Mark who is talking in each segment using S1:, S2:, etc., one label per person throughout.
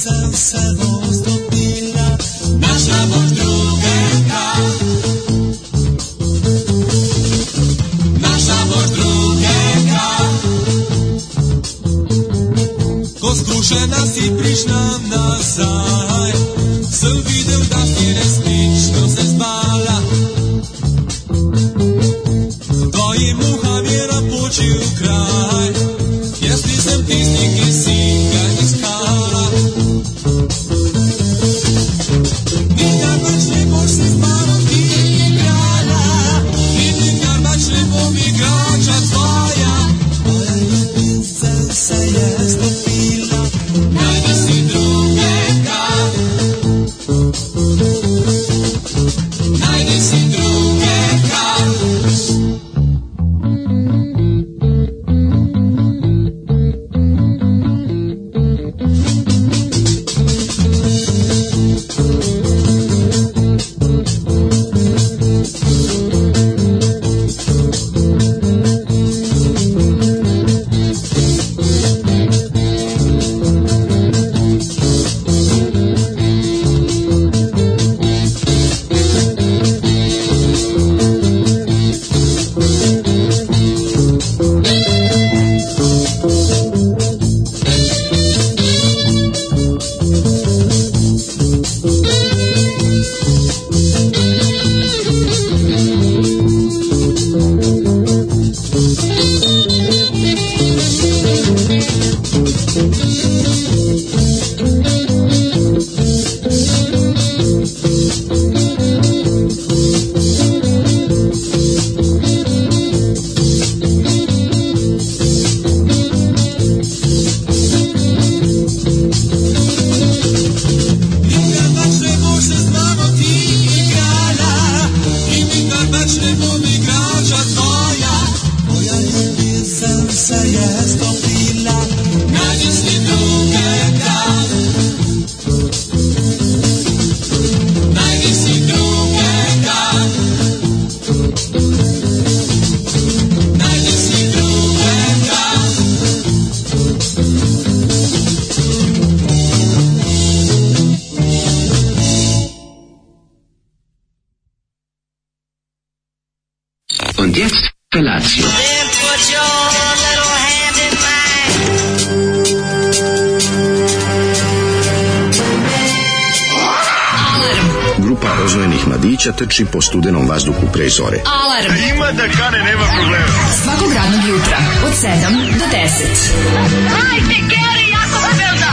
S1: zausados do pila, nasza podróbelka. Nasza podróbelka. Kostrušena si prišla nazaj, sem videl, da si resnično se zbala. Tvojim uham je napočil kraj, jaz nisem tisti, ki si ga iskala. Nikdar več ne boš se z mano ti igrala, in nikdar več ne bom igrača tvoja. Moja ljubica se je stopila, najdi si drugega. Najdi si drugega. Nikdar več ne boš se z mano ti igrala in nikdar več ne bom igrača tvoja. Moja ljubezen se je stopila, najdi si drugega. Najdi si drugega. Najdi si drugega.
S2: Und jetzt Felatio.
S3: Then put your little hand in mine.
S4: Grupa rozvojenih mladića trči po studenom vazduhu pre zore.
S5: Alarm. Ima da kane, nema problema. Svakog radnog jutra, od 7 do 10.
S6: Hajde, Geri, jako se velda!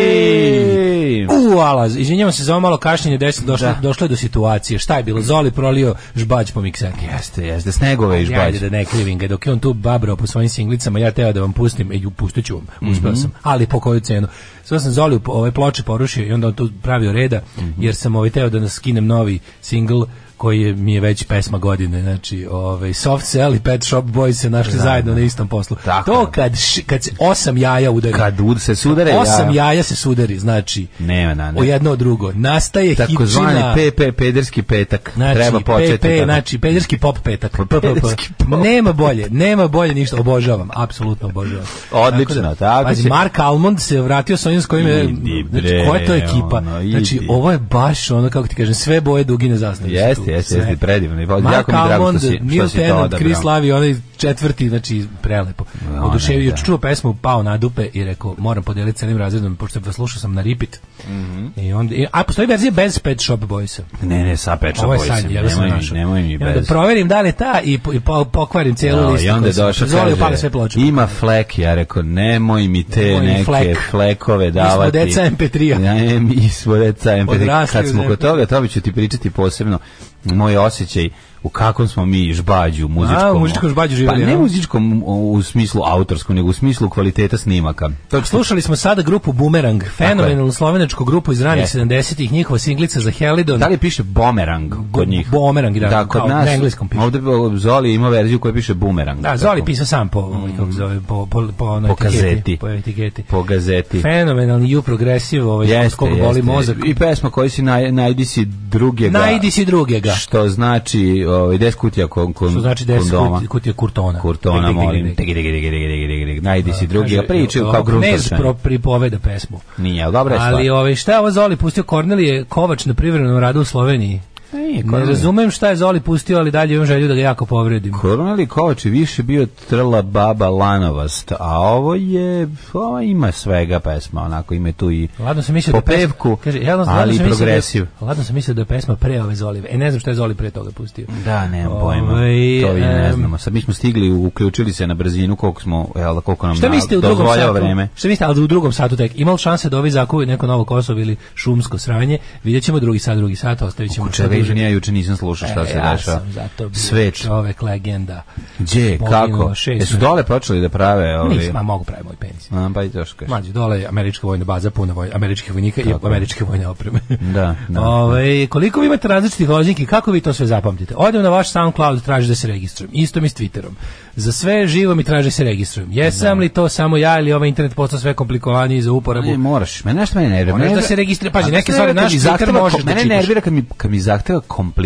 S7: Jej!
S8: U, ala, izvinjavam se za ovo malo kašnjenje, desno došlo, došlo je do situacije. Šta je bilo? Zoli prolio žbađ po miksaki.
S7: Jeste, jeste, snegove i
S8: Ja, ajde
S7: žbađe.
S8: da ne krivim ga, dok je on tu babrao po svojim singlicama, ja teo da vam pustim, e, ju, pustit ću vam,
S7: Mhm.
S8: uspeo sam, ali po koju cenu. Sve sam Zoliju po- ove ploče porušio i onda on tu pravio reda,
S7: Mhm.
S8: jer sam ovaj teo da nas skinem novi singl koji je, mi je već pesma godine, znači ovaj, Soft Cell i Pet Shop Boys se našli zajedno na istom poslu.
S7: Tako
S8: to
S7: je.
S8: kad, ši- kad se osam jaja udari,
S7: Kad ud se sudare,
S8: osam
S7: ja. Mhm.
S8: jaja se sudari, znači
S7: Nema, na, ne.
S8: o jedno o drugo. Nastaje
S7: Tako zvani
S8: hipčina-
S7: PP, pederski petak.
S8: Znači,
S7: Treba početi.
S8: PP,
S7: tako.
S8: znači, pederski pop petak. PPP.
S7: Pederski pop.
S8: Nema bolje, nema bolje ništa. Obožavam, apsolutno obožavam.
S7: Odlično, tako
S8: pazi,
S7: će.
S8: Mark Almond se vratio sa onim s kojim je...
S7: Idi bre,
S8: Znači, koja je to ekipa?
S7: ono,
S8: znači,
S7: idi.
S8: ovo je baš ono, kako ti kažem, sve boje dugine zastavljaju. se
S7: Jeste,
S8: tu,
S7: jeste,
S8: sve.
S7: jeste, predivno. I Jako
S8: Mark
S7: mi je drago što
S8: Almond,
S7: si, što si
S8: Neil
S7: to
S8: Tennant,
S7: odabrao.
S8: Chris Lavi, onaj četvrti, znači, prelepo.
S7: Ona,
S8: Oduševio,
S7: da.
S8: čuo pesmu, pao na dupe i rekao, moram podeliti celim razredom, pošto vas slušao sam na repeat.
S7: Mhm.
S8: I onda, i- a postoji verzija bez Pet Shop Boysa.
S7: Ne, ne, sa peča
S8: Pa Ovo je
S7: boj sam.
S8: sad, ja ga sam
S7: Nemoj,
S8: našao.
S7: mi- nemoj mi
S8: I onda
S7: bez.
S8: provjerim da li je ta i, po- i po- pokvarim cijelu
S7: Ja,
S8: listu.
S7: I onda je došao,
S8: Zoli
S7: kaže,
S8: upale sve ploče.
S7: ima flek, ja rekao, nemoj mi te
S8: Nemoj mi
S7: neke
S8: flek.
S7: flekove davati.
S8: deca MP3-a.
S7: Ja, ne, mi smo deca MP3.
S8: Odrasli
S7: Kad
S8: uz
S7: smo kod
S8: MP3.
S7: toga, to ću ti pričati posebno moj osjećaj u kakvom smo mi žbađu muzičkom.
S8: A, u muzičkom žbađu živjeli,
S7: Pa ne
S8: a?
S7: muzičkom u u smislu autorskom, nego u smislu kvaliteta snimaka.
S8: Tako, slušali smo sada grupu Boomerang, fenomenalnu slovenačku grupu iz ranih
S7: Jeste.
S8: 70-ih, njihova singlica za Helidon.
S7: Da li piše bomerang kod njih?
S8: Boomerang, da,
S7: da kod
S8: kao
S7: nas,
S8: na engleskom piše.
S7: Ovde Zoli ima verziju koja piše bumerang.
S8: Da, Zoli je pisao sam po, ovaj, kako se zove, po, po, po, onoj
S7: Mm. Po
S8: etiketi,
S7: kazeti.
S8: Po etiketi.
S7: po gazeti.
S8: Fenomenalni ju progresiv, ovaj, jeste, koga boli mozak.
S7: I pesma koji si naj, najdi si drugega.
S8: Najdi si drugega.
S7: Što znači, ovaj, des kutija kon, kon,
S8: Što znači da je
S7: kondoma.
S8: kut- kutija kurtona.
S7: Kurtona,
S8: Dig, dig, dig,
S7: molim.
S8: dig.
S7: Digi, digi, digi, digi, digi, digi, digi. Najdi si drugi, a
S8: Kaže,
S7: pričaju kao
S8: ovako, Knez
S7: gruntovčani.
S8: pro- pripoveda pesmu.
S7: Nije, ali dobra je stvar.
S8: Ali ovaj, šta je ovo Zoli pustio? Kornelije Kovač na privremenom radu u Sloveniji.
S7: Nije,
S8: Ne
S7: Kornelij-
S8: razumem šta je Zoli pustio, ali dalje imam želju da ga jako povredim.
S7: Korneli Kovač je više bio trla baba lanovast, a ovo je, ovo ima svega pesma, onako ima tu i
S8: Ladno sam mislio
S7: po
S8: da pesma-
S7: pevku,
S8: kaže, ja ladno sam
S7: ali
S8: mislio
S7: progresiv.
S8: Da, ladno sam mislio da je pesma pre ove Zoli. E, ne znam šta je Zoli pre toga pustio.
S7: Da, nemam pojma.
S8: Ovaj,
S7: to i ne
S8: em,
S7: znamo. Sad mi smo stigli, uključili se na brzinu koliko smo, jel, da, koliko nam
S8: Šta mislite u
S7: na-
S8: drugom
S7: dozvoljava
S8: satu?
S7: vreme.
S8: Šta mislite, ali u drugom satu tek imao šanse da ovi zakuve neko novo Kosovo ili šumsko sranje. Vidjet ćemo drugi sat, drugi sat, ostavit ćemo
S7: Čega izvini, Znači, ja juče nisam slušao šta
S8: E,
S7: se
S8: ja
S7: dešava.
S8: sam zato bio
S7: Svet,
S8: čovek legenda.
S7: gdje,
S8: Poginulo
S7: kako?
S8: šest
S7: Jesu
S8: ljudi.
S7: dole počeli da prave ovi?
S8: Nisam, a mogu praviti moj penis.
S7: A, pa i još kaži.
S8: Mlađi, dole je američka vojna baza, puna voj, američkih vojnika i američke vojne opreme.
S7: Da, da.
S8: Ovaj, koliko vi imate različitih oznaki, kako vi to sve zapamtite? Odem na vaš SoundCloud, traži da se registrujem. Isto mi s Twitterom. Za sve živo mi traži da se registrujem. Jesam li to samo ja ili ovaj internet postao sve komplikovaniji za uporabu?
S7: Ne, moraš. Mene nešto mene nervira.
S8: Moraš da
S7: Mene-
S8: se registrira- pazi,
S7: A
S8: neke
S7: mene
S8: stvari
S7: nervira kad
S8: naš
S7: mi
S8: Twitter
S7: zahteva-
S8: možeš da
S7: Mene
S8: čitaš.
S7: nervira kad mi, kad mi zahteva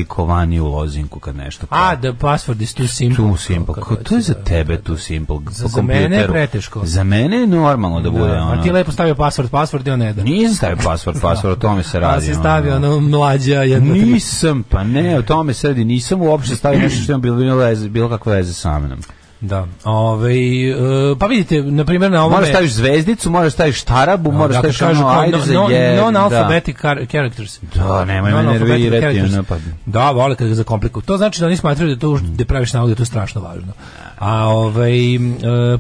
S7: komplikovaniju lozinku kad nešto.
S8: A, the password is too simple.
S7: Too simple.
S8: Kako
S7: Kako, to je
S8: hoće,
S7: za
S8: da.
S7: tebe too simple. po
S8: za mene je
S7: kompjuteru.
S8: preteško.
S7: Za mene je normalno da bude
S8: Da,
S7: ono.
S8: a ti lepo stavio password, password i on ne da.
S7: Nisam stavio password, password, o tome se radi.
S8: Pa si stavio
S7: ono.
S8: ono mlađa jedna. tri.
S7: Nisam, pa ne, o tome se radi. Nisam uopšte stavio nešto što ima bilo, veze, bilo kakve veze sa mnom.
S8: Da. Ovaj e, pa vidite, na primjer na ovome
S7: Moraš staviš zvezdicu, moraš staviš tarabu, moraš
S8: Dakle,
S7: staviš ono,
S8: kao
S7: ajde
S8: no-
S7: za
S8: no-
S7: je. da.
S8: Non-alphabetic char- characters.
S7: Da, nemoj me
S8: Non-alphabetic
S7: nervirati,
S8: characters.
S7: ono, pa-
S8: Da, vole kada ga zakomplikuju. To znači da oni smatraju da to už- da praviš nalog da je to strašno važno. A ovaj e,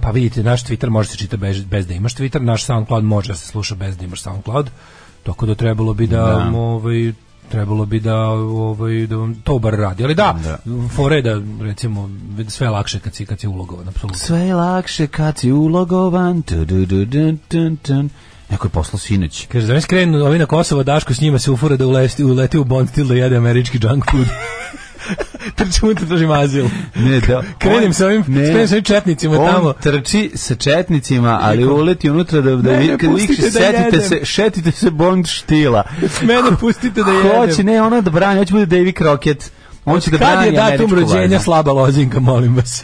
S8: pa vidite naš Twitter može se čitati bez, bez da imaš Twitter, naš SoundCloud može da se sluša bez da imaš SoundCloud. Tako da trebalo bi da,
S7: Da.
S8: ovaj trebalo bi da ovaj da vam to bar radi. Ali da, da. fore je da recimo sve je lakše kad si kad si ulogovan apsolutno.
S7: Sve je lakše kad si ulogovan. Tu, du, du, dun, dun, dun. Neko je poslao sinoć.
S8: Kaže, zamisli krenu ovi na Kosovo, Daško s njima se ufura da uleti, uleti u Bond stil da jede američki junk food. Trčimo da tražim azil.
S7: Ne, da.
S8: Krenim sa ovim,
S7: Ne.
S8: krenim sa ovim četnicima
S7: On
S8: tamo.
S7: trči sa četnicima, ali uleti unutra da, da
S8: Mene
S7: vi, kad vi
S8: pustite da
S7: setite
S8: jedem.
S7: se, šetite se Bond štila.
S8: Mene pustite da jedem. Znači,
S7: Hoće, ne, ona da brani, hoće bude Davy Crockett. On će da
S8: Kad
S7: brani
S8: je datum
S7: američku
S8: rođenja
S7: vazu.
S8: slaba lozinka, molim vas.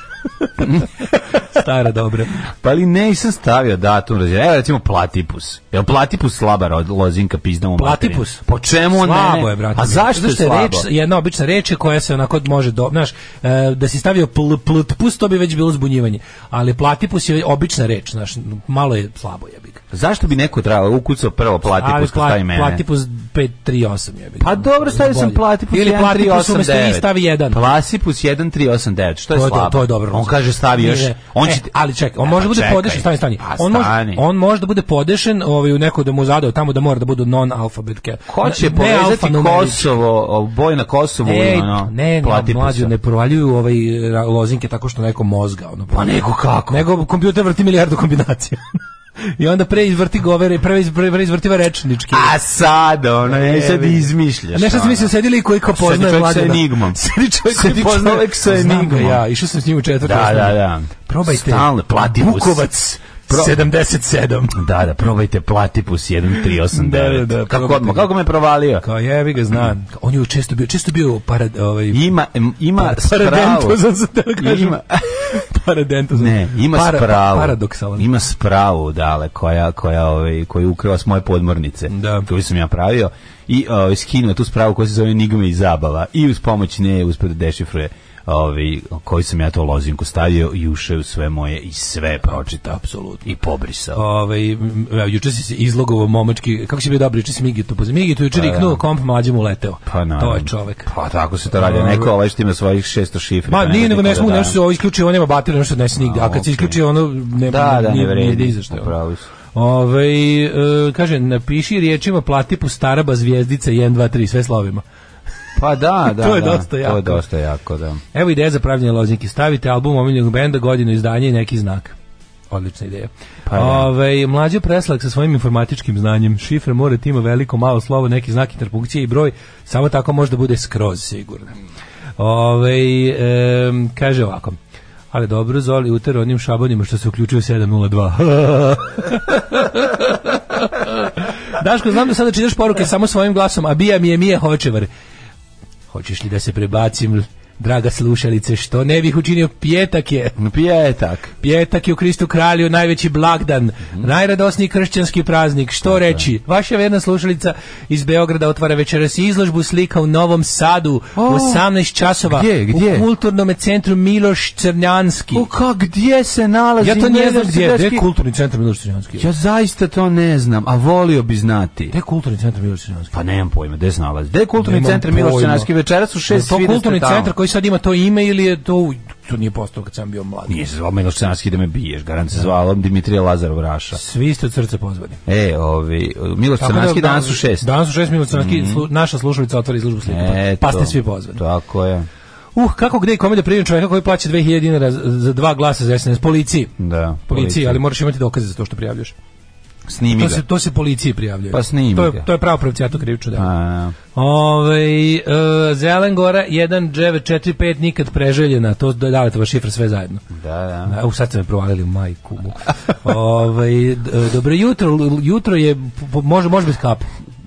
S8: Stara dobra.
S7: Pa ali ne, nisam stavio datum rođenja. Evo recimo Platipus. Jel Platipus slaba rod- lozinka pizda mu materinu?
S8: Platipus?
S7: Po čemu on
S8: Pa slabo
S7: mene?
S8: je, brate.
S7: A zašto je
S8: Zato što
S7: slabo?
S8: Reč, jedna obična reč je koja se onako može do, znaš, e, da si stavio pl, pl, pus, to bi već bilo zbunjivanje. Ali platipus je obična reč, znaš, malo je slabo je
S7: Zašto bi neko trebao ukucao prvo Platipus kad stavi mene?
S8: Platipus 538 je.
S7: Pa dobro, stavio sam Platipus
S8: Ili
S7: 1389.
S8: Platipus umesto i stavi 1.
S7: Platipus 1389, što je,
S8: To je,
S7: slabo?
S8: to, to je dobro.
S7: On kaže stavi još...
S8: Nije.
S7: On
S8: E,
S7: će ti-
S8: ali čekaj, on
S7: E,
S8: može
S7: pa
S8: da bude
S7: čekaj.
S8: podešen, stani, stani.
S7: Pa
S8: On može,
S7: stani.
S8: on može da bude podešen ovaj, u neko da mu zadao tamo da mora da budu non-alfabetke.
S7: Ko će
S8: Ne
S7: povezati
S8: alfanumerički.
S7: Kosovo, o, boj na Kosovu i
S8: Ej,
S7: ono,
S8: ne, ne,
S7: Platipusa?
S8: mlađu, ne provaljuju ovaj ra- lozinke tako što neko mozga. Ono,
S7: Pa nego kako?
S8: Nego kompjuter vrti milijardu kombinacija. I onda preizvrti govere, preizvrti, preizvrtiva rečnički.
S7: A sad, ono, ne, sad
S8: Evi.
S7: izmišljaš.
S8: Nešto sam
S7: ono.
S8: mislio, sedi lik koji kao
S7: Sedi
S8: poznaje
S7: čovjek sa
S8: Mladena.
S7: enigmom.
S8: Sedi čovjek
S7: Sedi
S8: koji poznaje.
S7: čovjek sa
S8: Znam ga
S7: enigmom.
S8: Ja, išao sam s njim u četvrtu.
S7: Da,
S8: osnovu.
S7: da, da.
S8: Probajte.
S7: Stalno, Platipus.
S8: Bukovac.
S7: Pro-
S8: 77.
S7: Da, da, probajte Platipus 1389.
S8: Da, da, da,
S7: kako,
S8: probajte
S7: odmah,
S8: ga.
S7: kako me provalio?
S8: Kao jevi ga znam. On je često bio, često bio parad, ovaj,
S7: Ima, em, ima
S8: Pa,
S7: spravu.
S8: paradentozan, sam teo da kažem.
S7: Ima,
S8: paradentozan.
S7: ne, ima
S8: Para- pa,
S7: spravu.
S8: Paradoksalan.
S7: Ima spravu, dale, koja, koja, ovaj, koju ukrava s moje podmornice.
S8: Da.
S7: Koju sam ja pravio. I ovaj, skinuo tu spravu koja se zove Enigma i zabava. I uz pomoć nje je uspio da dešifruje ovaj, koju sam ja to lozinku stavio i ušao je u sve moje i sve pročitao. Apsolutno. I pobrisao.
S8: Ovaj m, evo, juče si se izlogovao momački, kako si bio dobri, juče si Migitu, pa Migitu juče riknuo komp mlađemu leteo.
S7: Pa naravno.
S8: To je čovek.
S7: Pa tako se to radi. Neko ovaj što ima svojih 600 šifri.
S8: Ma
S7: pa
S8: nije
S7: niko
S8: nego ne
S7: da
S8: smu,
S7: daje.
S8: nešto se ovo isključio, on nema baterije, nešto ne snigde. A kad
S7: okej.
S8: se isključio ono ne
S7: Da, da, ne
S8: nije- ono. nije
S7: vredi.
S8: ni za što.
S7: Upravo si.
S8: Ove, e, kaže, napiši riječima platipu staraba zvijezdica 1, 2, 3, sve slovima.
S7: Pa da, da,
S8: To je
S7: da,
S8: dosta
S7: To
S8: jako.
S7: je dosta jako, da.
S8: Evo ideja za pravljanje lozinki. Stavite album omiljenog benda, godinu izdanja i neki znak. Odlična ideja.
S7: Pa da.
S8: Ove, mlađe preslak sa svojim informatičkim znanjem. Šifre mora ima veliko, malo slovo, neki znak interpunkcije i broj. Samo tako može da bude skroz sigurno. Ove, em, kaže ovako. Ali dobro, Zoli uter onim šabonima što se uključuju u 702. Daško, znam da sada čitaš poruke samo svojim glasom, a bija mi je mije hočevar. Hoćeš li da se prebacim, draga slušalice, što ne bih učinio pjetak je.
S7: Pijetak.
S8: Pjetak je u Kristu kralju najveći blagdan,
S7: Mhm.
S8: najradosniji kršćanski praznik. Što reći? Vaša verna slušalica iz Beograda otvara večeras izložbu slika u Novom Sadu
S7: O,
S8: u 18 časova
S7: gdje, gdje?
S8: u kulturnom centru Miloš Crnjanski.
S7: O, ka, gdje se nalazi?
S8: ja to ne znam
S7: Miloš
S8: gdje, gdje je
S7: Crnjanski?
S8: kulturni centar Miloš Crnjanski?
S7: Ja zaista to ne znam, a volio bi znati.
S8: Gde je kulturni centar Miloš Crnjanski?
S7: Pa nemam pojma, gde se nalazi? Gde je kulturni
S8: Nemam
S7: centar Miloš
S8: pojma.
S7: Čenarski? Večeras u šest
S8: Je li
S7: svi
S8: to
S7: da
S8: kulturni
S7: ste tamo.
S8: centar koji sad ima to ime ili je to u- to nije postao kad sam bio mlad.
S7: Nije se zvao Miloš Čenarski da me biješ, garant se zvao Dimitrija Lazarov Raša.
S8: Svi ste od srca pozvani.
S7: E, ovi, Miloš
S8: Tako da,
S7: Čenarski
S8: da-
S7: danas u šest.
S8: Danas u 6 minuta naša slušalica otvara izložbu slika.
S7: Eto.
S8: pa ste svi pozvani.
S7: Tako je.
S8: Uh, kako gde i kome da primim čoveka koji plaća 2000 dinara za dva glasa za SNS policiji.
S7: Da.
S8: Policiji, ali moraš imati dokaze za to što prijavljuješ.
S7: Snimi
S8: To
S7: ga.
S8: se to se policiji prijavljuje.
S7: Pa snimi
S8: to
S7: ga.
S8: je, to je pravo provocijatno krivično delo.
S7: A,
S8: Ovaj e, Zelen Gora 1 dževe 4 5 nikad preželjena. To da dale tva šifra sve zajedno.
S7: da, da.
S8: Da, u sad ste me provalili majku. mu. Ovaj, d- dobro jutro, l- jutro je, p- p- može, može bez kape.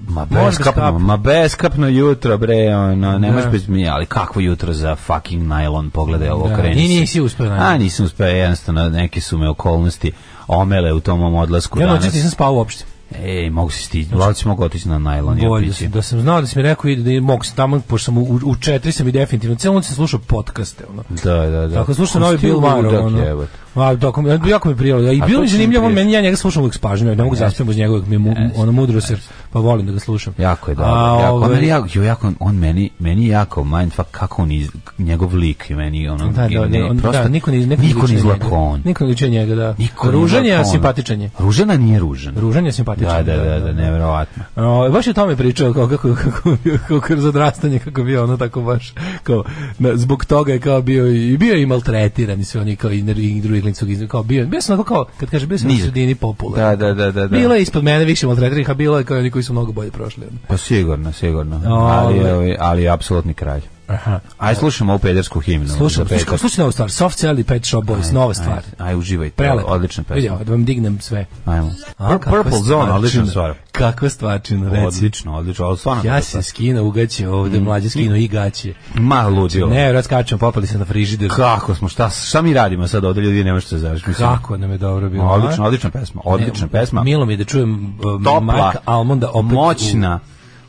S7: Ma
S8: Može
S7: beskapno,
S8: skap-
S7: ma beskapno jutro, bre, ono, ne
S8: Da.
S7: možeš bez mi, ali kakvo jutro za fucking najlon, pogledaj ovo,
S8: Da,
S7: kreni
S8: I
S7: se.
S8: nisi uspeo na
S7: A, nisam uspeo, jednostavno, neke su me okolnosti omele u tom mom odlasku
S8: Ja noćas
S7: danas.
S8: nisam spao uopšte.
S7: Ej, mogu se stići, znači mogu otići na najlon i
S8: Bolje da
S7: opići.
S8: sam, da sam znao da si mi rekao i da je mogu sam tamo, pošto sam u, u- u četiri sam i definitivno, cijelo noć sam slušao podcaste, ono.
S7: Da, da, da.
S8: Tako slušam
S7: Ko
S8: novi
S7: si ti
S8: Bill
S7: ludak,
S8: Maher, ono.
S7: jebote?
S8: A, tako, mi- jako mi prijalo. I
S7: A
S8: bilo
S7: to
S8: mi
S7: si
S8: zanimljivo,
S7: mi E. priješ.
S8: meni, ja njega slušam uvijek s pažnjom, ja ne mogu
S7: Jeste.
S8: zaspijem uz njegovog, mi je mu,
S7: Jeste.
S8: ono mudro se, pa volim da ga slušam.
S7: E. Jako je
S8: A,
S7: dobro. Jako, on,
S8: ovaj,
S7: meni jako, jo, jako, on meni, meni jako mindfuck kako on iz, njegov lik je meni ono
S8: Da, ovaj, da,
S7: ne,
S8: da, on,
S7: prosto,
S8: da, niko ne niko,
S7: niko ne
S8: izlači
S7: izgleda
S8: njega.
S7: kao on.
S8: Niko ne izlači njega, da.
S7: Niko ne
S8: ružan
S7: izgleda
S8: je, a
S7: kao on.
S8: simpatičan je.
S7: Ružana nije ružan.
S8: Ružan je simpatičan.
S7: Da, da, da, da, neverovatno.
S8: O, Ovaj, baš je o tome pričao kao kako kako kako kroz odrastanje kako bio ono tako baš kao na, zbog toga je kao bio i i bio je i maltretiran i sve oni kao i, ner- i drugi klinci su ga iz- kao bio bio sam onako kao kad kaže bio sam u
S7: Nizak.
S8: sredini
S7: Da,
S8: popularan.
S7: da, da, da. da.
S8: Bilo je ispod mene više maltretiranih, a bilo je kao i oni koji su mnogo bolje prošli. ono.
S7: Pa sigurno, sigurno.
S8: Ove.
S7: Ali, je, ovaj- ali je apsolutni kralj.
S8: Aha.
S7: Aj, slušamo ovu pedersku himnu.
S8: Slušaj,
S7: za petak.
S8: slušaj, slušaj novu stvar, Soft Cell i Pet Shop Boys, nova stvar.
S7: Aj, aj uživajte.
S8: Prelepo.
S7: Odlična pesma.
S8: Vidio, da vam dignem sve.
S7: Ajmo.
S8: A,
S7: Pur-
S8: kakva
S7: Purple Zone,
S8: stvarčina.
S7: odlična stvar.
S8: Kakva stvarčina, reci.
S7: Odlično, Mhm. odlično. Ali stvarno
S8: Ja
S7: dobra
S8: se
S7: stvar.
S8: skino ugaće ovde, mlađe skino i gaće.
S7: Ma, ludilo.
S8: Ne, rad skačemo, popali se na frižider.
S7: Kako smo, šta, šta mi radimo sad ovdje, ljudi, ne možete se završiti. Mislim,
S8: Kako nam je dobro bilo.
S7: Odlična,
S8: a?
S7: odlična pesma, odlična
S8: Ne,
S7: pesma.
S8: Milo mi je da čujem uh,
S7: Topla,
S8: Marka Almonda opet u-
S7: moćna,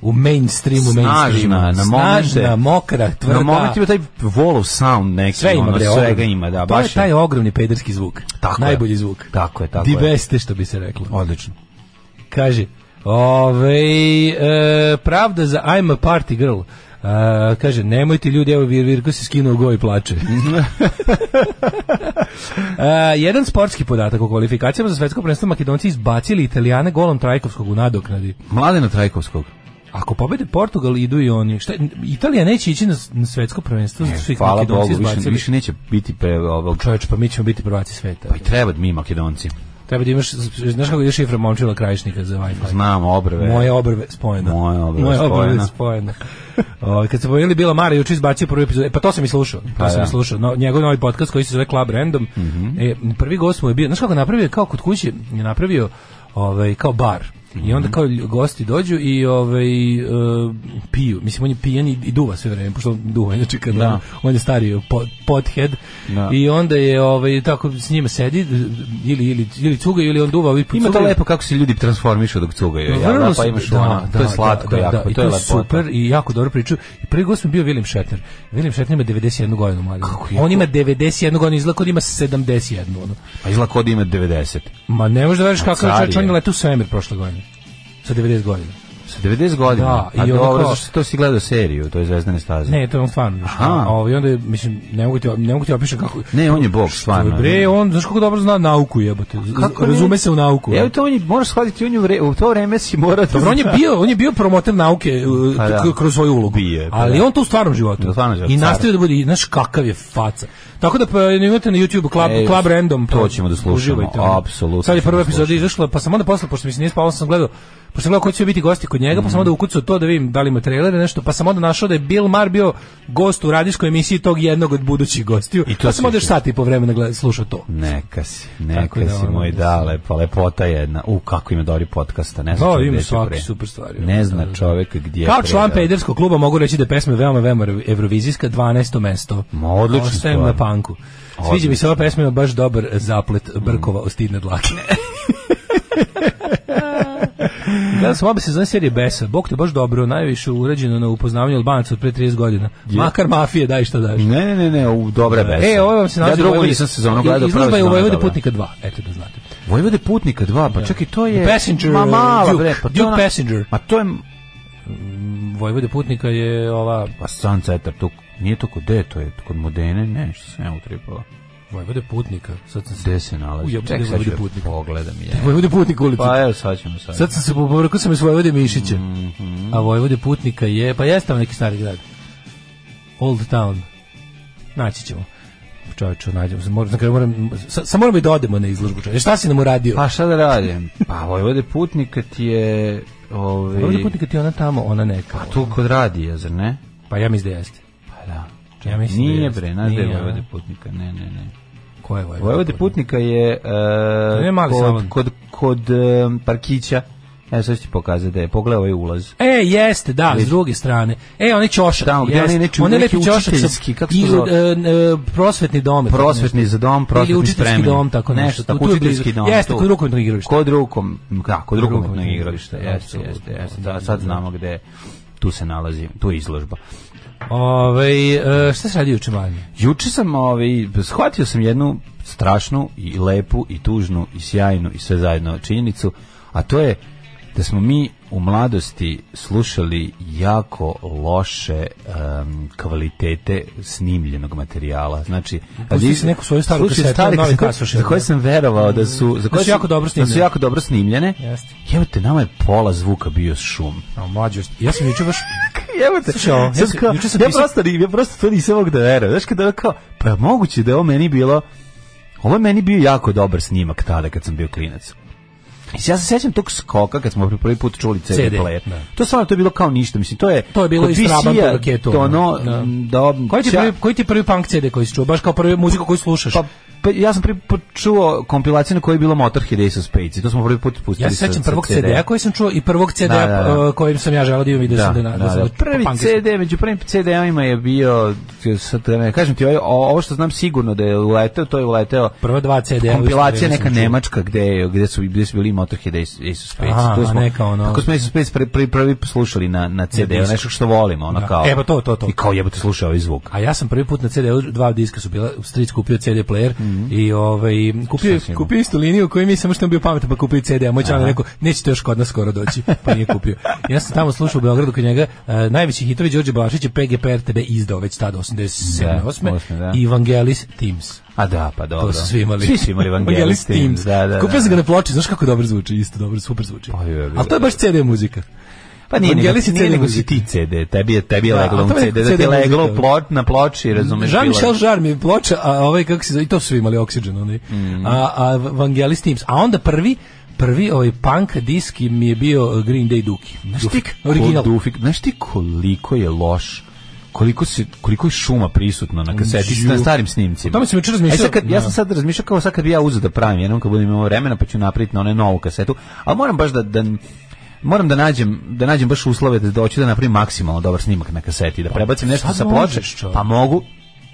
S8: u, mainstreamu, mainstreamu.
S7: snažna, na momente.
S8: Snažna, mokra, tvrda.
S7: Na moment ima taj wall of sound neki,
S8: sve ima,
S7: ono,
S8: bre,
S7: svega
S8: ogromni.
S7: ima, da,
S8: to
S7: baš
S8: je taj ogromni pederski zvuk.
S7: Tako je.
S8: Najbolji zvuk.
S7: Tako je, tako
S8: Di
S7: je.
S8: beste, što bi se reklo.
S7: Odlično.
S8: Kaže, ovej, e, pravda za I'm a party girl. E, kaže, nemojte ljudi, evo Vir Virko se skinuo u go i plače. E, jedan sportski podatak o kvalifikacijama za svetsko prvenstvo Makedonci izbacili Italijane golom Trajkovskog u nadoknadi.
S7: Mladena Trajkovskog.
S8: Ako pobede Portugal, idu i oni. Šta, Italija neće ići na, s- na svetsko prvenstvo, zato što ih
S7: Hvala Bogu,
S8: Makedonci
S7: više,
S8: izbacili.
S7: više neće biti pre ovog...
S8: Čoveče, pa mi ćemo biti prvaci sveta.
S7: Pa i treba mi makedonci.
S8: Treba da imaš, znaš kako je šifra momčila krajišnika za Wi-Fi?
S7: Znam, obrve.
S8: Moje obrve spojene.
S7: Moje obrve spojene.
S8: spojene. O, Ovaj, kad se pojavili Bila Mara juče izbacio prvi epizod, e, pa to sam i slušao. To
S7: Pa
S8: sam
S7: da. Mhm.
S8: i slušao. No, njegov novi podcast koji se zove Club Random. e, prvi gost mu je bio, znaš kako je napravio, kao kod kuće je napravio ovaj, kao bar. I
S7: Mhm.
S8: onda kao lj- gosti dođu i ovaj e, piju. Mislim on je pijan i, i duva sve vreme, pošto on duva inače kad
S7: Da.
S8: on, on je stari pot, pothead.
S7: Da.
S8: I onda je ovaj tako s njima sedi ili ili ili cuga ili on duva, ovaj
S7: Ima to
S8: cugaju.
S7: lepo kako se ljudi transformišu dok cugaju.
S8: Pa
S7: Ja,
S8: vrlo
S7: da, pa
S8: su-
S7: imaš
S8: da,
S7: ono,
S8: da,
S7: to je slatko
S8: da, da,
S7: jako,
S8: i
S7: to je lepota.
S8: super i jako dobro priču. I prvi gost mi je bio William Shatner. William Shatner ima 91 godinu, mladi.
S7: Kako je
S8: On ima 91 godinu, izgleda kao da ima 71. Ono.
S7: A Pa izgleda kod ima 90.
S8: Ma ne možeš da veriš kakav
S7: car
S8: čovjek, on
S7: je.
S8: je letao u svemir prošle godine. Sa 90 godina.
S7: Sa 90 godina?
S8: Da, i
S7: A
S8: onda
S7: dobro,
S8: kao-
S7: zašto to si gledao seriju, to je Zvezdane staze?
S8: Ne, to je on stvarno.
S7: Aha.
S8: A ovaj onda je, mislim ne mogu ti ne mogu ti opišem kako.
S7: Ne, on je bog, stvarno.
S8: Bre, on znaš kako dobro zna nauku, jebote. Z-
S7: Kako
S8: Razume
S7: ne?
S8: se u nauku.
S7: Evo to on je, moraš shvatiti, on je u, vre, u to vreme si morao... da-
S8: Dobro, on je bio, on je bio promoter nauke uh,
S7: Pa da.
S8: k- kroz svoju ulogu.
S7: Bio je, pa
S8: ali
S7: da.
S8: on to u stvarnom životu.
S7: U stvarnom životu,
S8: I
S7: car.
S8: nastavio da bude, i znaš kakav je faca. Tako da pa imate na YouTube Club,
S7: Ej,
S8: Club Random.
S7: to
S8: pa
S7: ćemo da slušamo,
S8: uživajte, ono.
S7: apsolutno
S8: Sad je
S7: ćemo
S8: prva
S7: da
S8: epizoda
S7: slušamo.
S8: izašla, pa sam onda posle, pošto mi se nije spavalo, sam gledao, pošto sam gledao ko će biti gosti kod njega, pa
S7: Mhm.
S8: sam onda ukucao to da vidim da li ima trailere, nešto, pa sam onda našao da je Bill Maher bio gost u radijskoj emisiji tog jednog od budućih gostiju.
S7: I to
S8: pa
S7: si
S8: sam onda još
S7: išao.
S8: sat i po vremena gleda- slušao to.
S7: Neka si,
S8: Tako
S7: neka
S8: da,
S7: si
S8: ono,
S7: moj
S8: da
S7: dale, pa lepota jedna. U, kako ima dobri podcasta, ne znam
S8: Da,
S7: čovjek
S8: ima
S7: gde će
S8: svaki
S7: pre.
S8: super stvari. ono,
S7: Ne zna čovjek gdje je
S8: Kao član
S7: predao.
S8: pederskog kluba mogu reći da je pesma veoma, veoma evrovizijska, 12. mesto.
S7: Ma, odlična
S8: Ostajem
S7: stvar.
S8: na panku. Sviđa mi se ova pesma, ima baš dobar eh, zaplet
S7: Mm.
S8: Brkova o stidne dlake. Gledao sam obe sezone serije Besa. Bog te baš dobro, najviše urađeno na upoznavanju Albanaca od pre 30 godina. Makar mafije, daj šta daš.
S7: Ne, ne, ne, ne, u dobra Mm, besa.
S8: E, ovo vam se
S7: Ja
S8: nalazi u
S7: drugo
S8: Vojvodi-
S7: nisam sezonu gledao, prva
S8: Izložba je u
S7: sezona
S8: Vojvode
S7: dobra.
S8: putnika 2, eto da znate.
S7: Vojvode putnika 2, pa čekaj, to je...
S8: The Passenger, uh,
S7: Ma mala,
S8: Duke,
S7: bre, pa to
S8: Duke
S7: ona-
S8: Passenger.
S7: Ma to je...
S8: Vojvode putnika je ova...
S7: Pa San Cetar, tu, nije to kod de, to je kod Modene, ne, što sam ja utripao.
S8: Vojvode putnika, sad sam se...
S7: Gde se
S8: U,
S7: nalazi?
S8: jebote,
S7: Čekaj, sad ću
S8: Vojvode
S7: joj
S8: putnika.
S7: pogledam je.
S8: Vojvode putnika ulica.
S7: Pa evo, sad ćemo sad.
S8: Sad sam se poborao sam iz Vojvode Mišića.
S7: Mhm.
S8: A Vojvode Putnika je, pa jeste tamo neki stari grad. Old Town. Naći ćemo. Čovječe, nađemo se. Moram, na kraju moram, sa, sa moram i da odemo na izložbu. Čovječe. Šta si nam uradio?
S7: Pa šta da radim? Pa Vojvode putnika ti je... Ovi...
S8: Vojvode Putnika ti je ona tamo, ona neka.
S7: Pa tu kod radija, zar ne?
S8: Pa ja mislim da jeste.
S7: Pa da.
S8: Ja mislim da
S7: Nije
S8: jeste.
S7: bre, znaš da je
S8: Nije, a?
S7: Vojvode putnika, ne, ne, ne.
S8: Ko je Vojvode,
S7: Vojvode putnika je e,
S8: nije mali
S7: kod,
S8: salon.
S7: kod, kod e, parkića. Evo sad ću ti pokazati da je. Pogledaj ovaj ulaz.
S8: E, jeste, da, s druge strane. E, onaj ćošak.
S7: Tamo, gdje
S8: jeste.
S7: onaj neki-
S8: Onaj
S7: neki
S8: lepi ćošak sa-
S7: učiteljski, kako se to
S8: ili,
S7: zove?
S8: e, e, prosvetni dom.
S7: Prosvetni
S8: Nešto.
S7: za dom, prosvetni
S8: Ili učiteljski
S7: spremni.
S8: dom, tako nešto.
S7: tako,
S8: Tu- tu je blizu.
S7: učiteljski dom.
S8: Jeste,
S7: tu.
S8: kod rukometnog igrališta.
S7: Kod rukom, da, kod rukometnog
S8: rukometnog
S7: igrališta.
S8: igrališta,
S7: Jeste, jeste,
S8: apsolutno.
S7: jeste. Da, sad znamo gde tu se nalazi, tu je izložba.
S8: Ovaj, e, šta se radi juče manje?
S7: Juče sam ovaj, shvatio sam jednu strašnu i lepu i tužnu i sjajnu i sve zajedno činjenicu, a to je da smo mi u mladosti slušali jako loše em, kvalitete snimljenog materijala. Znači,
S8: Pusti
S7: ali-
S8: si neku svoju staru
S7: Slušaj,
S8: kasetu,
S7: stare
S8: novi
S7: kasete
S8: kasušar,
S7: za koje
S8: da.
S7: sam verovao da su za koje
S8: su
S7: sam-
S8: jako dobro
S7: Da su
S8: snimljene.
S7: jako dobro snimljene.
S8: Jeste.
S7: Jebote, nama je pola zvuka bio šum.
S8: A mlađe, ja sam juče baš
S7: Jebote.
S8: Slušaj ovo, ja
S7: Sad
S8: sam-
S7: kao,
S8: juče sam
S7: ja
S8: pisao-
S7: prosto, ni- ja prosto to nisam mogu da verujem. Znaš kada kao, pa moguće da je ovo meni bilo, ovo je meni bio jako dobar snimak tada kad sam bio klinac. I Ja se sećam tog skoka kad smo pri prvi put čuli CD,
S8: CD,
S7: player.
S8: da.
S7: To stvarno to je bilo kao ništa, mislim, to je...
S8: To je bilo
S7: kod
S8: iz Trabanta
S7: VCA,
S8: u raketu,
S7: To
S8: ono,
S7: ono,
S8: da.
S7: m, da...
S8: Koji ti,
S7: ja-
S8: prvi, koji ti prvi punk CD koji si čuo? Baš kao prvi muziku koju slušaš?
S7: Pa, pa ja sam prvi put čuo kompilaciju na kojoj je bilo Motorhead Ace of Spades i to smo prvi put pustili
S8: ja se
S7: sa-
S8: sećam
S7: sa
S8: prvog
S7: CD-a.
S8: CD-a koji sam čuo i prvog CD-a
S7: Da, da, da.
S8: uh, kojim sam ja želeo da imam i da, sam da, da, sam da
S7: Prvi
S8: punk-
S7: CD, među prvim CD-ovima je bio, sad da ne kažem ti, ovo- ovo što znam sigurno da je uleteo, to je uleteo
S8: Prva dva CD-a.
S7: kompilacija
S8: u isto
S7: neka
S8: vreme sam
S7: nemačka gde, je- gde, su, gde su bili Motorhead i Ace of Spades.
S8: Aha,
S7: To
S8: a neka ono-
S7: Tako smo Ace of Spades prvi, prvi, prvi slušali na, na CD,
S8: disku.
S7: nešto što volimo, ono
S8: Da.
S7: kao...
S8: E, pa to, to, to.
S7: I kao jebote slušao ovaj zvuk.
S8: A ja sam prvi put na CD-u, dva diska su bila, stric kupio CD player
S7: Mhm.
S8: i ovaj, kupio,
S7: Šta si imao?
S8: kupio istu liniju koju mi samo što mi bio pametan pa kupio i CD, a moj član je rekao, nećete još kod nas skoro doći, pa nije kupio. Ja sam tamo slušao u Beogradu kod njega, e, najveći hitovi Đorđe Balašić je PGPR tebe izdao već tada, 87.
S7: Da,
S8: 8.
S7: osme, da.
S8: i Evangelis Teams.
S7: A da, pa dobro.
S8: To su svi imali.
S7: Svi su imali Vangelis Teams. Da, da,
S8: Kupio
S7: da.
S8: sam ga na ploči, znaš kako dobro zvuči, isto dobro, super zvuči.
S7: Pa je, je, je.
S8: Ali to je baš CD muzika.
S7: Pa nije, nego,
S8: Vangelis je
S7: nije
S8: CD
S7: nego si
S8: muzika.
S7: ti CD, tebi je, tebi je
S8: Da,
S7: leglo
S8: a
S7: u
S8: to je
S7: CD, da ti je
S8: CD
S7: leglo
S8: muzika.
S7: plot, na ploči, razumeš? bilo
S8: Jean-Michel
S7: je-
S8: Jarre mi je ploča, a ovaj kako se zove, i to su imali Oxygen, oni.
S7: Mm.
S8: A, a Vangelis Teams. A onda prvi, prvi ovaj punk disk mi je bio Green Day Duki.
S7: Znaš
S8: Duf-
S7: ti kako
S8: original.
S7: Dufik, znaš ti koliko je loš koliko se koliko je šuma prisutno na kaseti
S8: Ju.
S7: na starim snimcima.
S8: O tome sam jučer
S7: E
S8: razmišljao.
S7: sad kad, ja sam
S8: Da.
S7: sad razmišljao kao sad kad bi ja uzeo da pravim jednom kad budem imao vremena pa ću napraviti na onaj novu kasetu, ali moram baš da, da moram da nađem da nađem baš uslove da doći da napravim maksimalno dobar snimak na kaseti da prebacim nešto
S8: sad
S7: sa ploče
S8: Pa možeš, čovek.
S7: pa mogu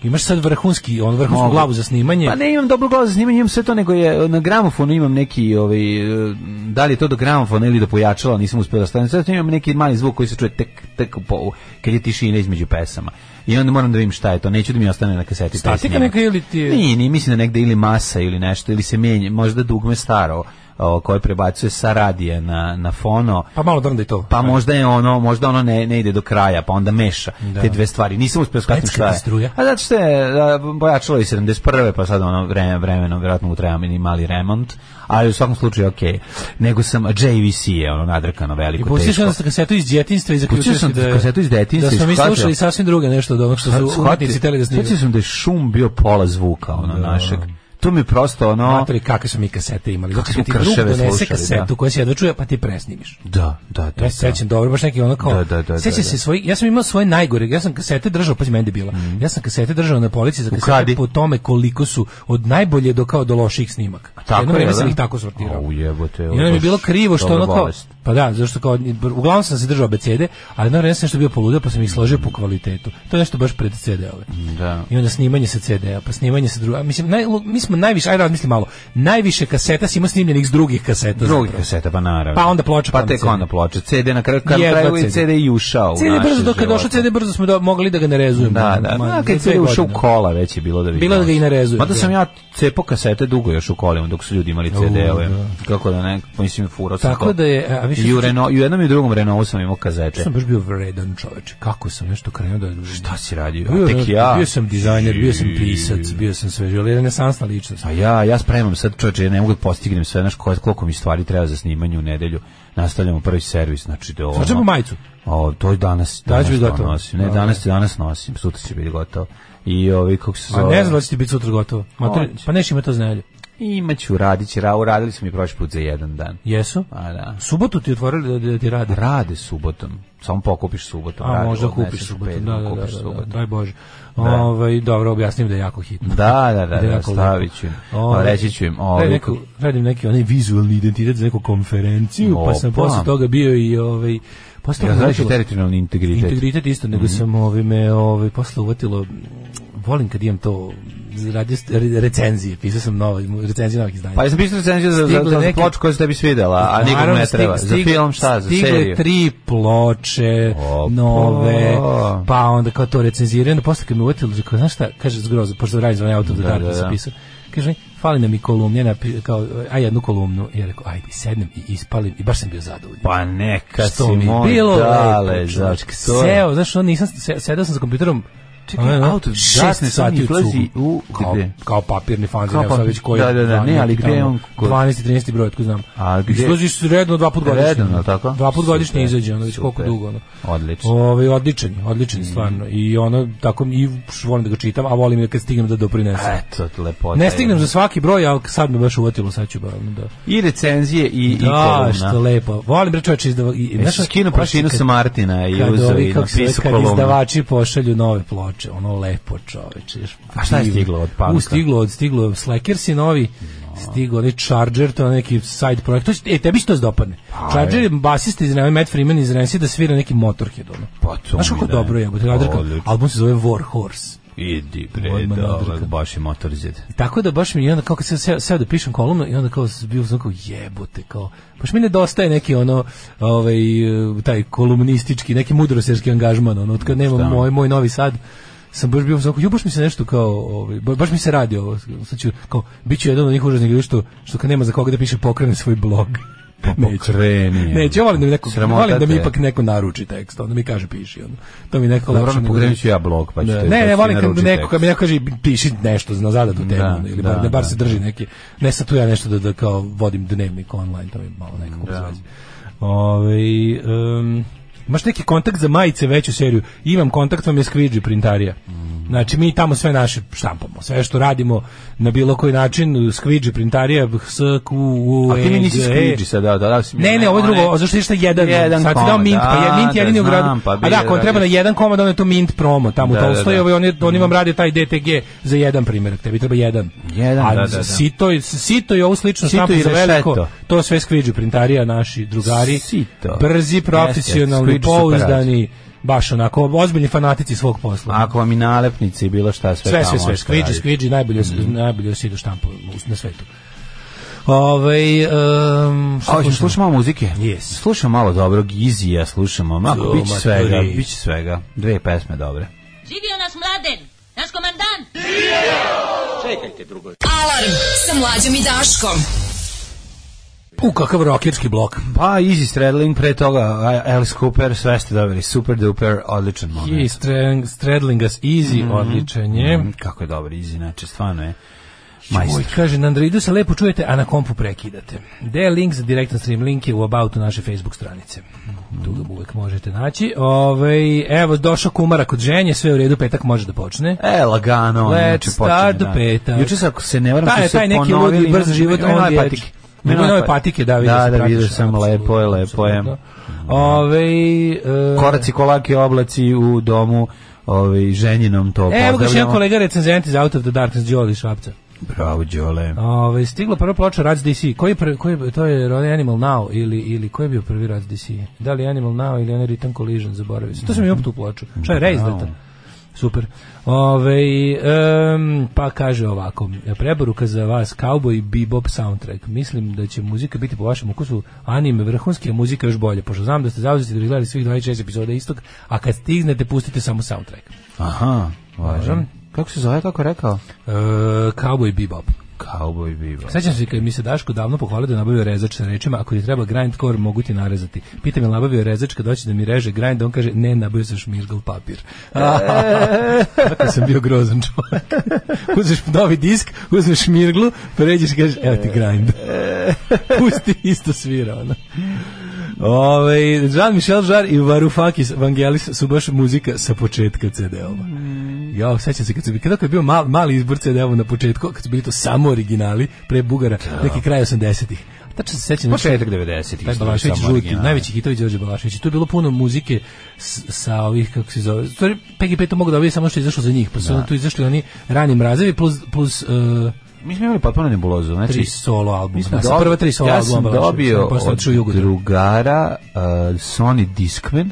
S8: Imaš sad vrhunski, on vrhunsku
S7: Mogu.
S8: glavu za snimanje.
S7: pa ne imam dobro glas za snimanje, imam sve to, nego je na gramofonu imam neki, ovaj, eh, da li je to do gramofona ili do pojačala, nisam uspio da stavim, sve to imam neki mali zvuk koji se čuje tek, tek po, kad je tišina između pesama. I onda moram da vidim šta je to, neću da mi ostane na kaseti. taj
S8: Statika
S7: snimak.
S8: neka ili ti je-
S7: Nije, nije, mislim da negde ili masa ili nešto, ili se mijenja, možda dugme staro, o, koje prebacuje sa radija na, na fono,
S8: Pa malo drnda i to.
S7: pa možda je ono, možda ono ne, ne ide do kraja, pa onda meša te dve stvari. Nisam uspio shvatiti
S8: Pecka
S7: šta je.
S8: ti struja.
S7: A zato što je a, pojačalo i 71. pa sad ono vreme, vremeno, vjerojatno mu treba mini mali remont, ali u svakom slučaju ok. Nego sam JVC je ono nadrkano
S8: I
S7: veliko,
S8: pustio
S7: teško.
S8: sam kasetu iz djetinjstva i zaključio
S7: Pustio sam
S8: sam da, je-
S7: kasetu iz djetinjstva
S8: da
S7: i
S8: smo mi
S7: shvatio-
S8: slušali sasvim druge nešto od onog što
S7: Sad
S8: su
S7: shvatio-
S8: umetnici teli da snimaju.
S7: shvatio sam da je šum bio pola zvuka ono našeg. To mi je prosto ono...
S8: Matori, kakve smo mi kasete imali. Zato
S7: smo
S8: što ti drug
S7: krševe
S8: donese
S7: slušali,
S8: kasetu
S7: da.
S8: koja se jedva čuje, pa ti presnimiš.
S7: Da, da, E, da.
S8: Ja se
S7: da.
S8: sećam dobro, baš neki ono kao.
S7: Da, da, da,
S8: sećam
S7: da, da.
S8: se svoj, ja sam imao svoje najgore, ja sam kasete držao, pa meni bila.
S7: Mhm.
S8: Ja sam kasete držao na polici za
S7: kadi?
S8: kasete po tome koliko su od najbolje do kao do loših snimaka.
S7: Tako
S8: Jedno
S7: je,
S8: vreme
S7: da?
S8: sam ih tako sortirao.
S7: Au, jebote,
S8: I
S7: ovo
S8: onda mi je
S7: baš
S8: bilo krivo što
S7: dobra
S8: ono kao,
S7: bolest.
S8: pa da, zašto kao uglavnom sam se držao abecede, ali jedno vreme sam što bio poludeo, pa sam ih složio po kvalitetu. To je nešto baš pred CD-ove.
S7: Da.
S8: I onda snimanje sa CD-a, pa snimanje sa druga. Mislim, naj, mi smo najviše, ajde razmislim malo, najviše kaseta si imao snimljenih s drugih kaseta.
S7: Drugih
S8: zapravo.
S7: kaseta, pa naravno.
S8: Pa onda ploča,
S7: Pa
S8: pa
S7: tek
S8: CD.
S7: onda ploča. CD na kraju, kad
S8: Jedva
S7: kraju je
S8: CD.
S7: CD i ušao u
S8: CD
S7: naše
S8: brzo, dok je
S7: živote.
S8: došao CD brzo smo da, mogli da ga narezujemo.
S7: Da, da.
S8: Ma,
S7: Ma,
S8: dve,
S7: kad se
S8: godine.
S7: ušao u kola već je bilo da vidim.
S8: Bilo da ga i narezuju,
S7: Mada
S8: da.
S7: sam ja cepo kasete dugo još u kolima dok su ljudi imali CD-ove. Kako da ne, mislim furao sam
S8: Tako
S7: to.
S8: da je, a više
S7: I u, Renault- i u jednom i u drugom Renaultu sam imao kazete.
S8: sam baš bio vredan čoveč. Kako sam nešto krenuo da...
S7: Šta Pa si radio?
S8: Bio,
S7: A tek ja.
S8: bio sam dizajner, bio sam pisac, bio sam sve, ali renesansna ličnost.
S7: A Pa ja, ja spremam sad čoveče, ja ne mogu da postignem sve, znaš ko- koliko mi stvari treba za snimanje u nedelju. Nastavljamo prvi servis, znači da ovo...
S8: Svačemo majicu.
S7: O, to je danas,
S8: Da,
S7: danas
S8: će biti
S7: to
S8: gotovo.
S7: nosim. Ne,
S8: Da.
S7: danas, danas nosim, sutra će biti gotovo. I ovi, kako se
S8: A
S7: zove...
S8: ne znam da će ti biti sutra gotovo. Ma, to,
S7: Hoće.
S8: pa neš ima to znelje.
S7: Imaću, radit će, ra, uradili smo i prošli put za jedan dan.
S8: Jesu?
S7: A da.
S8: Subotu ti otvorili da, da ti rade.
S7: Rade subotom, samo pokupiš subotom.
S8: A
S7: rade,
S8: možda
S7: odneseš
S8: kupiš
S7: u
S8: subotu.
S7: petak,
S8: Da, da, da,
S7: kupiš
S8: da, da,
S7: subotom.
S8: daj Bože. Ovaj, dobro, objasnim da je jako hitno.
S7: Da, da, da,
S8: Da,
S7: da,
S8: jako
S7: stavit ću im.
S8: Ovaj,
S7: Reći ću im,
S8: radim
S7: ovi,
S8: neku, radim neki onaj vizualni identitet za neku konferenciju, pa sam
S7: Opa.
S8: posle toga bio i ovaj posle toga
S7: ja znači,
S8: me
S7: znaš i
S8: uhvatilo-
S7: teritorijalni integritet.
S8: integritet isto, nego
S7: Mhm.
S8: sam ovime ovaj posle uvatilo volim kad imam to radio re- recenzije, pisao sam nove recenzije novih izdanja.
S7: Pa jesam pisao recenziju za, za,
S8: Stigle
S7: za
S8: neke-
S7: ploču koja se tebi svidela, a nikom
S8: Naravno,
S7: ne
S8: stig-
S7: treba. Za
S8: stigle-
S7: film šta, za
S8: stigle
S7: seriju?
S8: tri ploče
S7: Opa.
S8: nove, pa onda kao to recenzirano, posle kad me uvatilo, rekao, znaš šta, kaže zgrozo, pošto radim za onaj auto da,
S7: Da,
S8: da,
S7: da,
S8: da,
S7: da.
S8: sam pisao, kaže mi, fali nam i kolumnje, napi- kao, a jednu kolumnu, i ja rekao, ajde, sednem i ispalim, i baš sam bio zadovoljan.
S7: Pa neka
S8: Što
S7: si
S8: mi
S7: moj
S8: bilo
S7: dale,
S8: lepo,
S7: za
S8: čovječe.
S7: to je-
S8: Seo, znaš, ono, nisam, se- sedeo sam sa kompjuterom,
S7: Čekaj,
S8: ono,
S7: auto
S8: šest
S7: gasne, sad
S8: sati
S7: mi
S8: cugu.
S7: ulazi u-
S8: kao,
S7: gde?
S8: kao papirni fanzin,
S7: Kao
S8: evo sad
S7: papir-
S8: već koji
S7: da, da, da,
S8: dan,
S7: ne, ali
S8: neki
S7: gde je
S8: tamo
S7: on kod-
S8: 12. 13. broj, otko znam.
S7: A gde-
S8: Izlaziš redno dva puta godišnje.
S7: Redno, jel tako?
S8: Dva puta godišnje
S7: Super,
S8: izađe, ono već koliko
S7: super.
S8: dugo, ono.
S7: Odlično. Mm.
S8: Ovaj odličan, je, odličan je stvarno. I ono tako i volim da ga čitam, a volim i kad stignem da doprinesem.
S7: Eto, lepota.
S8: Ne
S7: E, je.
S8: stignem za svaki broj, ali sad me baš uvatilo, sad ću ba, da.
S7: I recenzije i, i
S8: Da, što
S7: kolumna.
S8: lepo. Volim bre čoveče izdava... i-
S7: Jesi
S8: znaš,
S7: skinuo
S8: hoće
S7: prašinu
S8: kad-
S7: sa Martina i
S8: kad
S7: uzeo
S8: ovi,
S7: i
S8: kako se zove,
S7: napisao
S8: Kad
S7: kolumnu.
S8: izdavači pošalju nove ploče, ono lepo čoveče. još
S7: A šta je
S8: divno.
S7: stiglo od panka?
S8: U, stiglo od, stiglo je Slackersi novi, stiglo onaj Charger, to je neki side projekt. To će, e, tebi što se dopadne.
S7: Pa,
S8: Charger je basista iz Matt Freeman iz Rensi da svira neki Motorhead. Ono.
S7: Pa to
S8: Znaš
S7: mi
S8: kako
S7: da.
S8: dobro je, bude
S7: Odlično.
S8: album se zove War Horse.
S7: Idi bre,
S8: Odmah
S7: da,
S8: nadrka.
S7: baš je motorized.
S8: Tako da baš mi i onda kao kad sam seo, seo da pišem kolumnu i onda kao s- bio sam kao jebote kao baš mi nedostaje neki ono ovaj e, taj kolumnistički neki mudroserski angažman ono od kad nemam moj moj Novi Sad sam baš bio sam kao, "Ju, baš mi se nešto kao ovaj ba- baš mi se radi ovo sad ću kao biću jedan od njih užasnih ljudi što što kad nema za koga da piše pokrene svoj blog Neću.
S7: Pokreni.
S8: Neću, ja volim da mi neko,
S7: Sramota
S8: volim da mi
S7: te.
S8: ipak neko naruči tekst, onda mi kaže piši, ono. To mi neko
S7: Dobro,
S8: lepše
S7: ne
S8: nego-
S7: pogrenut ću ja blog, pa ću
S8: ne,
S7: te-
S8: ne,
S7: pa ću
S8: ne
S7: ti
S8: volim kad
S7: naručiti
S8: neko,
S7: tekst.
S8: kad mi neko kaže piši nešto na zadatu temu,
S7: Da,
S8: ono, ili
S7: da,
S8: bar, ne, bar
S7: da.
S8: se drži neki, ne sad tu ja nešto da, da kao vodim dnevnik online, to mi malo nekako bez veze. Ovaj, em, imaš neki kontakt za majice veću seriju? Imam kontakt, vam je Squidgy printarija.
S7: Mm.
S8: Znači, mi tamo sve naše štampamo, sve što radimo na bilo koji način, Squidgy printarija, s, q, u,
S7: A ti mi
S8: E,
S7: nisi
S8: G, E.
S7: skriđi sad, da, da, da, si mi-
S8: Ne, ne, ovo je
S7: one-
S8: drugo, zašto je šta jedan,
S7: Jedan
S8: jedan sad ti dao
S7: komad,
S8: mint, pa
S7: a,
S8: je mint
S7: da,
S8: jedini u gradu,
S7: znam, pa
S8: a
S7: bi-
S8: da, ako on treba na jedan komad, onda je to mint promo, tamo
S7: Da,
S8: da,
S7: da,
S8: to stoji,
S7: da. Mm.
S8: ovaj, on, je, on vam radi taj DTG za jedan primjerak, tebi treba jedan.
S7: Jedan,
S8: a
S7: da, da, da.
S8: Sito, i- sito i ovu sličnu
S7: Sito
S8: štampu
S7: i
S8: za veliko,
S7: rešeto.
S8: to sve skriđu printarija, naši drugari,
S7: Sito.
S8: brzi,
S7: Jeste,
S8: profesionalni,
S7: Squidgy super radi.
S8: pouzdani, baš onako, ozbiljni fanatici svog posla.
S7: Ako vam i nalepnice i bilo šta, sve tamo
S8: Sve,
S7: Mm.
S8: sve, sve.
S7: možete
S8: Skviđi,
S7: raditi.
S8: skviđi, najbolje, najbolje se idu štampu na svetu. Ove, um,
S7: A, hoćemo slušati malo muzike?
S8: Yes.
S7: Slušamo malo dobrog Izija, slušamo, mako,
S8: Jo,
S7: bit će
S8: maturi.
S7: svega, bit će svega. Dve pesme dobre.
S6: Živio nas mladen, naš komandant.
S5: Alarm sa mlađom i Daškom.
S8: U, kakav rokirski blok.
S7: Pa, Easy Stradling, pre toga Alice Cooper, sve ste dobili. Super duper, odličan moment.
S8: I Strang- Stradlingas Easy,
S7: Mhm.
S8: odličan je.
S7: Mm, Kako je dobar Easy, znači, stvarno je.
S8: Oj,
S7: Majstor.
S8: kaže, na Androidu se lepo čujete, a na kompu prekidate. Gde je link za direktan stream? Link je u aboutu naše Facebook stranice. Tu ga uvek možete naći. Ove, evo, došao kumara kod ženje, sve u redu, petak može da počne.
S7: E, lagano. ono,
S8: Let's
S7: znači, počinje
S8: start
S7: dan.
S8: petak.
S7: Juče se, ako se ne varam,
S8: Taj,
S7: su se
S8: taj neki
S7: ponovili,
S8: ludi brz
S7: imam-
S8: život,
S7: imam
S8: on
S7: nove
S8: je...
S7: patike.
S8: Ima
S7: Imam
S8: nove patike, da, vidio
S7: Da,
S8: sam,
S7: da,
S8: pratiš,
S7: vidio sam,
S8: apsolutno,
S7: lepo je, lepo je.
S8: apsolutno. Ove, e,
S7: Koraci, kolaki, oblaci u domu ovaj, ženjinom to
S8: Evo ga još jedan
S7: pozdravljamo.
S8: kolega recenzent iz Out of the Darkness, Đoli Šapca.
S7: Bravo, Đole.
S8: Ove, stigla prva ploča Rats DC. Koji je, pr- koji je, to je onaj Animal Now ili, ili koji je bio prvi Rats DC? Da li Animal Now ili onaj Rhythm Collision, zaboravio sam. To sam imao tu ploču. Šta je, reizdata? Super. Ove, em, pa kaže ovako, preporuka za vas, Cowboy Bebop soundtrack. Mislim da će muzika biti po vašem ukusu anime vrhunski, a muzika još bolje, pošto znam da ste zauzeti da bi gledali svih 26 epizoda istog, a kad stignete, pustite samo soundtrack.
S7: Aha, važan. Kako se zove, kako je rekao?
S8: E, Cowboy Bebop.
S7: Cowboy Bebop.
S8: Sećam se kad mi se Daško davno pohvalio da je nabavio rezač sa rečima, ako ti treba grindcore, mogu ti narezati. Pitam je li nabavio rezač kad doći da mi reže grind, on kaže, ne, nabavio sam šmirgal papir. Tako sam bio grozan čovjek. Uzmeš novi disk, uzmeš šmirglu, pređeš i kažeš, evo ti grind. Pusti, isto svira, ono. Ove, Jean-Michel Jarre i Varoufakis Vangelis su baš muzika sa početka CD-ova.
S7: Mm.
S8: Ja, sećam se kad su bili, kada je bio mal, mali izbor CD-ova na početku, kad su bili to samo originali pre Bugara, neki kraj 80-ih. Tačno se sećam. znači,
S7: Početak 90-ih.
S8: Taj
S7: isto je
S8: Balašević
S7: samo
S8: žuti,
S7: original.
S8: najveći hitovi Đorđe Balašević. Tu je bilo puno muzike s- sa ovih, kako se zove, stvari, PGP to mogu da samo što je izašlo za njih, pa su onda tu izašli oni rani mrazevi plus, plus uh,
S7: Mi smo imali potpuno nebulozu. Znači,
S8: tri solo albuma.
S7: mi smo
S8: Da, sa
S7: dobi-
S8: prva tri solo
S7: ja
S8: albuma
S7: sam
S8: Balaševića, pa
S7: dobio
S8: posle
S7: od
S8: otišao u Jugodru.
S7: drugara uh, Sony Discman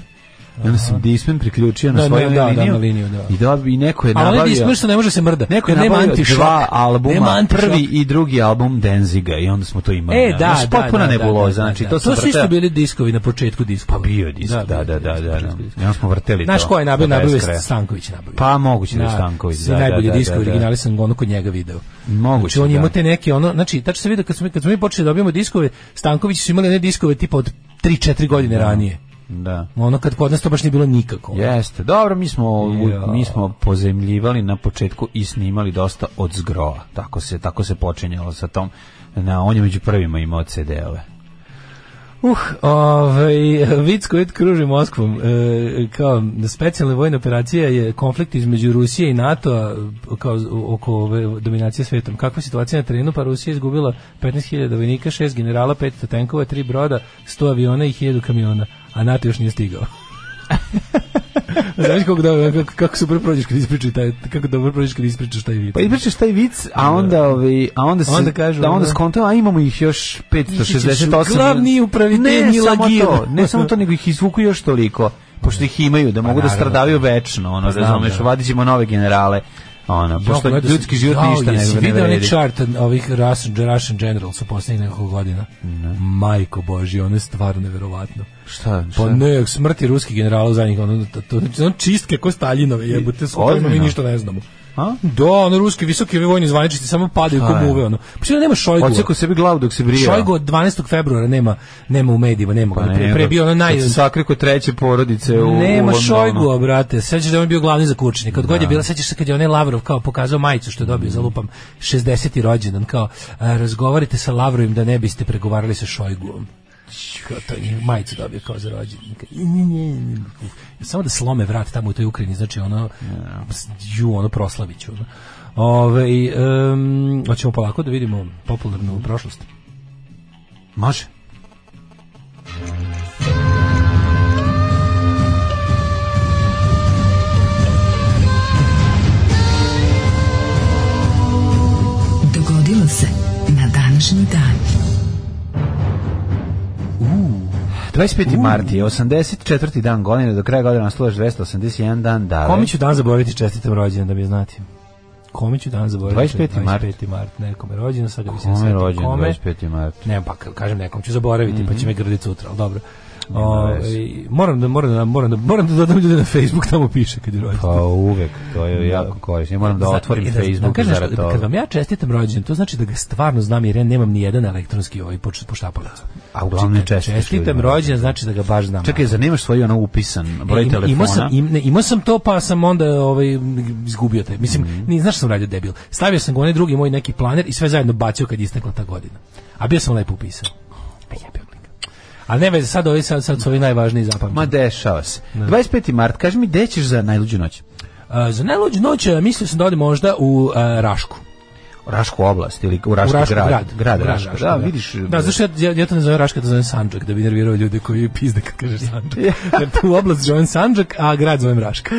S7: i onda sam Discman priključio na
S8: Da,
S7: svoju
S8: da, da,
S7: liniju,
S8: na liniju, da.
S7: i, dobi, i neko je
S8: Ali
S7: nabavio
S8: onaj Discman što ne može se mrda.
S7: Neko je
S8: Nema
S7: nabavio
S8: antišok.
S7: dva
S8: Nema
S7: albuma,
S8: antišok.
S7: prvi i drugi album Denziga i onda smo to imali.
S8: E, da, da,
S7: znači,
S8: da,
S7: potpuna
S8: da,
S7: nebuloza,
S8: da, da,
S7: znači,
S8: da.
S7: to sam
S8: su isto
S7: vrteo-
S8: bili diskovi na početku diskova.
S7: Pa bio je disk, da, da, da, da, da, da. I onda smo vrteli
S8: Znaš
S7: to
S8: ko je nabavio?
S7: do
S8: Nabavio je
S7: beskraja.
S8: Stanković nabavio.
S7: Pa, moguće da je Stanković,
S8: svi
S7: da, da,
S8: najbolji
S7: da,
S8: diskovi,
S7: da, da.
S8: originali sam ono kod njega video.
S7: Moguće,
S8: Znači, on je imao
S7: da.
S8: te neke, ono, znači, tačno se vidio, kad smo, mi- kad smo mi počeli da dobijemo diskove, Stanković su imali ne diskove tipa od 3-4 godine ranije.
S7: Da.
S8: Ono kad kod nas to baš nije bilo nikako.
S7: Jeste. Dobro, mi smo
S8: Ja.
S7: mi smo pozemljivali na početku i snimali dosta od zgroa. Tako se tako se počinjalo sa tom. Na, on je među prvima imao CD-ove.
S8: Uh, ovaj, vic koji kruži Moskvom, e, kao specijalna vojna operacija je konflikt između Rusije i NATO kao z- oko ove dominacije svetom. Kakva je situacija na terenu? Pa Rusija je izgubila 15.000 vojnika, 6 generala, 500 tenkova, 3 broda, 100 aviona i 1000 kamiona, a NATO još nije stigao. Znaš kako, dobro, kako, kako super prođeš kad ispričaš taj, kako dobro prođeš kad ispričaš taj vic.
S7: Pa ispričaš taj vic, a onda ovi, a onda se
S8: Onda kažu,
S7: da onda
S8: da.
S7: skonto, a imamo ih još 568.
S8: Glavni upravitelj
S7: ne,
S8: Mila
S7: samo
S8: Gil.
S7: to, ne samo to, nego ih izvuku još toliko, pošto ih imaju da mogu Pa da
S8: naravno.
S7: stradavaju večno, ono,
S8: znam,
S7: razumeš,
S8: da.
S7: vadit ćemo nove generale. Ono,
S8: Jo,
S7: pošto
S8: gledao sam-
S7: ljudski život
S8: Jao,
S7: ništa ne,
S8: jesi
S7: ne
S8: video onaj
S7: vredi.
S8: chart ovih Russian, Russian Generals u posljednjih nekoliko godina? Majko Boži, ono je stvarno neverovatno.
S7: Šta, šta?
S8: Pa ne, smrti ruskih generala za njih, ono, to, to, to, ono čistke ko Staljinove jebute, s kojima mi
S7: Ozbiljno?
S8: ništa ne znamo.
S7: A?
S8: Da, ono, ruski, visoki vojni zvaničnici samo padaju ko
S7: Šta je?
S8: muve, ono. Pa što nema Šojgova?
S7: Odsekao sebi glavu dok se brijao.
S8: Šojgu od 12. februara nema, nema u medijima, nema
S7: Pa
S8: ga. pre, pre je bio ono naj...
S7: Sakriko treće porodice u...
S8: Nema
S7: u
S8: Šojgu, brate. Sećaš da je on bio glavni za kurčenje. Kad god je bila, sećaš se kad je onaj Lavrov kao pokazao majicu što je dobio za lupam 60. rođendan, kao a, razgovarajte sa Lavrovim da ne biste pregovarali sa Šojguom. Kao to je majicu dobio kao za rođendan. Kao, "Nj, nj, nj." Samo da slome vrat tamo u toj Ukrajini, znači ono, s- ju, ono proslaviću. Ono. Ove, um, hoćemo polako da vidimo popularnu prošlost.
S7: Može.
S5: Dogodilo se na današnji dan.
S7: 25. mart je 84. dan godine, do kraja godine nastojaš 281 dan dale.
S8: Kome ću dan zaboraviti čestitam rođendan da mi je znati? Kome ću dan zaboraviti?
S7: 25. mart.
S8: 25. mart. Nekome rođendan, sad ga mislim
S7: Kome
S8: setim
S7: je rođen
S8: kome.
S7: 25. mart? Mhm.
S8: Ne, pa kažem nekom ću zaboraviti, pa će me grditi sutra, ali dobro. Ovaj, moram da moram da moram da moram da dodam ljude na Facebook tamo piše kad je rođendan.
S7: Pa uvek, to je jako korisno. Ja moram da
S8: Zna-
S7: otvorim
S8: i e, da-
S7: Facebook
S8: da
S7: i
S8: kažem
S7: zarad
S8: što- Kad
S7: toga.
S8: vam ja čestitam rođendan, to znači da ga stvarno znam jer ja nemam ni jedan elektronski ovaj poč- poštapalicu.
S7: A uglavnom ne čestitaš
S8: Čestitam
S7: ljudima.
S8: rođendan znači da ga baš znam.
S7: Čekaj, zanimaš svoj ono upisan broj
S8: E, ima-
S7: telefona?
S8: Imao sam, im, ne, imao sam to, pa sam onda ovaj, izgubio taj. Mislim,
S7: Mhm.
S8: ni, znaš što sam radio debil? Stavio sam ga u onaj drugi moj neki planer i sve zajedno bacio kad je istekla ta godina. A bio sam lepo upisao. E, jebio klika. Ali ne veze, sad ovi sad, sad su ovi najvažniji zapamtili.
S7: Ma dešava se. 25. mart, kaži mi, gde ćeš za najluđu noć?
S8: A, za najluđu noć a, mislio sam da odem možda u a, Rašku.
S7: U Rašku oblast ili u
S8: U
S7: Rašku,
S8: Rašku
S7: grad.
S8: grad.
S7: Grad,
S8: U grad
S7: Raška.
S8: Raška,
S7: Da, vidiš. e.
S8: Da, zašto ja, ja, ja to ne zovem Raška, to zovem Sanđak, da bi nervirao ljude koji pizde kad kažeš Sanđak. Jer tu oblast zovem Sanđak, a grad zovem Raška.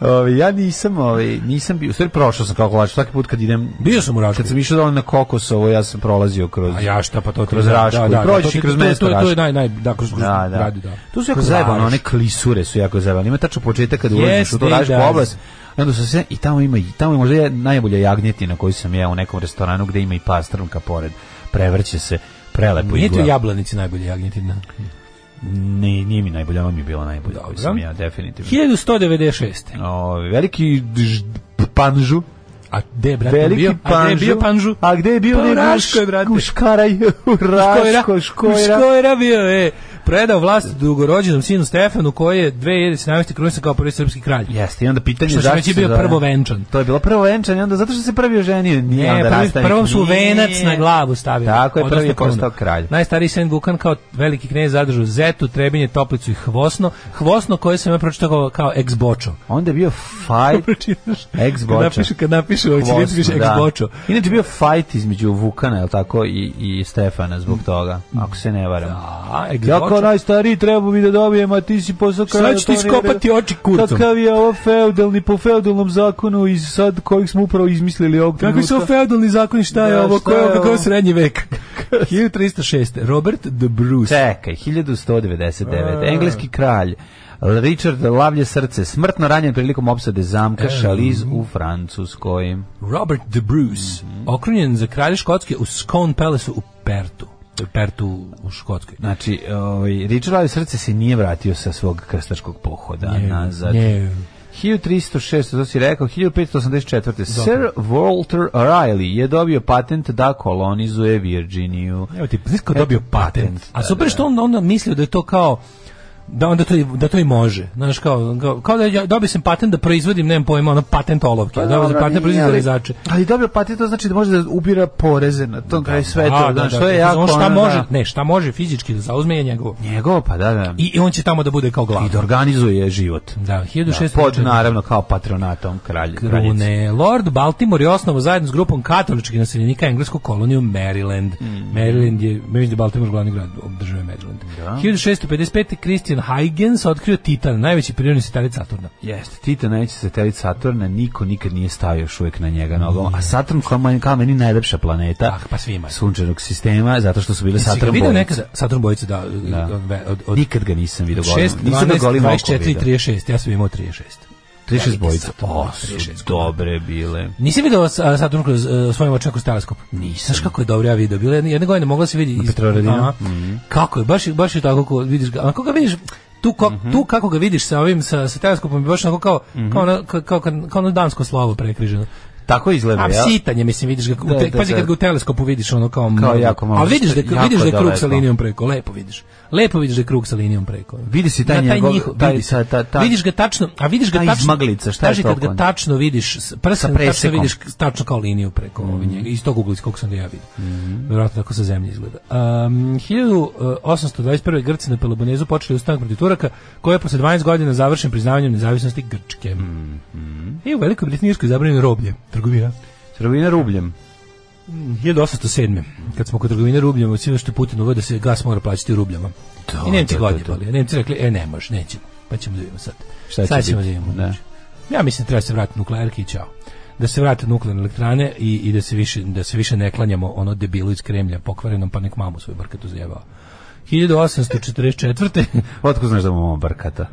S7: Ove, ja nisam, ove, nisam bio, u stvari prošao sam kao kolač, svaki put kad idem,
S8: Bio sam u Rašku.
S7: kad sam išao dole na Kokosovo, ja sam prolazio kroz...
S8: A ja šta pa to ti-
S7: Kroz Rašku i prođeš
S8: to ti-
S7: i kroz
S8: to- to-
S7: mesto
S8: to je- To je
S7: Raška.
S8: naj naj da kroz
S7: Da, da.
S8: radi da.
S7: Tu su jako
S8: Kroz
S7: zajebane,
S8: Raš.
S7: one klisure su jako zajebane. Ima tačno početak kad ulaziš u
S8: Jeste,
S7: tu Rašku
S8: da.
S7: oblast, i onda su se, i tamo ima, i tamo je možda je najbolja jagnjetina koju sam ja u nekom restoranu gde ima i pastrnka pored, prevrće se, prelepo
S8: Nije to
S7: izgleda.
S8: jablanici najbolje jagnjetina.
S7: Ne, nije mi najbolja, ona mi je bila najbolja.
S8: Dobro.
S7: Dobro. Sam ja, definitivno.
S8: 1196.
S7: O, veliki dž- panžu.
S8: A gde je, brate
S7: Veliki
S8: bio? A gde je
S7: panžu.
S8: bio Panžu?
S7: A gde je bio?
S8: Pa u
S7: nego
S8: Raškoj, brate.
S7: U Škaraj, u Raško,
S8: U
S7: Škojra.
S8: Škojra bio je. Predao vlast dugorođenom sinu Stefanu koji je 2017. krunisan kao prvi srpski kralj.
S7: Jeste, i onda pitanje
S8: Što će
S7: zašto
S8: reći
S7: se
S8: bio
S7: zove-
S8: prvo venčan.
S7: To je bilo prvo venčanje, onda zato što se prvi oženio. Nije
S8: Ne,
S7: onda
S8: prvi,
S7: rastavnik.
S8: prvom su
S7: Nije.
S8: venac na glavu stavili.
S7: Tako je, prvi
S8: odnosno
S7: je postao
S8: krunu.
S7: kralj.
S8: Najstariji sen Vukan kao veliki knez zadržao Zetu, Trebinje, Toplicu i Hvosno. Hvosno koje sam ja pročitao kao, kao ex bočo.
S7: Onda je bio fight
S8: Pročitaš?
S7: ex
S8: Kad
S7: boča.
S8: napišu, kad napišu, ovaj ćirilicu piše ex bočo.
S7: Inače je bio fight između Vukana, je li tako, i, i Stefana zbog toga, ako se ne varam.
S8: A, ex
S7: Ja kao
S8: bočo.
S7: najstariji treba bi da dobijem, a ti si posao
S8: Sad ću ti iskopati oči kurcom.
S7: Kakav je ovo feudalni, po feudalnom zakonu iz sad kojeg smo upravo izmislili ovog
S8: Kakvi su ovo feudalni zakoni, šta je
S7: Da,
S8: ovo,
S7: šta
S8: ko je
S7: je
S8: ovo, kako je
S7: ovo?
S8: srednji vek? 1306. Robert the Bruce.
S7: Čekaj, 1199. Engleski kralj Richard Lavlje srce, smrtno ranjen prilikom opsade zamka Šaliz u Francuskoj.
S8: Robert the Bruce,
S7: Mhm.
S8: okrunjen za kralje Škotske u Scone Palace u Pertu. Pertu u Škotskoj.
S7: Znači, ovaj, Richard Lavlje srce se nije vratio sa svog krstačkog pohoda nazad.
S8: Ne,
S7: 1306, to si rekao, 1584. Sir Walter Raleigh je dobio patent da kolonizuje Virginiju.
S8: Pa Evo ti, znaš ko je dobio
S7: Eto,
S8: patent.
S7: patent,
S8: A super što on onda mislio da je to kao da onda to i, da to i može. Znaš kao kao, kao da ja dobio sam patent da proizvodim, nemam pojma, ono patent olovke. Pa, dobio sam
S7: Dobro,
S8: patent da
S7: nije,
S8: proizvodim
S7: ali-
S8: zarizače.
S7: Ali dobio patent, to znači da može da ubira poreze na tom kraju sveta. Da, što je jako...
S8: on šta
S7: ono,
S8: može,
S7: da.
S8: ne, šta može fizički da zauzme je njegovo.
S7: Njegovo, pa da, da.
S8: I, I on će tamo da bude kao glav.
S7: i da organizuje život.
S8: Da,
S7: Da,
S8: 1600
S7: pod naravno kao patronatom kralj, kraljice.
S8: Krune. Lord Baltimore je osnovo zajedno s grupom katoličkih naseljenika englesku koloniju Maryland.
S7: Mm.
S8: Maryland je, mislim da je Baltimore glavni grad države Maryland. 1655. Christian Huygens otkrio Titan, najveći prirodni satelit Saturna.
S7: Jeste, Tita najveći satelit Saturna, niko nikad nije stavio još uvijek na njega nogom, a Saturn kao, meni, kao meni najlepša planeta
S8: Ah, pa svima.
S7: sunčanog sistema, zato što su bile
S8: Jesi ga
S7: Saturn
S8: video
S7: bojice.
S8: nekada? Saturn bojice, da. Od, od,
S7: Nikad ga nisam vidio golim.
S8: 6,
S7: Nisam
S8: 12,
S7: ga golim
S8: 24 i
S7: oko vidio.
S8: 36. Ja sam imao 36.
S7: 36 bojica.
S8: Saturn,
S7: O, su
S8: 36.
S7: dobre bile.
S8: Nisi video sa- Saturn kroz e, svojim očima kroz teleskop?
S7: Nisam.
S8: Znaš kako je dobro ja video? Bilo je jedne, jedne godine mogla se vidi iz
S7: Petrovaradinu?
S8: Aha. Kako je baš je- baš je tako kako vidiš ga. A kako ga vidiš? Tu, ko, tu kako ga vidiš sa ovim sa, sa teleskopom je baš onako kao kao ono, kao, kao, kao ono dansko slovo prekriženo.
S7: Tako izgleda,
S8: A
S7: ja?
S8: sitanje mislim vidiš ga u
S7: Da,
S8: te-
S7: da,
S8: pazi
S7: da.
S8: kad ga u teleskopu vidiš ono kao
S7: Kao
S8: mnogo.
S7: jako malo.
S8: Ali vidiš da
S7: Jako
S8: vidiš da je krug sa
S7: daleko.
S8: linijom preko, lepo vidiš. Lepo vidiš da je krug sa linijom preko.
S7: Vidi se taj
S8: Na
S7: njegov- taj-
S8: vidi se.
S7: taj- taj- taj-
S8: vidiš ga tačno, a vidiš ga
S7: ta
S8: tačno.
S7: izmaglica, šta je
S8: kaži
S7: to
S8: kad
S7: oko
S8: ga
S7: nje?
S8: tačno vidiš, s- prstom
S7: Sa
S8: tačno
S7: presekom. Mhm.
S8: vidiš tačno kao liniju preko ovaj njega. Iz tog ugla iz kog sam ga ja vidio. Verovatno tako sa zemlje izgleda. Um, e, 1821. Grci na Peloponezu počeli ustanak protiv Turaka, koji je posle 12 godina završen priznavanjem nezavisnosti Grčke.
S7: Mhm.
S8: I u Velikoj Britaniji je zabranjeno roblje, trgovina.
S7: Trgovina rubljem.
S8: 1807. Kad smo kod trgovine rubljama, sve što je Putin uveo da se gas mora plaćati u rubljama.
S7: Da,
S8: I Nemci
S7: da,
S8: ga
S7: da,
S8: odjebali. Nemci rekli, e ne može, nećemo. Pa ćemo da vidimo sad.
S7: Šta će
S8: sad ćemo da
S7: biti?
S8: vidimo.
S7: Da.
S8: Ja mislim da treba se vratiti nuklearki i čao. Da se vrate nuklearne elektrane i, i da, se više, da se više ne klanjamo ono debilu iz Kremlja pokvarenom, pa nek mamu svoju brkatu zajebao. 1844.
S7: Otko znaš da mu mama brkata?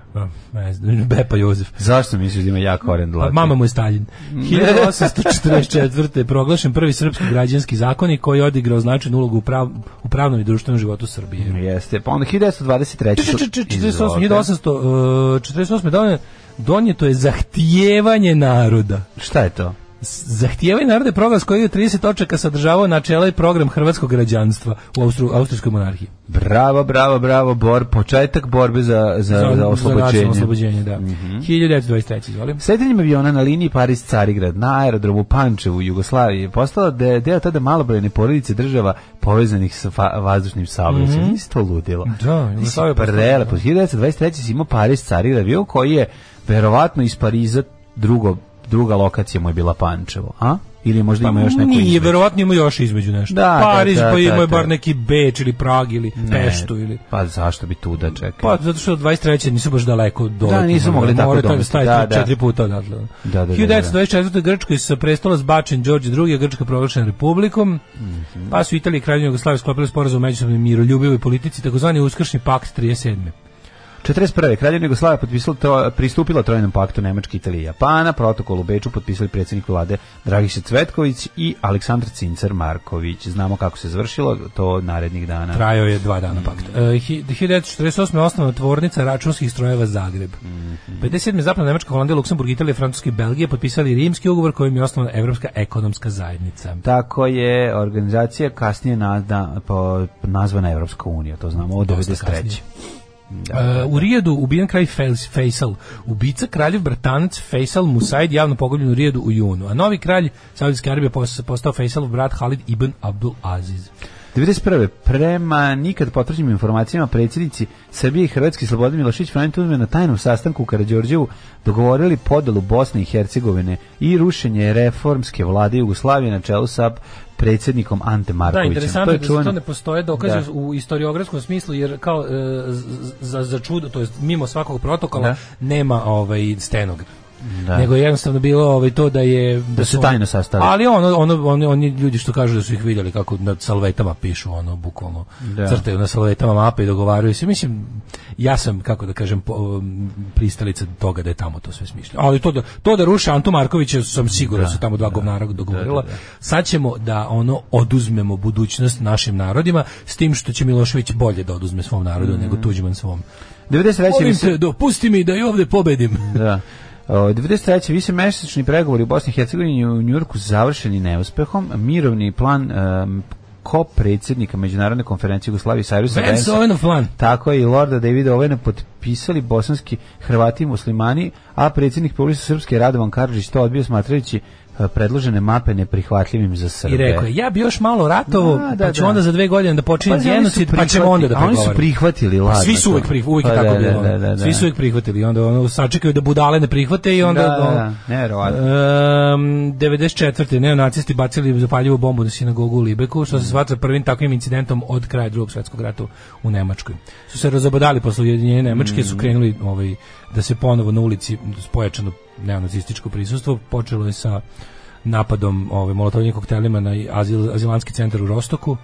S8: ne znam, Bepa Jozef.
S7: Zašto misliš da ima jak koren
S8: Pa,
S7: dlake?
S8: mama mu je Stalin. 1844. je proglašen prvi srpski građanski zakonik koji je odigrao značajnu ulogu u, prav, u pravnom i društvenom životu Srbije.
S7: Jeste, pa onda 1923. su-
S8: 1848. e, 1848. donje- Donijeto je zahtijevanje naroda.
S7: Šta je to?
S8: Zahtijevanje naroda je proglas koji je u 30 točaka sadržavao načela i program hrvatskog građanstva u Austru, Austrijskoj monarhiji.
S7: Bravo, bravo, bravo, bor, početak borbe za, za, za,
S8: nacionalno
S7: oslobođenje. Mhm.
S8: oslobođenje da. 1923. izvolim.
S7: Sretanjem aviona na liniji Paris-Carigrad na aerodromu Pančevu u Jugoslaviji je postala de, deo tada malobrojne porodice država povezanih sa fa, vazdušnim saobraćajem. Mm Nisi to ludilo.
S8: Mhm. Da,
S7: Ti si
S8: Jugoslavija je postala-
S7: prelepo. 1923. si imao Paris-Carigrad avion koji je verovatno iz Pariza drugo, druga lokacija mu je bila Pančevo. A? Ili je možda ima još neko
S8: Pa Nije,
S7: između?
S8: verovatno ima još između nešto.
S7: Da,
S8: Pariz,
S7: da, da,
S8: pa ima
S7: da,
S8: bar
S7: da.
S8: neki Beč ili Prag ili
S7: Ne.
S8: Peštu ili...
S7: Pa zašto bi tu da čekaj?
S8: Pa, zato što od 23. nisu baš daleko do...
S7: nisu mogli tako
S8: da
S7: domesti, da, da.
S8: četiri puta odatle.
S7: Da, da, da,
S8: 1924. Grčkoj se prestola zbačen Đorđe II. a Grčka proglašena republikom.
S7: Mhm.
S8: Pa su Italija i Kraljevina Jugoslavija sklopili sporazum o međusobnoj miroljubivoj politici, takozvani Uskršnji pakt 37.
S7: 41. Kraljevina Jugoslavija potpisala to, pristupila trojnom paktu Nemačke, Italije i Japana. Protokol u Beču potpisali predsjednik vlade Dragiša Cvetković i Aleksandar Cincar Marković. Znamo kako se završilo to narednih dana.
S8: Trajao je dva dana pakt. E, hi- 1948. osnovna tvornica računskih strojeva Zagreb. 57. zapadna Nemačka, Holandija, Luksemburg, Italija, Francuska i Belgija potpisali rimski ugovor kojim je osnovana Evropska ekonomska zajednica.
S7: Tako je organizacija kasnije nazda, po, nazvana Evropska unija, to znamo od
S8: Dosta
S7: 93.
S8: kasnije. E, u Rijedu ubijen kraj Fais- Faisal, ubica kraljev bratanac Faisal Musaid javno pogobljen u Rijedu u junu, a novi kralj Saudijske Arabije pos- postao Faisalov brat Halid ibn Abdul Aziz.
S7: 91. Prema nikad potvrđenim informacijama predsjednici Srbije i Hrvatski Slobodan Milošić Franjo Tuđman na tajnom sastanku u Karađorđevu dogovorili podelu Bosne i Hercegovine i rušenje reformske vlade Jugoslavije na čelu sa predsjednikom Ante
S8: Da,
S7: Markovićem.
S8: interesantno je da za to ne postoje dokaze
S7: Da.
S8: u istoriografskom smislu, jer kao e, z- z- za, za čudo, to jest mimo svakog protokola,
S7: Da.
S8: nema ovaj, stenogram.
S7: Da.
S8: Nego je jednostavno bilo ovaj to da je da
S7: se
S8: su-
S7: tajno sastali.
S8: Ali ono ono oni oni ljudi što kažu da su ih vidjeli kako na salvetama pišu ono bukvalno
S7: Da.
S8: crtaju na salvetama mape i dogovaraju se. Mislim ja sam kako da kažem po- um, pristalica toga da je tamo to sve smišljeno. Ali to da to da ruše Antu Markovića sam siguran da su tamo dva govnara dogovorila.
S7: da, da.
S8: Sad ćemo da ono oduzmemo budućnost našim narodima s tim što će Milošević bolje da oduzme svom
S7: Mhm.
S8: narodu nego Tuđman svom.
S7: 93.
S8: Molim
S7: vise-
S8: te, dopusti mi da i ovde pobedim.
S7: Da. O, 93. visemesečni pregovori u Bosni i Hercegovini i u Njurku završeni neuspehom. Mirovni plan em, ko predsjednika Međunarodne konferencije Jugoslavije Sajrusa
S8: Vance
S7: Vensa
S8: Ovenov plan.
S7: Tako je i Lorda Davida Ovena potpisali bosanski Hrvati i muslimani, a predsjednik Publisa Srpske Radovan Karadžić to odbio smatrajući e, predložene mape neprihvatljivim za Srbe.
S8: I rekao je, ja bi još malo ratovo,
S7: Da, da,
S8: pa ću
S7: da.
S8: onda za dve godine da počinjem
S7: Pazi, oni su
S8: genocid, pa ćemo
S7: prihvatili-
S8: onda da
S7: a Oni su
S8: pregovaramo. Pa
S7: prihvatili, ladno.
S8: Svi su
S7: to.
S8: uvek prihvatili, uvek je
S7: Pa
S8: tako
S7: da,
S8: bilo. ono.
S7: da, da, da.
S8: Svi su uvek prihvatili, i onda ono, sačekaju da budale ne prihvate i onda...
S7: Da, da,
S8: ono,
S7: da, nevjerovatno.
S8: Ehm, 94. neonacisti bacili zapaljivu bombu na sinagogu u Libeku, što se smatra prvim takvim incidentom od kraja drugog svjetskog rata u Nemačkoj. Su se razobodali posle ujedinjenja Nemačke,
S7: Mm.
S8: su krenuli ovaj, da se ponovo na ulici s pojačano neonacističko prisustvo, počelo je sa napadom ovaj, molotovnih koktelima na azil, azilanski centar u Rostoku,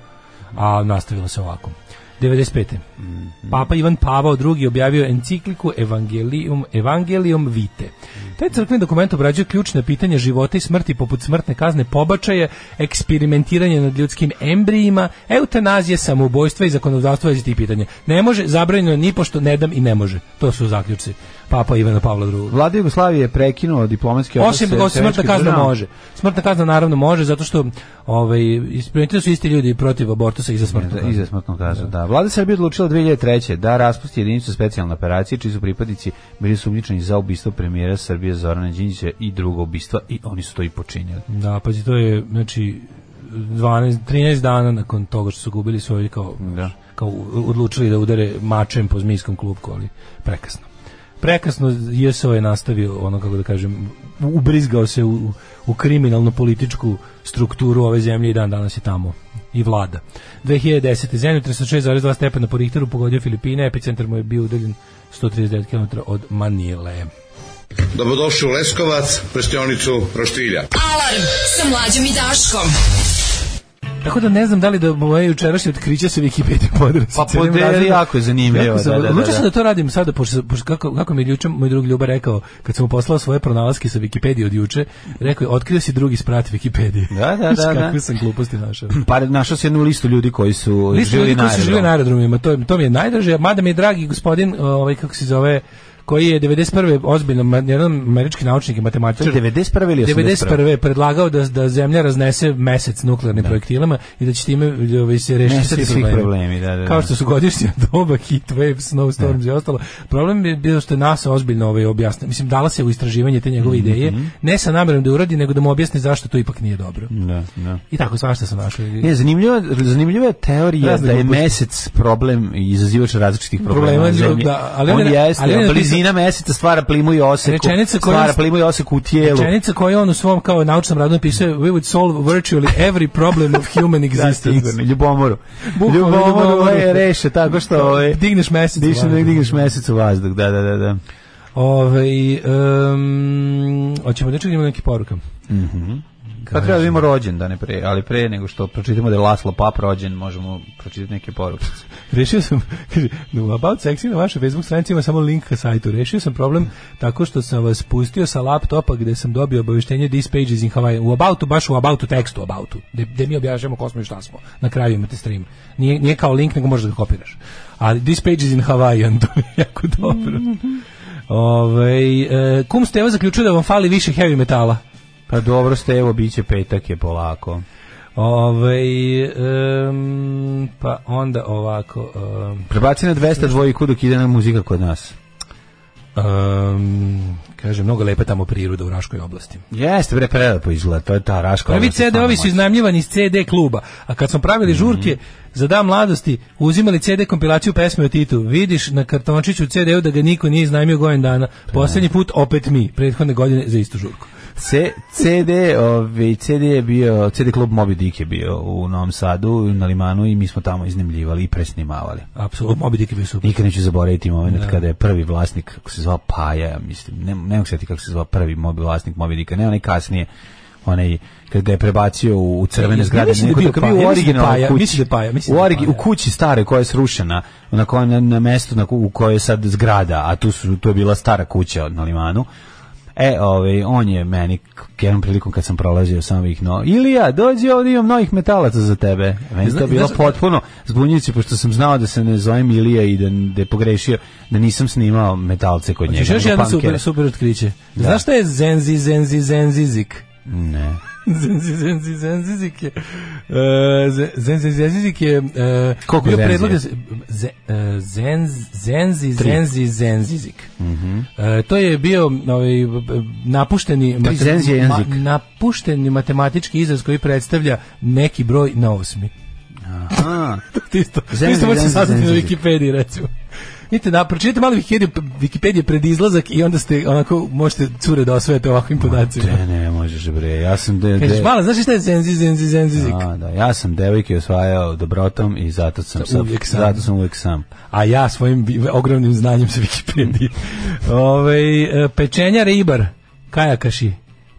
S8: a nastavilo se ovako. 95. Papa Ivan Pavao II objavio encikliku Evangelium, Evangelium Vitae. Taj crkveni dokument obrađuje ključne pitanja života i smrti poput smrtne kazne pobačaje, eksperimentiranje nad ljudskim embrijima, eutanazije, samoubojstva i zakonodavstva vezi tih pitanja. Ne može, zabranjeno je nipošto, ne dam i ne može. To su zaključci Papa Ivana Pavla II.
S7: Vlada Jugoslavije je prekinuo diplomatski odnos.
S8: Osim,
S7: sa
S8: osim smrtna
S7: Sovjetskim
S8: kazna
S7: državama.
S8: može. Smrtna kazna naravno može, zato što ovaj, isperimentirali su isti ljudi protiv abortusa i za smrtnu
S7: Da,
S8: kaznu.
S7: I za smrtnu kaznu, da. Vlada Srbije odlučila 2003. da raspusti jedinicu specijalne operacije, čiji su pripadnici bili sumnjičani za ubistvo premijera Srbije Zorana Đinđića i drugo ubistva i oni su to i počinili.
S8: Da, pazi, to je, znači, 12, 13 dana nakon toga što su gubili su ovi kao,
S7: Da.
S8: kao u- odlučili da udare mačem po zmijskom klubku, ali prekasno. Prekasno JSO je nastavio, ono kako da kažem, ubrizgao se u, u kriminalno-političku strukturu ove zemlje i dan danas je tamo i vlada. 2010. zemlju 36,2 stepena po Richteru pogodio Filipine, epicentar mu je bio udaljen 139 km od Manile.
S9: Dobrodošli u Leskovac, prštionicu Roštilja.
S5: Alarm sa mlađom i Daškom.
S8: Tako da ne znam da li da moje jučerašnje otkriće sa Wikipedia podresi.
S7: Pa podeli, jako je zanimljivo, da, da, da,
S8: Odlučio sam
S7: da.
S8: da to radim sada, pošto, pošto kako, kako mi je juče moj drug Ljuba rekao, kad sam mu poslao svoje pronalaske sa Wikipedia od juče, rekao je, otkrio si drugi sprat Wikipedia.
S7: Da, da, da, da.
S8: Kako sam gluposti našao.
S7: Pa našao se jednu listu ljudi koji su
S8: Listu
S7: živjeli
S8: ljudi
S7: na
S8: koji su živjeli na aerodromima, to, to mi je najdraže, mada mi je dragi gospodin, ovaj, kako se zove, koji je 91. ozbiljno, ma- jedan američki naučnik i matematičar,
S7: 91. ili 81.
S8: 91. predlagao da, da zemlja raznese mesec nuklearnim projektilama i da će time ovaj, se rešiti
S7: Nestati svih problemi, da, da, da.
S8: Kao što su godišnja doba, heat waves, snowstorms i ostalo. Problem je bio što je NASA ozbiljno ovaj objasnila. Mislim, dala se u istraživanje te
S7: Mhm,
S8: njegove ideje, ne sa namerom da uradi, nego da mu objasni zašto to ipak nije dobro.
S7: Da, da.
S8: I tako svašta sam našao.
S7: Mhm. Ne, zanimljiva, zanimljiva je teorija
S8: Razne
S7: da je
S8: gluposti.
S7: meseč problem i izazivač različitih problema
S8: Problema,
S7: na zemlji.
S8: da,
S7: ali
S8: ali
S7: on
S8: on je-
S7: jeste,
S8: ali on je
S7: a
S8: napisao-
S7: blizina meseca stvara plimu i oseku,
S8: Rečenica koju-
S7: stvara plimu i oseku u tijelu.
S8: Rečenica koju on u svom kao naučnom radu napisao je, we would solve virtually every problem of human existence.
S7: Izborni, ljubomoru.
S8: Bukvalno
S7: Ljubomoru
S8: ljubomoru.
S7: ovaj je reše tako što ovaj,
S8: Digneš mesec.
S7: diš,
S8: van.
S7: digneš mesec u vazduh, da, da, da. da.
S8: Ove, um, Ovaj, hoćemo da čekamo neki poruka.
S7: Pa treba da imamo rođen, da ne pre, ali pre nego što pročitamo da je Laslo Pap rođen, možemo pročitati neke poruke.
S8: Rešio sam, kaže, no, About Sexy na vašoj Facebook stranici ima samo link ka sajtu. Rešio sam problem tako što sam vas pustio sa laptopa gde sam dobio obaveštenje This page is in Hawaii. U Aboutu, baš u Aboutu tekstu, u Aboutu. Gde, gde mi objašnjamo ko smo i šta smo. Na kraju imate stream. Nije, nije kao link, nego možeš da ga kopiraš. Ali This page is in Hawaii, to je jako dobro. Ove, e, kum Steva zaključuje da vam fali više heavy metala.
S7: Pa dobro ste, evo, bit će petak je polako.
S8: Ove, em, pa onda ovako... em,
S7: Prebaci na 200 dvojiku dok ide na muzika kod nas.
S8: Um, kaže, mnogo lepa tamo priroda u Raškoj oblasti.
S7: Jeste, bre, prelepo izgleda, to je ta raška.
S8: Prvi
S7: ovo što stvarno
S8: CD-ovi su
S7: može.
S8: iznajmljivani iz CD kluba, a kad smo pravili žurke za dan mladosti, uzimali CD kompilaciju pesme o Titu. Vidiš na kartončiću CD-u da ga niko nije iznajmio godin dana. Poslednji put opet mi, prethodne godine za istu žurku.
S7: C, CD, ovi, CD je bio, CD klub Moby Dick je bio u Novom Sadu, na Limanu i mi smo tamo iznemljivali i presnimavali.
S8: Apsolutno, Moby Dick je bio super.
S7: Nikad neću zaboraviti moment kada je prvi vlasnik, kako se zvao Paja, ja mislim, ne, ne mogu se sjetiti kako se zvao prvi mobi, vlasnik Moby Dicka, ne onaj kasnije, onaj kad ga je prebacio u, u crvene
S8: Ja
S7: zgrade,
S8: mislim da je
S7: nego tako
S8: bio Paja,
S7: bio u
S8: ja mislim da je
S7: originalnoj
S8: Paja,
S7: kući.
S8: mislim da je Paja, mislim
S7: u,
S8: da je
S7: origi-
S8: Paja.
S7: u kući stare koja je srušena, na kojem na, na mestu na, ko- u kojoj je sad zgrada, a tu su tu je bila stara kuća na Limanu. E, ovaj, on je meni k- jednom prilikom kad sam prolazio sam viknuo Ilija, dođi ovdje imam novih metalaca za tebe. Meni je to
S8: Zna-
S7: bilo
S8: znaš-
S7: potpuno zbunjujuće, pošto sam znao da se ne zovem Ilija i da, da je pogrešio, da nisam snimao metalce kod njega.
S8: Hoćeš još
S7: nego
S8: jedno
S7: punkere.
S8: super, super otkriće. Znaš šta je Zenzi, Zenzi, Zenzizik?
S7: Ne.
S8: Zenzi, Zenzi, Zenzizik je... e, Ze- Zenzi, Zenzizik je... e,
S7: Koliko
S8: bio
S7: Zenzi
S8: predlog
S7: je?
S8: da se- Ze- e, Zenz- Zenzi, Zenzi, Zenzizik.
S7: Mhm.
S8: E, To je bio ovaj, b- b- napušteni... mate-
S7: Zenzi je
S8: ma-
S7: jezik.
S8: Napušteni matematički izraz koji predstavlja neki broj na osmi.
S7: Aha.
S8: To isto, to
S7: Zenzi,
S8: isto možete
S7: Zenzi,
S8: saznati na
S7: Zenzizik.
S8: Wikipediji, recimo. Vidite, da, pročitajte malo Wikipediju, Wikipedije pred izlazak i onda ste, onako, možete cure da osvojete ovakvim podacima.
S7: Ne, ne, možeš bre, ja sam... De,
S8: Kažeš,
S7: de,
S8: mala, znaš šta je Zenzi, Zenzi, Zenzizik?
S7: a, da, ja sam devojke osvajao dobrotom i zato sam, sam,
S8: Uvijek sam.
S7: zato sam uvijek sam.
S8: a ja svojim bi- ogromnim znanjem sa Wikipedije. Ove, e, pečenja ribar, kajakaši,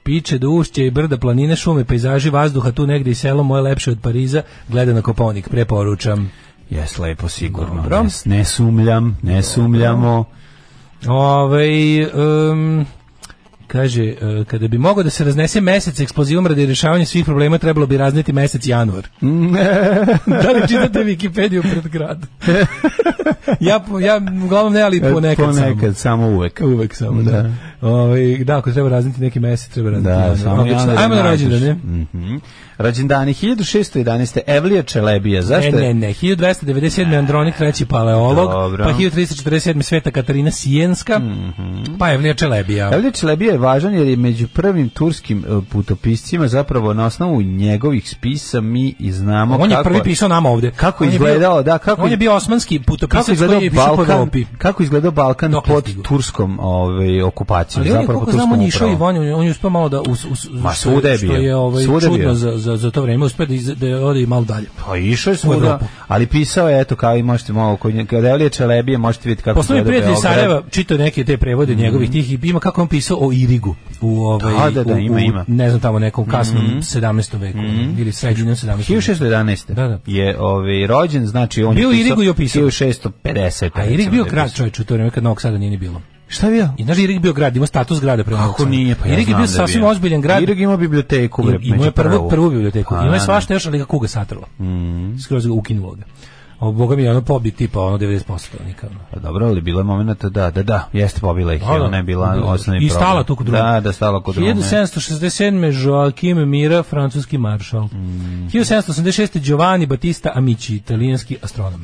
S8: piče do ušće i brda, planine, šume, pejzaži, vazduha, tu negdje i selo moje lepše od Pariza, gleda na Koponik, preporučam.
S7: Jes, lepo, sigurno.
S8: Dobro.
S7: Ne, ne sumljam, ne sumljamo.
S8: Ove, em, kaže, e, kada bi mogao da se raznese mesec eksplozivom radi rješavanja svih problema, trebalo bi razneti mesec januar. da li čitate Wikipediju pred grad? ja, po- ja uglavnom ne, ali ponekad, samo.
S7: E, Ponekad, samo uvek.
S8: Uvek samo, da.
S7: Da.
S8: da. Ovaj, da, ako treba razniti neki mesec, treba razniti.
S7: Da,
S8: januar.
S7: samo
S8: Odlično.
S7: januar je
S8: Ajmo na
S7: najduži.
S8: rođendan, ne?
S7: Mhm. Rođendani 1611. Evlija Čelebija. Zašto
S8: Ne, ne,
S7: je?
S8: ne. 1297. Andronik, treći paleolog,
S7: Dobro.
S8: pa 1347. Sveta Katarina Sijenska, pa Evlija Čelebija.
S7: Mhm. Evlija Čelebija je važan jer je među prvim turskim e, putopiscima zapravo na osnovu njegovih spisa mi i znamo
S8: On je
S7: kako
S8: prvi pisao nama ovde.
S7: kako
S8: On je bio-
S7: izgledao, da, kako
S8: On
S7: iz-
S8: je bio osmanski
S7: Pa kako
S8: putopisac
S7: izgledao
S8: koji je pisao po
S7: Balkan,
S8: Evropi.
S7: kako izgledao Balkan
S8: Dokle
S7: pod
S8: stigu?
S7: turskom ovaj, situaciju.
S8: Ali on je,
S7: Zapravo,
S8: koliko
S7: tu
S8: znam, on
S7: smo
S8: je išao i
S7: upravo.
S8: van, on je- on je uspeo malo da... Us, us,
S7: Ma,
S8: što-
S7: svuda je
S8: što
S7: bio.
S8: je ovaj,
S7: Svuda je
S8: čudno
S7: bio.
S8: za, za, za to vreme, uspeo da, iz- da ode i malo dalje.
S7: Pa išao je
S8: U
S7: svuda,
S8: Evropu.
S7: ali pisao je, eto, kao i možete malo, kod nje- kada je Elije Čelebije, možete vidjeti kako
S8: Poslovni
S7: izgleda
S8: prijatelj iz
S7: Beograd. Mm.
S8: Sarajeva čitao neke te prevode njegovih tih i ima kako je on pisao o Irigu u
S7: Da,
S8: ovaj
S7: da, da,
S8: u-
S7: ima,
S8: u,
S7: ima. Mm-hmm.
S8: ne znam tamo nekom kasnom 17. veku ili sredinom 17. veku.
S7: 1611.
S8: Da, da.
S7: je ovaj, rođen, znači on
S8: Bio u
S7: je
S8: Irigu i opisao.
S7: 1650.
S8: A Irig
S7: recimo,
S8: bio
S7: da je
S8: grad
S7: pisao.
S8: čovječ u to vreme kad Novog Sada nije ni bilo.
S7: Šta je bio?
S8: I znaš da je Irig bio grad, imao status grada prema Novog
S7: Kako
S8: Sada.
S7: nije, pa ja
S8: Irig je
S7: znam
S8: bio
S7: da
S8: sasvim
S7: bio.
S8: ozbiljan grad.
S7: Irig ima biblioteku. bre,
S8: I- Imao
S7: među mm.
S8: je prvu, prvu
S7: Pa,
S8: biblioteku. Imao je
S7: da. Mhm.
S8: svašta još, ali ga kuga satrla. Skroz ga ukinulo ga. O, boga mi je ono pobit tipa ono 90% nikad.
S7: Pa dobro, ali bilo je momenta da, da, da, jeste pobila ih,
S8: Da, Pa da.
S7: ona je bila
S8: Da, da.
S7: osnovni
S8: I
S7: problem.
S8: stala tu kod druge.
S7: Da, da, stala kod druge.
S8: 1767. Joachim Mira, francuski maršal.
S7: Mm.
S8: 1786. Giovanni Battista Amici, italijanski astronom.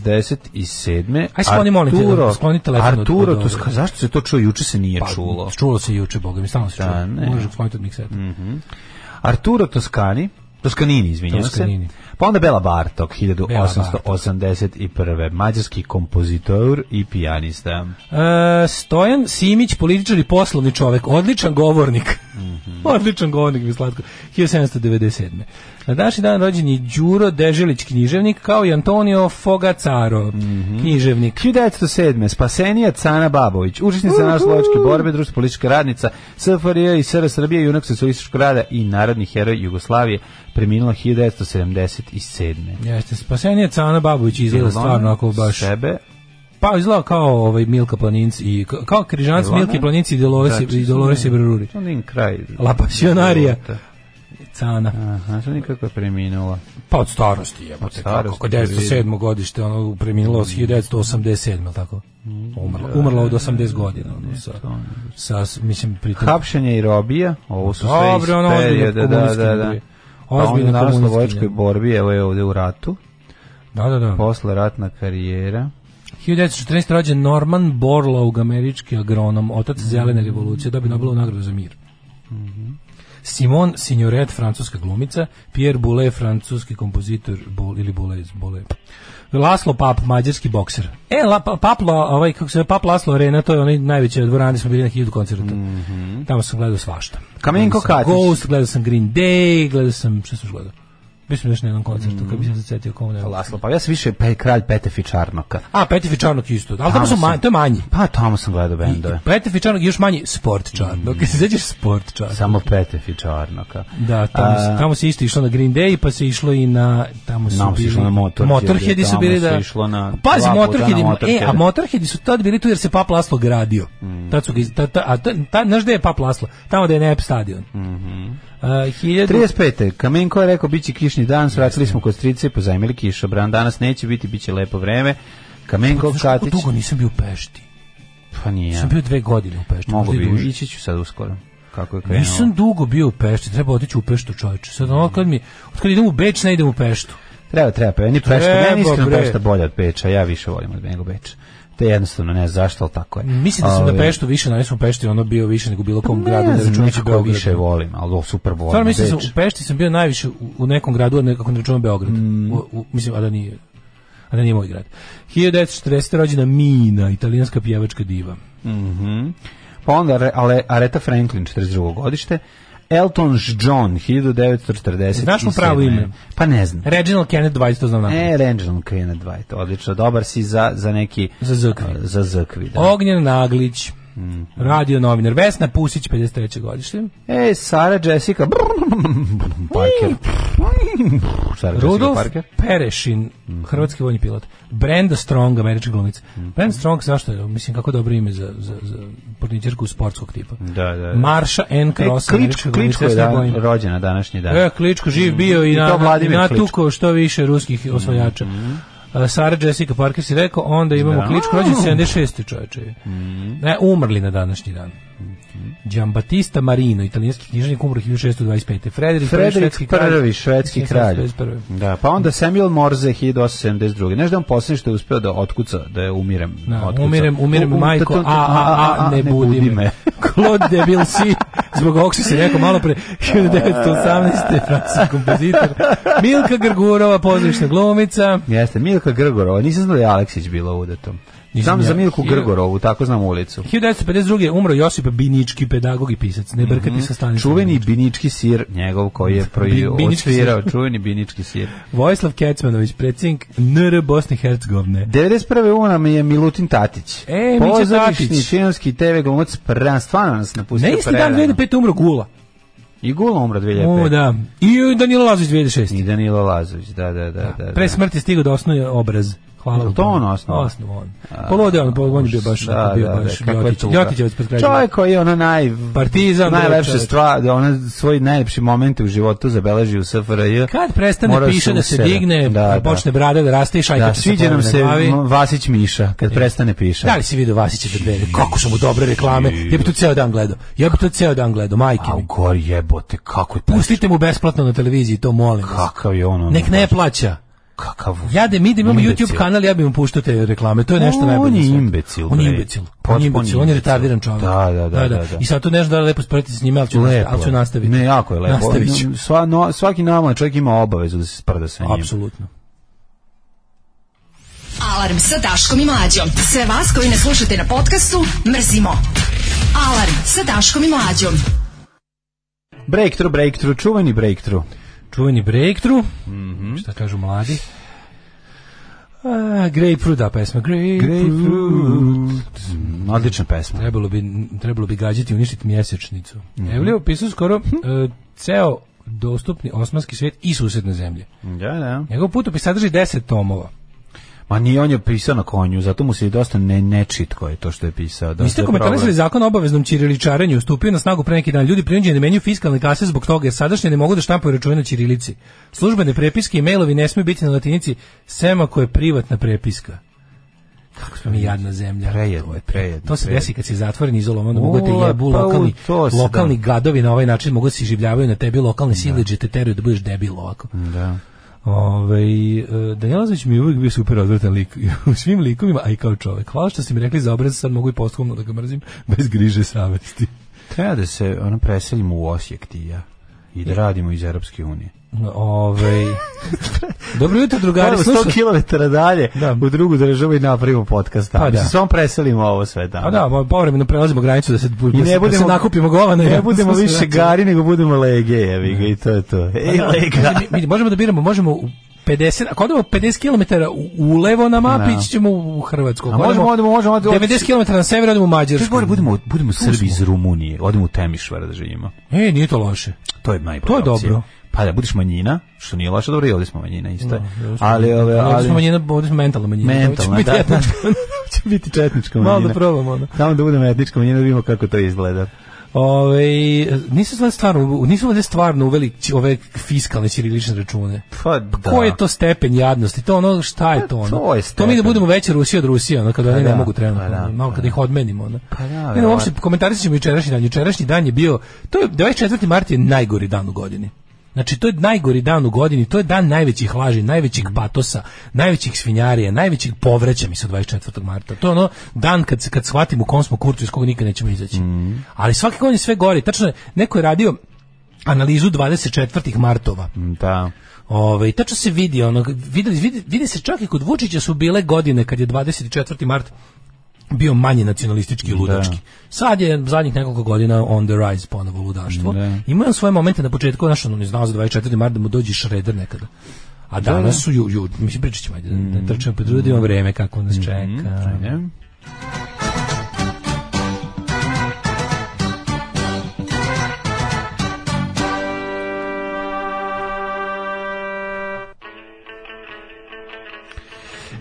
S7: 1867.
S8: Aj, skloni, molim te,
S7: Arturo-
S8: skloni telefon od-
S7: Arturo,
S8: od
S7: tu
S8: ovoga.
S7: ska- zašto se to čuo? Juče se nije čulo.
S8: Pa, Čulo se juče, boga mi, stalno se
S7: Da,
S8: čulo.
S7: ne. Mm.
S8: Možeš skloniti od mikseta.
S7: Arturo Toscani, Toscanini, izvinjavam se.
S8: Toscanini.
S7: Pa onda Bela Bartok,
S8: Bela Bartok.
S7: 1881. Mađarski kompozitor i pijanista.
S8: E, Stojan Simić, političar i poslovni čovek, odličan govornik.
S7: Mhm.
S8: odličan govornik, mi je slatko. 1797. Na današnji dan rođen je Đuro Deželić, književnik, kao i Antonio Fogacaro,
S7: Mhm.
S8: književnik.
S7: 1907. Spasenija Cana Babović, učesnica narodno-slovačke borbe, društvo politička radnica, SFRJ i SR Srbije, junak socijalističkog rada i narodni heroj Jugoslavije, preminula 1977.
S8: Jeste, pa spasenje Cana Babović izgleda
S7: Ilona
S8: stvarno ako baš...
S7: Sebe,
S8: Pa izgleda kao ovaj Milka Planinc i ka- kao križanac
S7: Ilona?
S8: Milke Planinc i Dolores
S7: Da,
S8: i Dolores
S7: čisto
S8: i Brururi.
S7: to nije kraj.
S8: La Pasionarija.
S7: života.
S8: Cana.
S7: Aha, to nikako je preminula.
S8: Pa od starosti je, pa kako,
S7: starosti,
S8: kako 907. godište, ono preminulo od 1987, ili tako?
S7: Mm,
S8: Umrla, umrla od 80 godina, ono, sa, sa, s- mislim, pritom...
S7: Hapšenje i robija, ovo su sve iz
S8: Dobro, ono, ozbiljno
S7: perioda, da, da, da. Pa onda
S8: Ozbiljno
S7: naravno u
S8: komunistkinja.
S7: voječkoj borbi, evo je ovde u ratu,
S8: Da, da, da.
S7: posle ratna karijera.
S8: 1914. rođen Norman Borlaug, američki agronom, otac zelene revolucije, dobio Nobelovu nagradu za mir. Simon Signoret, francuska glumica, Pierre Boulet, francuski kompozitor, Bol, ili Boulet, Boulet. Laslo Pap, mađarski bokser. E, la, pa, Pap, La- ovaj, kako se zove, Pap Laslo Arena, to je onaj najveći dvoran gde smo bili na hiljadu koncerta. Tamo sam gledao svašta.
S7: Kamenko
S8: Gledao sam
S7: Katić.
S8: Ghost, gledao sam Green Day, gledao sam, što sam još gledao? Bio sam još na jednom koncertu, kad bi se zacetio komunalno.
S7: Laslo, pa ja sam više pe, kralj Petefi Čarnoka.
S8: A, Petifi Čarnok isto. Ali
S7: Tamo
S8: tamo su
S7: sam.
S8: manji, to je manji.
S7: Pa tamo sam gledao bendove.
S8: Petefi Čarnok je još manji sport Čarnok.
S7: Mm.
S8: Kad se sećaš sport Čarnok?
S7: Samo Petefi Čarnoka.
S8: Da, tamo, se-
S7: A,
S8: tamo se isto išlo na Green Day, pa se išlo i na... Tamo su
S7: Tamo se
S8: bili,
S7: išlo na Motorhead,
S8: Motorheadi su
S7: tamo
S8: bili
S7: se
S8: da...
S7: išlo na
S8: Pazi,
S7: dva puta
S8: Motorheadi,
S7: na
S8: e,
S7: Motorheada.
S8: a Motorheadi su tad bili tu jer se Pap Laslo gradio.
S7: Mm.
S8: Tad su ga, iz- ta, ta, a ta, ta, znaš gde je Pap Laslo? Tamo da je Nep stadion. Mm
S7: Mhm.
S8: hiljadu...
S7: 35. Kamenko je rekao biće kišni dan, svratili smo kod strice i pozajmili kišobran. Danas neće biti, biće lepo vreme. Kamenko
S8: Pa, Znaš kako
S7: Katić.
S8: dugo nisam bio u Pešti?
S7: Pa nije.
S8: Sam bio dve godine u Pešti.
S7: Mogu
S8: možda i duže.
S7: bi, ići ću sad uskoro. Kako je krenuo.
S8: Nisam dugo bio u Pešti, treba otići u Peštu čovječe. Sad ono kad mi, od kad idem u Beč ne idem u Peštu.
S7: Treba, treba, pa meni Pešta,
S8: Treba,
S7: meni iskreno
S8: bre.
S7: Pešta bolja od Beča, ja više volim od nego Beča. To je jednostavno, ne znam zašto, ali tako je.
S8: Mislim da sam na
S7: Ove,
S8: Peštu više, na nisam u Pešti ono bio više nego bilo kom gradu.
S7: ne znam,
S8: računajući
S7: nekako
S8: Beograd.
S7: više volim, ali super volim
S8: Stvarno mislim da
S7: Beč.
S8: sam, u Pešti sam bio najviše u, u nekom gradu, a nekako ne računam Beograd.
S7: Mm.
S8: U, u- mislim, a da nije, a da nije moj grad. 1940. rođena Mina, italijanska pjevačka diva.
S7: Pa onda Are- ale, Areta Franklin, 42. godište. Elton John, 1947.
S8: Znaš mu pravo ime?
S7: Pa ne znam.
S8: Reginald Kenneth Dwight, to znam napad.
S7: E, Rangelon Kane Dwight, odlično. Dobar si za, za neki...
S8: Za zrkvi.
S7: a, Za zrkvi, da. Mhm.
S8: Ognjen Naglić, radio novinar. Vesna Pusić, 53. godište.
S7: E, Sara Jessica Parker. Sara Jessica
S8: Rudolf
S7: Parker.
S8: Perešin,
S7: Mhm.
S8: hrvatski vojni pilot. Brenda Strong, američka glumica. Brenda Strong, zašto je? Mislim, kako dobro ime za, za, za porničarku sportskog tipa.
S7: Da, da, da.
S8: Marša N.
S7: E,
S8: Cross,
S7: Kličko,
S8: američka
S7: Kličko
S8: glumica.
S7: je
S8: ja se ne
S7: dan,
S8: bojim.
S7: rođena današnji dan.
S8: E, Kličko živ bio i,
S7: I to
S8: na, na,
S7: Vladimir Mhm.
S8: natuko što više ruskih osvajača. A, Sara Jessica Parker si rekao, onda imamo
S7: Da. Mhm.
S8: Kličko, rođen 76. čoveče. Ne, umrli na današnji dan. Giambattista Marino, italijanski knjižnik, umro 1625. Frederik,
S7: Frederik
S8: švedski kralj.
S7: prvi, švedski kralj.
S8: 1621..
S7: Da, pa onda Samuel Morse 1872. Znaš da je on posljednji što je uspeo da otkuca, da je umirem.
S8: Da,
S7: otkucao.
S8: umirem, umirem,
S7: U- u-
S8: majko,
S7: to-
S8: a,
S7: to-
S8: a, a, ne budi me. Claude Debussy, zbog ovog što si rekao malo pre, 1918. francuski kompozitor, Milka Grgurova, pozorišna glumica,
S7: Jeste, Milka Grgorova, nisam znao da je Aleksić bila udetom.
S8: Nisam
S7: Znam
S8: ja.
S7: za Milku Grgorovu, tako znam ulicu.
S8: 1952. je umro Josip Binički, pedagog i pisac, ne brkati sa Stanislavom.
S7: Čuveni binički sir, njegov koji je pro...
S8: Bi- binički sir.
S7: osvirao, čuveni binički sir.
S8: Vojislav Kecmanović, predsjednik NR Bosne i Hercegovine.
S7: 91. u nam je Milutin Tatić.
S8: E, Mića
S7: Pozorišni
S8: Tatić.
S7: činonski TV glumac pran, stvarno nas napustio
S8: Na isti dan
S7: prerano.
S8: 2005. umro Gula.
S7: I Gula umro 2005.
S8: O, da. I Danilo Lazović
S7: I
S8: 2006.
S7: Danilo Lazović, da, da, da. da, da.
S8: Pre smrti stigao da osnuje obraz. Hvala.
S7: Jel to on osnovao?
S8: Osnovo on. Polode on, polo- on je bio baš,
S7: da,
S8: bio
S7: da,
S8: baš
S7: da, kakva
S8: Ljotić.
S7: tuga.
S8: Ljotić je ispred kraja.
S7: Čovjek koji je ono naj...
S8: Partizan, bre,
S7: najlepše
S8: čovjek.
S7: stvar, da ona svoj najlepši moment u životu zabeleži u SFRJ.
S8: Kad prestane
S7: Morao
S8: piše da se
S7: usere.
S8: digne,
S7: da,
S8: počne
S7: da.
S8: brada da raste i šajka
S7: Da, sviđa nam se M- Vasić Miša, kad prestane piša.
S8: Da li si vidio Vasića da dvere? Kako su mu dobre reklame. Ja bi to ceo dan gledao. Ja bi to ceo dan gledao, majke
S7: A u
S8: mi.
S7: gori jebote, kako je taj-
S8: Pustite mu besplatno na televiziji, to molim vas.
S7: Kakav je on, ono,
S8: Nek ne plaća.
S7: kakav...
S8: Ja da mi da imamo
S7: imbecil.
S8: YouTube kanal, ja bih mu puštao te reklame. To je nešto
S7: On
S8: najbolje. na
S7: je
S8: svetu.
S7: imbecil,
S8: On je
S7: bre.
S8: imbecil. On
S7: Potpuni
S8: je imbecil, on je
S7: imbecil.
S8: retardiran čovjek.
S7: Da, da, da, da, da.
S8: I sad to ne znam da li je lepo sporiti s njime, ali ću,
S7: Lepo
S8: ali ću
S7: je.
S8: nastaviti.
S7: Ne, jako je lepo.
S8: Nastavit ću.
S7: Sva, no, svaki normalan čovjek ima obavezu da se sprda sa njim.
S8: Apsolutno.
S5: Alarm sa Daškom i Mlađom. Sve vas koji ne slušate na podcastu, mrzimo. Alarm sa Daškom i Mlađom.
S7: Breakthrough, breakthrough, čuveni breakthrough.
S8: Čuveni breakthrough,
S7: Mhm.
S8: šta kažu mladi. A, Grapefruit, da, pesma. Grapefruit.
S7: Mm, Odlična pesma.
S8: Trebalo bi, trebalo bi gađati i uništiti mjesečnicu. Mm
S7: Mhm.
S8: -hmm. Evlija opisao skoro e, ceo dostupni osmanski svijet i susedne zemlje.
S7: Da, da.
S8: Njegov putopis sadrži 10 tomova.
S7: Ma nije on je pisao na konju, zato mu se i dosta ne, nečitko je to što je pisao. Dosta
S8: Niste
S7: je
S8: komentarisali
S7: problem.
S8: zakon o obaveznom ćiriličarenju, stupio je na snagu pre neki dan. Ljudi prinuđeni da menjaju fiskalne kase zbog toga, jer sadašnje ne mogu da štampaju račune na ćirilici. Službene prepiske i mailovi ne smiju biti na latinici, sem ako je privatna prepiska. Kako smo mi jadna zemlja.
S7: Prejedno,
S8: To je-
S7: prejedno,
S8: To se
S7: prejedno.
S8: desi kad si zatvoren izolovan, mogu da te
S7: Ula,
S8: jebu
S7: pa u
S8: lokalni,
S7: to se da.
S8: lokalni gadovi na ovaj način mogu da se iživljavaju na tebi, lokalne sileđe te teraju da budeš debil ovako.
S7: Da.
S8: Ove, Danielazović e, mi je uvijek bio super odvratan lik u svim likovima, a i kao čovjek. Hvala što ste mi rekli za obraz, sad mogu i posthumno da ga mrzim bez griže savesti.
S7: Treba da se ono preselimo u Osijek ti i ja i da radimo iz Europske unije.
S8: Ove, Ovaj, dobro jutro, drugari, slušaj.
S7: km dalje
S8: Da.
S7: u drugu državu i napravimo podcast.
S8: Pa
S7: Pa
S8: da.
S7: da. Pa Svom preselimo ovo sve tamo.
S8: A da, mo- povremeno prelazimo granicu da se,
S7: I
S8: da se-
S7: ne budemo,
S8: da se nakupimo govana.
S7: Ne
S8: ja, znači,
S7: budemo
S8: da se
S7: više
S8: vratimo.
S7: gari, nego budemo lege, jevi ga, i to je to. Ej, lega.
S8: Znači, mi, mi možemo da biramo, možemo u 50, ako odemo 50 km u, u levo na mapi,
S7: Da.
S8: ići ćemo u Hrvatsku. Ako
S7: A možemo,
S8: odemo
S7: odemo, možemo, odemo-
S8: 90 km na sever, odemo u
S7: Čak
S8: Mađarsku.
S7: gore budemo, budemo Srbi iz Rumunije, odemo u Temišvar da živimo.
S8: E, nije to loše.
S7: To je najbolje.
S8: To je dobro.
S7: Pa da, budeš manjina, što nije loše, dobro, i ovdje smo manjina, isto je.
S8: ovdje smo-
S7: ali, ove,
S8: Ovdje
S7: ali,
S8: smo manjina, ovdje smo mentalna manjina.
S7: mentalna,
S8: Hoće
S7: da,
S8: biti
S7: da.
S8: jedna-
S7: će biti četnička manjina.
S8: Malo da probamo, ono.
S7: Samo da budemo etnička manjina, da vidimo kako to izgleda.
S8: Ove, nisu valjda stvarno, nisu valjda stvarno uveli ć- ove fiskalne ćirilične račune.
S7: Pa, da. Pa,
S8: Ko je to stepen jadnosti? To ono šta je to ono?
S7: to je
S8: mi da
S7: stepen.
S8: budemo veća Rusija od Rusije, ono kada oni ne
S7: da,
S8: mogu trenutno,
S7: pa da,
S8: malo
S7: pa
S8: kada
S7: da.
S8: ih odmenimo, ono.
S7: Pa da,
S8: ne, no, uopšte
S7: verovatno.
S8: komentarisat ćemo jučerašnji dan. Jučerašnji dan je bio to je 24. mart je najgori dan u godini. Znači to je najgori dan u godini, to je dan najvećih laži, najvećih
S7: Mhm.
S8: patosa, najvećih svinjarija, najvećih povraća mi se 24. marta. To je ono dan kad se kad shvatimo u kom smo kurcu iz kog nikad nećemo izaći.
S7: Mhm.
S8: Ali svake godine sve gori. Tačno je, neko je radio analizu 24. martova.
S7: Da.
S8: Ove, i Ovaj, tačno se vidi, ono, vidi, vidi, vidi se čak i kod Vučića su bile godine kad je 24. mart bio manje nacionalistički i ludački. Sad je zadnjih nekoliko godina on the rise ponovo ludaštvo.
S7: Da.
S8: Imao je svoje momente na početku, znaš, on je znao za 24. mart da mu dođe šreder nekada. A danas su, ju, ju, mislim, pričat ćemo, ajde, da trčemo po drugi, imamo vreme kako nas čeka.
S7: Ajde.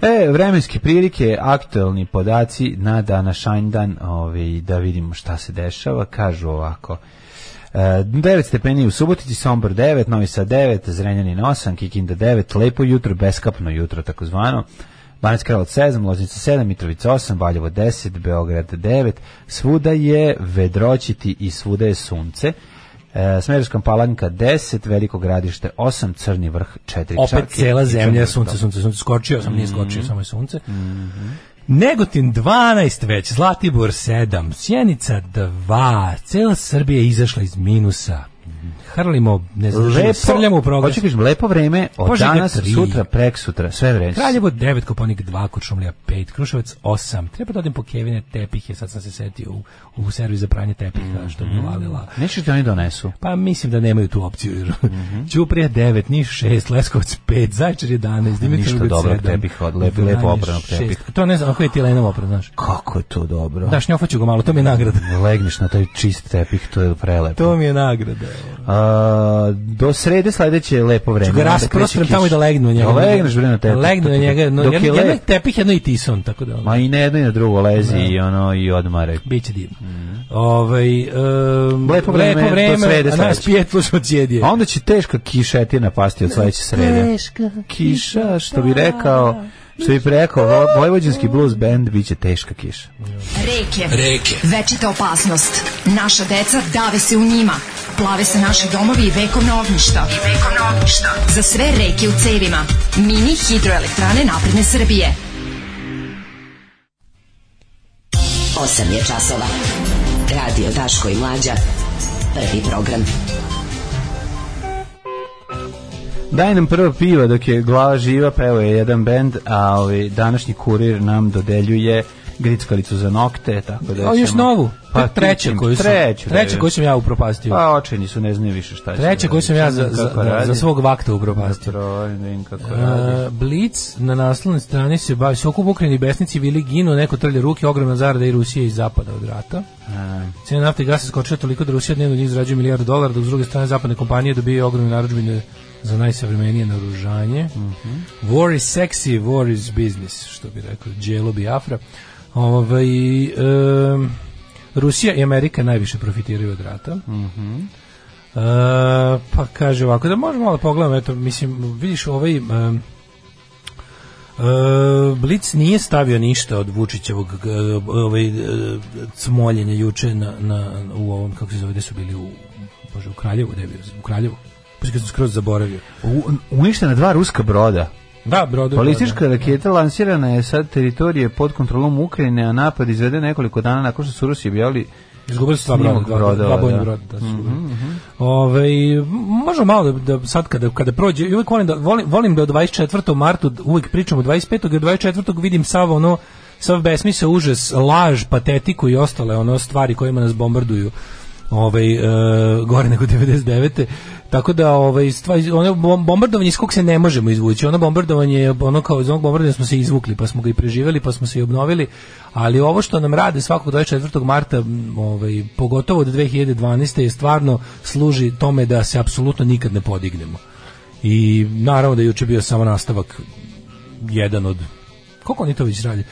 S7: E, vremenske prilike, aktuelni podaci na današanj dan, ovaj, da vidimo šta se dešava, kažu ovako. E, 9 stepeni u Subotici, Sombor 9, Novi Sad 9, Zrenjanin 8, Kikinda 9, lepo jutro, beskapno jutro takozvano. Banac Karlovac 7, Loznica 7, Mitrovica 8, Valjevo 10, Beograd 9, svuda je vedroćiti i svuda je sunce. E, Smederska palanka 10, Veliko gradište 8, Crni vrh 4.
S8: Opet
S7: Čak Mhm. i-
S8: cela
S7: i
S8: zemlja,
S7: Crni
S8: sunce,
S7: vrh,
S8: sunce, sunce, skočio sam, nije skočio, samo je sunce. Negotin 12 već, Zlatibor 7, Sjenica 2, cela Srbija je izašla iz minusa. Hrlimo, ne znam, srljamo u progres.
S7: Hoću kažem, lepo vreme, od
S8: Požega
S7: danas,
S8: tri.
S7: sutra, prek sutra, sve vreme.
S8: Kraljevo 9, Koponik 2, Kuršumlija 5, Kruševac 8. Treba da odem po Kevine tepihe, sad sam se setio u, u servis za pranje tepiha, što
S7: Mhm.
S8: mi je valila.
S7: Nešto ti oni donesu.
S8: Pa mislim da nemaju tu opciju. jer
S7: Mhm.
S8: Ćuprija 9, Niš 6, Leskovac 5, Zaječar 11, Dimitrovgrad 7.
S7: dobrog tepiha, od lepo- lepo
S8: Vranje
S7: obranog
S8: šest.
S7: tepiha.
S8: To ne znam, ako je ti Lenova opran, znaš.
S7: Kako je to dobro.
S8: Da, šnjofaću ga malo, to mi je nagrada.
S7: Legneš na taj čist tepih, to je prelepo.
S8: To mi je nagrada.
S7: A, do srede sledeće je lepo vreme.
S8: Ću ga
S7: onda
S8: rasprostrem
S7: kreće
S8: tamo i
S7: kiš.
S8: da legnu na njega.
S7: Da legneš bre na tepih.
S8: Legnu na njega. No,
S7: Dok je
S8: jedno,
S7: lep.
S8: jedno je tepih, jedno je i tison, tako da... ono,
S7: Ma i na jedno i na drugo lezi i ono i odmare.
S8: Biće divno. Ovaj um,
S7: Mhm. Lepo vreme, do srede
S8: a nas
S7: sledeće.
S8: pijet slušao od jedije.
S7: A onda će teška kišetina pasti od sledeće srede. Teška kiša, što bi rekao, što bi rekao, vo- vojvođanski blues band biće teška kiša.
S5: Reke. Reke. Večita opasnost. Naša deca dave se u njima. Plave se naši domovi i vekovna ognjišta. I vekovna ognjišta. Za sve reke u cevima. Mini hidroelektrane napredne Srbije.
S10: 8 je časova. Radio Daško i Mlađa. Prvi program.
S7: Daj nam prvo piva dok je glava živa, pa evo je jedan band, a ovaj današnji kurir nam dodeljuje grickalicu za nokte, tako da
S8: A još
S7: ćemo-
S8: novu. Pa
S7: ti
S8: treća
S7: ćemo-
S8: koju sam
S7: treću, da
S8: treća
S7: je-
S8: koju sam ja upropastio.
S7: Pa očeni su, ne znaju više šta će.
S8: treća
S7: da
S8: koju sam
S7: radi.
S8: ja za,
S7: Vidim
S8: za,
S7: kako
S8: da,
S7: radi.
S8: za svog vakta upropastio.
S7: Dobro, vidim kako radi.
S8: Uh, Blitz na naslovnoj strani se bavi sukob u Ukrajini, besnici bili ginu, neko trlje ruke, ogromna zarada i Rusije iz zapada od rata.
S7: A,
S8: Cena nafte i gasa skočila toliko da Rusija dnevno od njih zarađuje milijardu dolara, dok s druge strane zapadne kompanije dobijaju ogromne narudžbine za najsavremenije naružanje.
S7: Mhm.
S8: War is sexy, war is business, što bi rekao Đelo Biafra. Ovaj, em, Rusija i Amerika najviše profitiraju od rata. E, pa kaže ovako, da možemo malo pogledamo, eto, mislim, vidiš ovaj... em, E, Blic nije stavio ništa od Vučićevog e, ovaj, e, cmoljenja juče na, na, u ovom, kako se zove, gde su bili u, bože, u Kraljevu, gde je bio, u Kraljevu. Pa sam skroz zaboravio.
S7: u- Uništena dva ruska broda.
S8: Da,
S7: Pa
S8: brodo.
S7: Balistička raketa lansirana je sa teritorije pod kontrolom Ukrajine, a napad izvede nekoliko dana nakon što su Rusi objavili
S8: Izgubili su dva broda,
S7: Snimak
S8: dva,
S7: brodova,
S8: dva bojna
S7: da. Mhm,
S8: broda. Da su. Ovaj, m- možemo malo da, da sad kada, kada prođe, i uvek volim da, volim, volim da o 24. martu uvek pričam o 25. jer 24. vidim sav ono, sav besmisao, užas, laž, patetiku i ostale ono stvari kojima nas bombarduju ovaj, e, gore nego 99. Tako da ovaj stvari ono bom- bombardovanje iz kog se ne možemo izvući. Ono bombardovanje je ono kao iz onog bombardovanja smo se izvukli, pa smo ga i preživeli, pa smo se i obnovili. Ali ovo što nam rade svakog 24. marta, m, ovaj pogotovo od 2012. je stvarno služi tome da se apsolutno nikad ne podignemo. I naravno da je juče bio samo nastavak jedan od koliko oni to već radi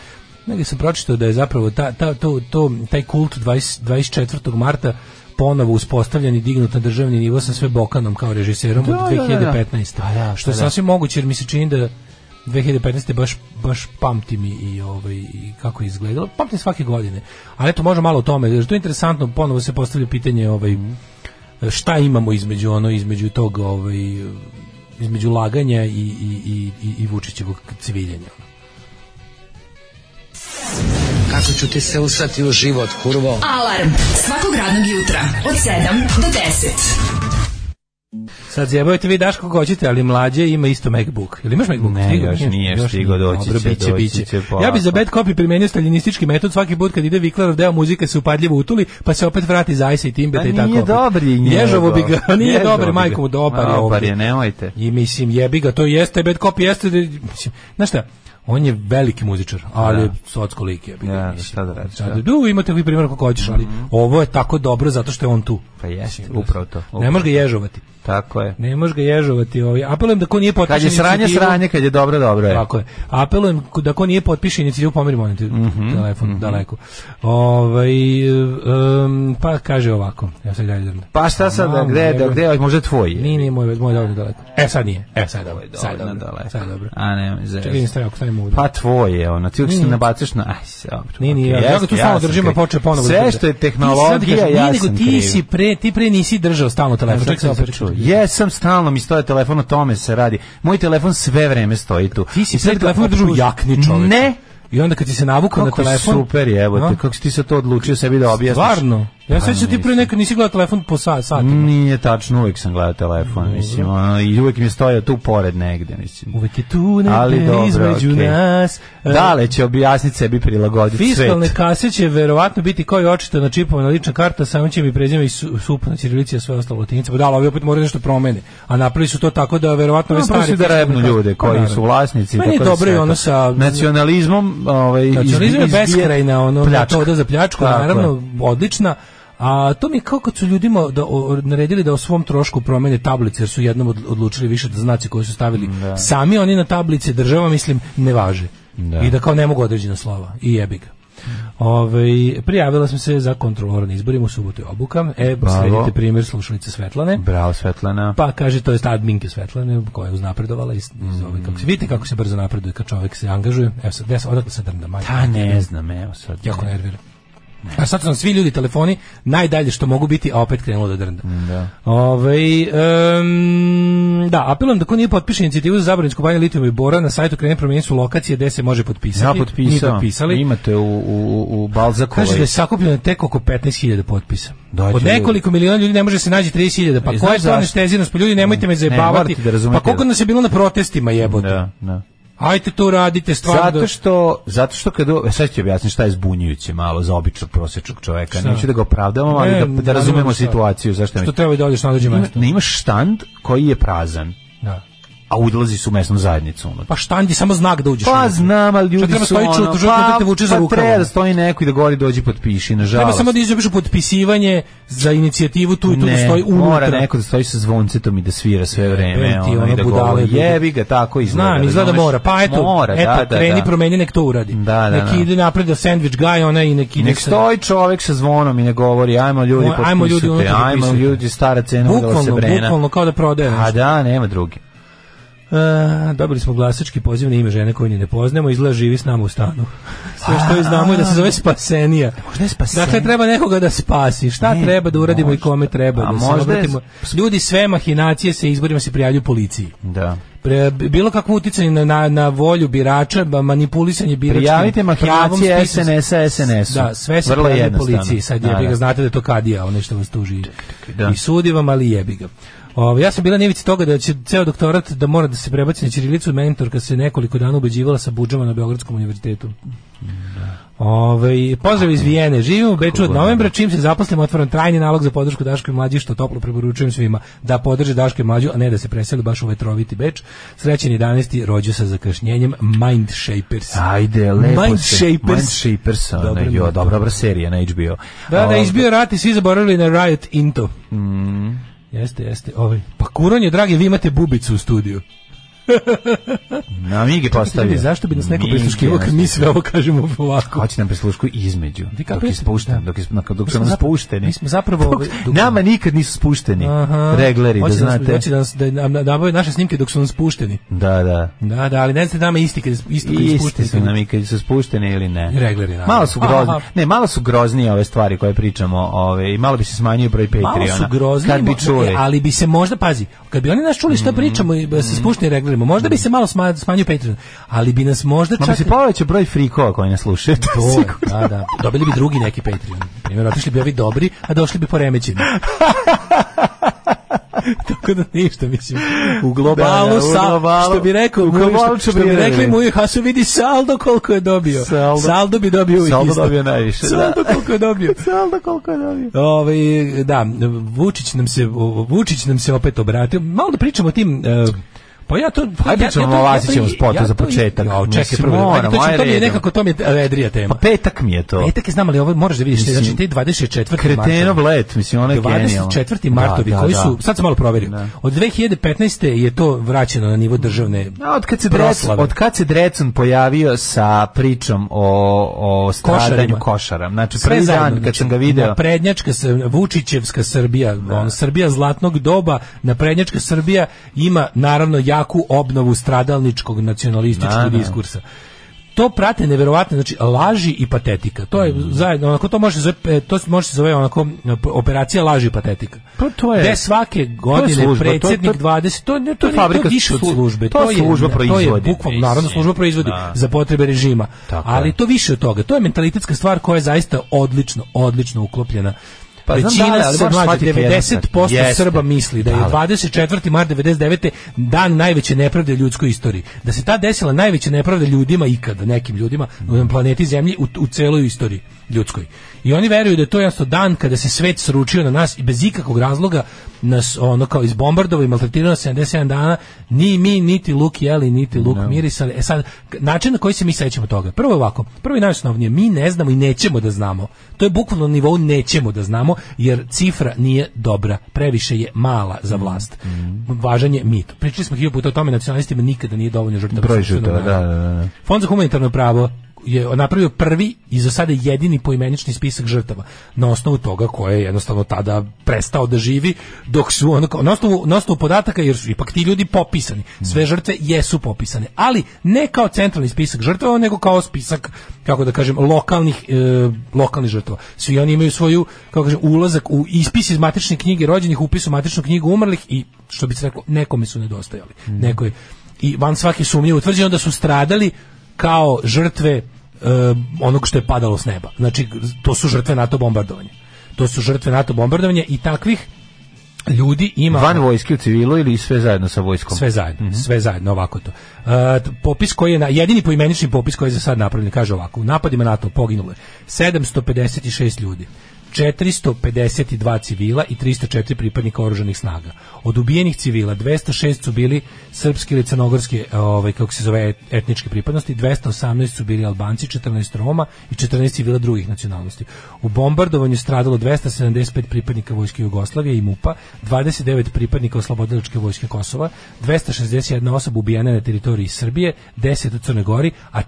S8: negdje sam pročitao da je zapravo ta, ta, to, to, taj kult 20, 24. marta ponovo uspostavljen i dignut na državni nivo sa sve Bokanom kao režiserom
S7: Da,
S8: od
S7: da, da, da.
S8: 2015.
S7: Pa da,
S8: što je
S7: pa da.
S8: sasvim moguće jer mi se čini da 2015. baš, baš pamtim i, i, ovaj, i kako je izgledalo. Pamtim svake godine. Ali eto, može malo o tome. Jer to je interesantno, ponovo se postavlja pitanje ovaj, šta imamo između ono između tog ovaj između laganja i i i i, i Vučićevog cviljenja.
S11: Kako ću ti se usrati u život, kurvo?
S5: Alarm. Svakog radnog jutra od 7 do 10.
S8: Sad zjebavajte vi Daško kako hoćete, ali mlađe ima isto MacBook. Ili imaš MacBook?
S7: Ne,
S8: Stigao?
S7: još
S8: Imaš?
S7: nije stigao,
S8: nije.
S7: doći
S8: Dobro,
S7: će,
S8: biće,
S7: doći
S8: biće.
S7: će polako.
S8: Ja bi za bad copy primenio staljinistički metod svaki put kad ide Viklarov deo muzike se upadljivo utuli, pa se opet vrati za Ajsa i Timbeta
S7: Pa
S8: i tako.
S7: nije dobar je njegov.
S8: Ježovo bi ga, nije
S7: Ježovo bi
S8: dobar,
S7: ga.
S8: majko mu dobar je
S7: Dobar
S8: ovdje.
S7: je, nemojte.
S8: I mislim, jebi ga, to jeste bad copy, jeste, da- mislim, znaš šta, on je veliki muzičar, ali da. socko lik je.
S7: Ja, da, šta da radiš, da. Mhm.
S8: Sad, du, ima takvi primjer kako hoćeš, ali ovo je tako dobro zato što je on tu.
S7: Pa jeste,
S8: Mislim,
S7: upravo to,
S8: Ne
S7: upravo
S8: možeš ga ježovati.
S7: Tako je.
S8: Ne možeš ga ježovati. Ovaj. Apelujem da ko nije potpiše
S7: Kad je sranje,
S8: inicijativu- E.
S7: sranje, kad je dobro, dobro je.
S8: Tako je. Apelujem ko- da ko nije potpiše inicijativu, pomerimo na
S7: Mhm,
S8: telefon daleko. Ovaj, em, pa kaže ovako, ja sad dalje drnem.
S7: Pa šta sad, da,
S8: Mamo,
S7: gde, da,
S8: jebe.
S7: gde, možda tvoj je.
S8: Nije, nije moj, moj dobro daleko. E, sad nije. E, sad dobro. Sad
S7: Dovoljno
S8: dobro.
S7: daleko.
S8: Sad dobro.
S7: A ne,
S8: Čekaj,
S7: zezno.
S8: nisam stavio, ako stavimo ovdje.
S7: Pa tvoje, ono, ti uvijek se
S8: Nije.
S7: nabacaš na... Aj, se, dobro.
S8: Nije, nije,
S7: okej,
S8: ja ga
S7: jeste,
S8: tu stalno
S7: sam
S8: držim, a
S7: kriv.
S8: počeo ponovo. da
S7: Sve
S8: drži.
S7: što je
S8: Ti sad
S7: tehnologija,
S8: kažeš,
S7: ja
S8: nije, nego
S7: sam
S8: ti
S7: kriv. Pa
S8: si pre, ti pre nisi držao stalno telefon.
S7: Sad
S8: Čekaj,
S7: sam
S8: sam
S7: se
S8: opet
S7: čuo.
S8: čuo.
S7: Jesam stalno mi stoje telefon, o tome se radi. Moj telefon sve vreme stoji tu.
S8: Ti si
S7: I sad
S8: pre
S7: ga
S8: telefon držao u
S7: optužujem.
S8: jakni čoveče.
S7: Ne,
S8: I onda kad ti se navukao na
S7: kako
S8: telefon...
S7: super je, evo
S8: A?
S7: te, kako si ti sad to odlučio sebi da objasniš.
S8: Stvarno? Ja se sećam ti pre nekad nisi gledao telefon po sa, satima.
S7: Nije tačno, uvijek sam gledao telefon, mislim, ono, i uvijek mi je stojao tu pored negde, mislim.
S8: Uvek je tu negde između
S7: okej.
S8: nas. E,
S7: Dale će objasniti sebi prilagoditi svet.
S8: Fiskalne kase će verovatno biti koji očito na čipovana lična karta, samo će mi prezime i su, sup na ćirilici, a sve ostalo latinica. Pa da, ali ovi opet moraju nešto promene. A napravili su to tako da verovatno ove
S7: No,
S8: stare...
S7: prosim da
S8: fiskalne
S7: rebnu
S8: kase-
S7: ljude
S8: Pa,
S7: koji
S8: naravno.
S7: su vlasnici. i
S8: Meni je
S7: tako da
S8: dobro i
S7: sve
S8: ono
S7: to.
S8: sa-
S7: Nacionalizmom... Ovaj, izbi-
S8: Nacionalizam je
S7: izbije-
S8: beskrajna ono,
S7: pljačka.
S8: metoda za pljačku,
S7: Tako je.
S8: naravno, odlična. A to mi je kao kad su ljudima da, o, naredili da o svom trošku promene tablice, jer su jednom od- odlučili više da znaci koje su stavili. Sami oni na tablice država, mislim, ne važe.
S7: Da.
S8: I da kao ne mogu određena slova. I jebi ga. Ove, prijavila sam se za kontrolora na izborima u subotu je obuka. E,
S7: Bravo.
S8: sledite primjer slušalice Svetlane.
S7: Bravo, Svetlana.
S8: Pa kaže to je adminke Svetlane koja je uznapredovala iz, iz
S7: Mm.
S8: ove, kako se vidite kako se brzo napreduje kad čovjek se angažuje. Evo sad, gde sam, odakle se drnda majka?
S7: Ta ne znam, evo sad.
S8: Jako nervira. A sad su nam svi ljudi telefoni najdalje što mogu biti, a opet krenulo da drnda.
S7: Da.
S8: Ovaj em, da, apelom da ko nije potpiše inicijativu za zabranu iskopanja litijuma i bora, na sajtu krene promijeniti su lokacije gde se može potpisati.
S7: Ja
S8: Nije
S7: potpisao.
S8: potpisali.
S7: Imate u, u, u Balzakovoj.
S8: Kaže da je sakupljeno tek oko 15.000 potpisa.
S7: Dođe
S8: Od nekoliko miliona ljudi ne može se naći 30.000. Pa
S7: I
S8: koja je
S7: E, znaš
S8: to
S7: zašto?
S8: anesteziranost? Pa ljudi, nemojte me zajebavati.
S7: morate da razumete.
S8: pa koliko nas je bilo na protestima jebote?
S7: Da, da.
S8: Ajte to radite, stvarno. da-
S7: Zato što, zato što kad, o- e, sad ću objasniti šta je zbunjujuće malo za običnog prosječnog čoveka,
S8: Šta?
S7: neću da ga opravdamo, ali
S8: Ne,
S7: da, da razumemo
S8: razumem šta.
S7: situaciju, zašto je
S8: Što treba da odeš na određeno
S7: Ima-
S8: mesto.
S7: ne imaš štand koji je prazan,
S8: Da.
S7: a udlazi su u mesnu zajednicu unutra.
S8: Pa štandi samo znak da uđeš.
S7: Pa
S8: unutra.
S7: znam, ali ljudi
S8: treba
S7: su
S8: stoji
S7: ono...
S8: čut- žutno da te vuče za
S7: pa
S8: rukavu.
S7: treba da stoji neko i da govori dođi potpiši,
S8: Treba
S7: nažalost.
S8: samo da izjaviš potpisivanje za inicijativu tu i tu da
S7: ne,
S8: stoji unutra.
S7: mora neko da stoji sa zvoncetom i da svira sve vreme,
S8: Velim ti,
S7: ono,
S8: ono,
S7: i da
S8: budale
S7: govori,
S8: ljudi.
S7: jebi ga, tako izgleda.
S8: Znam, izgleda
S7: razumeš?
S8: mora. Pa eto,
S7: mora,
S8: eto,
S7: da, da,
S8: kreni
S7: da.
S8: promeni, nek to uradi.
S7: Da, da,
S8: neki
S7: da.
S8: ide napred da sandwich guy, ona i neki...
S7: Nek stoji čovek sa zvonom i ne govori ajmo ljudi
S8: Ajmo, ajmo ljudi,
S7: potpisujte,
S8: unutra
S7: ajmo
S8: potpisujte.
S7: ljudi stara cena udala se
S8: Bukvalno,
S7: brena.
S8: bukvalno kao da prodaje.
S7: A
S8: nešto.
S7: da, nema drugi.
S8: E, dobili smo glasački poziv na ime žene koju ni ne poznajemo, izgleda živi s nama u stanu. Sve što je znamo je da se zove Spasenija.
S7: Možda je spasenija.
S8: Dakle, treba nekoga da spasi. Šta
S7: Ne,
S8: treba da uradimo i
S7: možda.
S8: kome treba?
S7: A
S8: da se
S7: možda je-
S8: obratimo? Ljudi sve mahinacije se izborima se prijavljuju policiji.
S7: Da.
S8: Pre, bilo kakvo uticanje na, na, na volju birača, ba- manipulisanje biračkim
S7: Prijavite mahinacije
S8: pravom, spisak-
S7: SNS-a, SNS-u.
S8: Da, sve se
S7: Vrlo
S8: prijavljuje
S7: jednostavno.
S8: policiji. Sad
S7: Da,
S8: jebi ga,
S7: da.
S8: znate da je to kadija, ono što vas tuži i-
S7: da.
S8: i sudi vam, ali jebi ga. Ove, ja sam bila nevici toga da će ceo doktorat da mora da se prebaci na Čirilicu, mentorka se nekoliko dana ubeđivala sa budžama na Beogradskom univerzitetu. Ove, pozdrav iz Vijene, živim u Beču od novembra, čim se zaposlim otvoram trajni nalog za podršku Daškoj mlađi, što toplo preporučujem svima da podrže Daškoj mlađu, a ne da se preseli baš u vetroviti Beč. Srećen 11. rođu sa zakašnjenjem Mindshapers.
S7: Ajde, lepo se.
S8: Mindshapers.
S7: Mindshapers, ona,
S8: Dobro,
S7: jo,
S8: ne.
S7: dobra, dobra serija na HBO.
S8: Da, da,
S7: Ovaj,
S8: izbio je rat i svi zaboravili na Riot Into.
S7: Mm.
S8: Jeste, jeste. Ovaj. Pa kuron je, dragi, vi imate bubicu u studiju.
S7: Na Migi
S8: Stavio.
S7: postavio.
S8: Zašto bi nas neko
S7: Migi
S8: prisluškivao
S7: nas
S8: kad mi sve ovo kažemo ovako?
S7: Hoće nam prislušku između.
S8: Vi kako
S7: Dok je
S8: jeste?
S7: spušten,
S8: Da.
S7: dok, je, dok, dok
S8: Mi
S7: su
S8: smo
S7: nam
S8: zapravo-
S7: spušteni.
S8: mi smo zapravo- ovaj-
S7: Dok- nama nikad nisu spušteni
S8: Aha.
S7: regleri, da
S8: Hoće nas-
S7: znate.
S8: Hoće da, nas, da nam nabave naše snimke dok su nam spušteni.
S7: Da, da.
S8: Da, da, ali ne znate nama isti kad, isto kad
S7: Isti su
S8: spušteni.
S7: nam i kad su spuštene ili ne.
S8: Regleri, naravno.
S7: Malo su grozni.
S8: Aha.
S7: Ne, malo su groznije ove stvari koje pričamo, ove i malo bi se smanjio broj Patreona.
S8: Malo su grozni,
S7: Kad bi
S8: mo-
S7: čuli. Mm.
S8: e, ali bi se možda, pazi, kad bi oni nas čuli što pričamo i e, sa spuštenim reglerima, možda bi se malo sma- smanjio Patreon, ali bi nas možda
S7: Ma bi
S8: čak...
S7: se povećao broj frikova koji nas slušaju. to je
S8: To,
S7: sigurno.
S8: da, da. Dobili bi drugi neki Patreon. Na Primjer, otišli bi ovi dobri, a došli bi poremećeni. Tako da ništa, mislim. U globalu,
S7: Da, da, u
S8: sa,
S7: globalu-
S8: što bi rekao,
S7: u
S8: Mujo,
S7: globalu
S8: što,
S7: će
S8: što bi
S7: privredi.
S8: rekli mu, ha su vidi saldo koliko je dobio.
S7: Saldo-
S8: bi dobio uvijek
S7: Saldo
S8: isto.
S7: dobio najviše, da.
S8: Saldo koliko je dobio.
S7: Saldo koliko je dobio.
S8: Ove, da, Vučić nam se Vučić nam se opet obratio. Malo da pričamo o tim e, Pa ja to... Pa
S7: Ajde pričamo
S8: to-
S7: o Vasićevom
S8: to-
S7: spotu
S8: ja
S7: za
S8: to-
S7: početak.
S8: Ja, čekaj,
S7: Mislim,
S8: prvo, ajde,
S7: moramo,
S8: to, ću-
S7: ajde
S8: to mi je
S7: redom.
S8: nekako, to mi je redrija tema.
S7: Pa petak mi je to.
S8: Petak je znam, ali ovo moraš da vidiš,
S7: Mislim,
S8: znači te 24.
S7: Kretenov
S8: martovi.
S7: let, mislim, ono je genijalno.
S8: 24. martovi
S7: Da, da,
S8: koji
S7: da.
S8: su, sad sam malo proverio,
S7: Da.
S8: od 2015. je to vraćeno na nivo državne
S7: A od kad se Drecun,
S8: proslave.
S7: od kad se Drecun pojavio sa pričom o o stradanju
S8: Košarima.
S7: košara. Znači
S8: Sve
S7: prvi
S8: zajedno,
S7: dan kad
S8: znači,
S7: sam ga video.
S8: Naprednjačka, Srb- Vučićevska Srbija, ono, Srbija zlatnog doba, naprednjačka Srbija ima naravno jaku obnovu stradalničkog
S7: Da, da.
S8: nacionalističkog diskursa. To prate neverovatno, znači laži i patetika. To je
S7: Mm.
S8: zajedno, onako to može se zove, e, to se- može se zove onako e, operacija laži i patetika.
S7: Pa to je-
S8: Gde svake godine
S7: služba, to-
S8: predsjednik
S7: to-
S8: 20 to ne to,
S7: to je
S8: je fabrika
S7: fabrika
S8: više od
S7: slu-
S8: službe.
S7: to služba
S8: je, To je
S7: proizvodi,
S8: bukvalno naravno
S7: mislim.
S8: služba proizvodi
S7: Da.
S8: za potrebe režima.
S7: Tako
S8: ali
S7: je.
S8: to više od toga. To je mentalitetska stvar koja je zaista odlično, odlično uklopljena.
S7: Pa znam
S8: većina
S7: da, ali
S8: se
S7: moraš
S8: mlađe,
S7: shvatiti jednu stvar.
S8: 90%
S7: Jeste.
S8: Srba misli da je
S7: Da, da.
S8: 24. mart 99. dan najveće nepravde u ljudskoj istoriji. Da se ta desila najveća nepravda ljudima ikada, nekim ljudima na planeti Zemlji u, u celoj istoriji ljudskoj. I oni veruju da je to jasno dan kada se svet sručio na nas i bez ikakvog razloga nas ono kao izbombardovao i maltretirao 77 dana, ni mi, niti luk jeli, niti luk mirisali. E sad, k- način na koji se mi sećamo toga. Prvo je ovako, prvo i najosnovnije, mi ne znamo i nećemo da znamo. To je bukvalno na nivou nećemo da znamo, jer cifra nije dobra, previše je mala za vlast.
S7: Mm.
S8: Važan je mit. Pričali smo hiljadu puta o tome, nacionalistima nikada nije dovoljno žrtava.
S7: Broj
S8: sopstvenog
S7: žrtava,
S8: naroda.
S7: da, da, da.
S8: Fond za humanitarno pravo je napravio prvi i za sada jedini poimenični spisak žrtava na osnovu toga koje je jednostavno tada prestao da živi dok su ono kao- na osnovu, na osnovu podataka jer su ipak ti ljudi popisani sve žrtve jesu popisane ali ne kao centralni spisak žrtava nego kao spisak kako da kažem lokalnih e, lokalnih žrtava svi oni imaju svoju kako kažem ulazak u ispis iz matične knjige rođenih upis u matičnu knjigu umrlih i što bi se reklo nekome su nedostajali neko je- i van svake sumnje utvrđeno da su stradali kao žrtve e, onog što je padalo s neba. Znači, to su žrtve NATO bombardovanja. To su žrtve NATO bombardovanja i takvih ljudi ima...
S7: Van vojske u civilu ili sve zajedno sa vojskom?
S8: Sve zajedno, sve zajedno, ovako to. E, t- popis koji je, na, jedini poimenični popis koji je za sad napravljen, kaže ovako, u napadima NATO poginulo je 756 ljudi. 452 civila i 304 pripadnika oružanih snaga. Od ubijenih civila 206 su bili srpski ili crnogorski, ovaj, kako se zove, etničke pripadnosti, 218 su bili Albanci, 14 Roma i 14 civila drugih nacionalnosti. U bombardovanju stradalo 275 pripadnika vojske Jugoslavije i MUPA, 29 pripadnika oslobodilačke vojske Kosova, 261 osoba ubijena na teritoriji Srbije, 10 u Crnoj Gori, a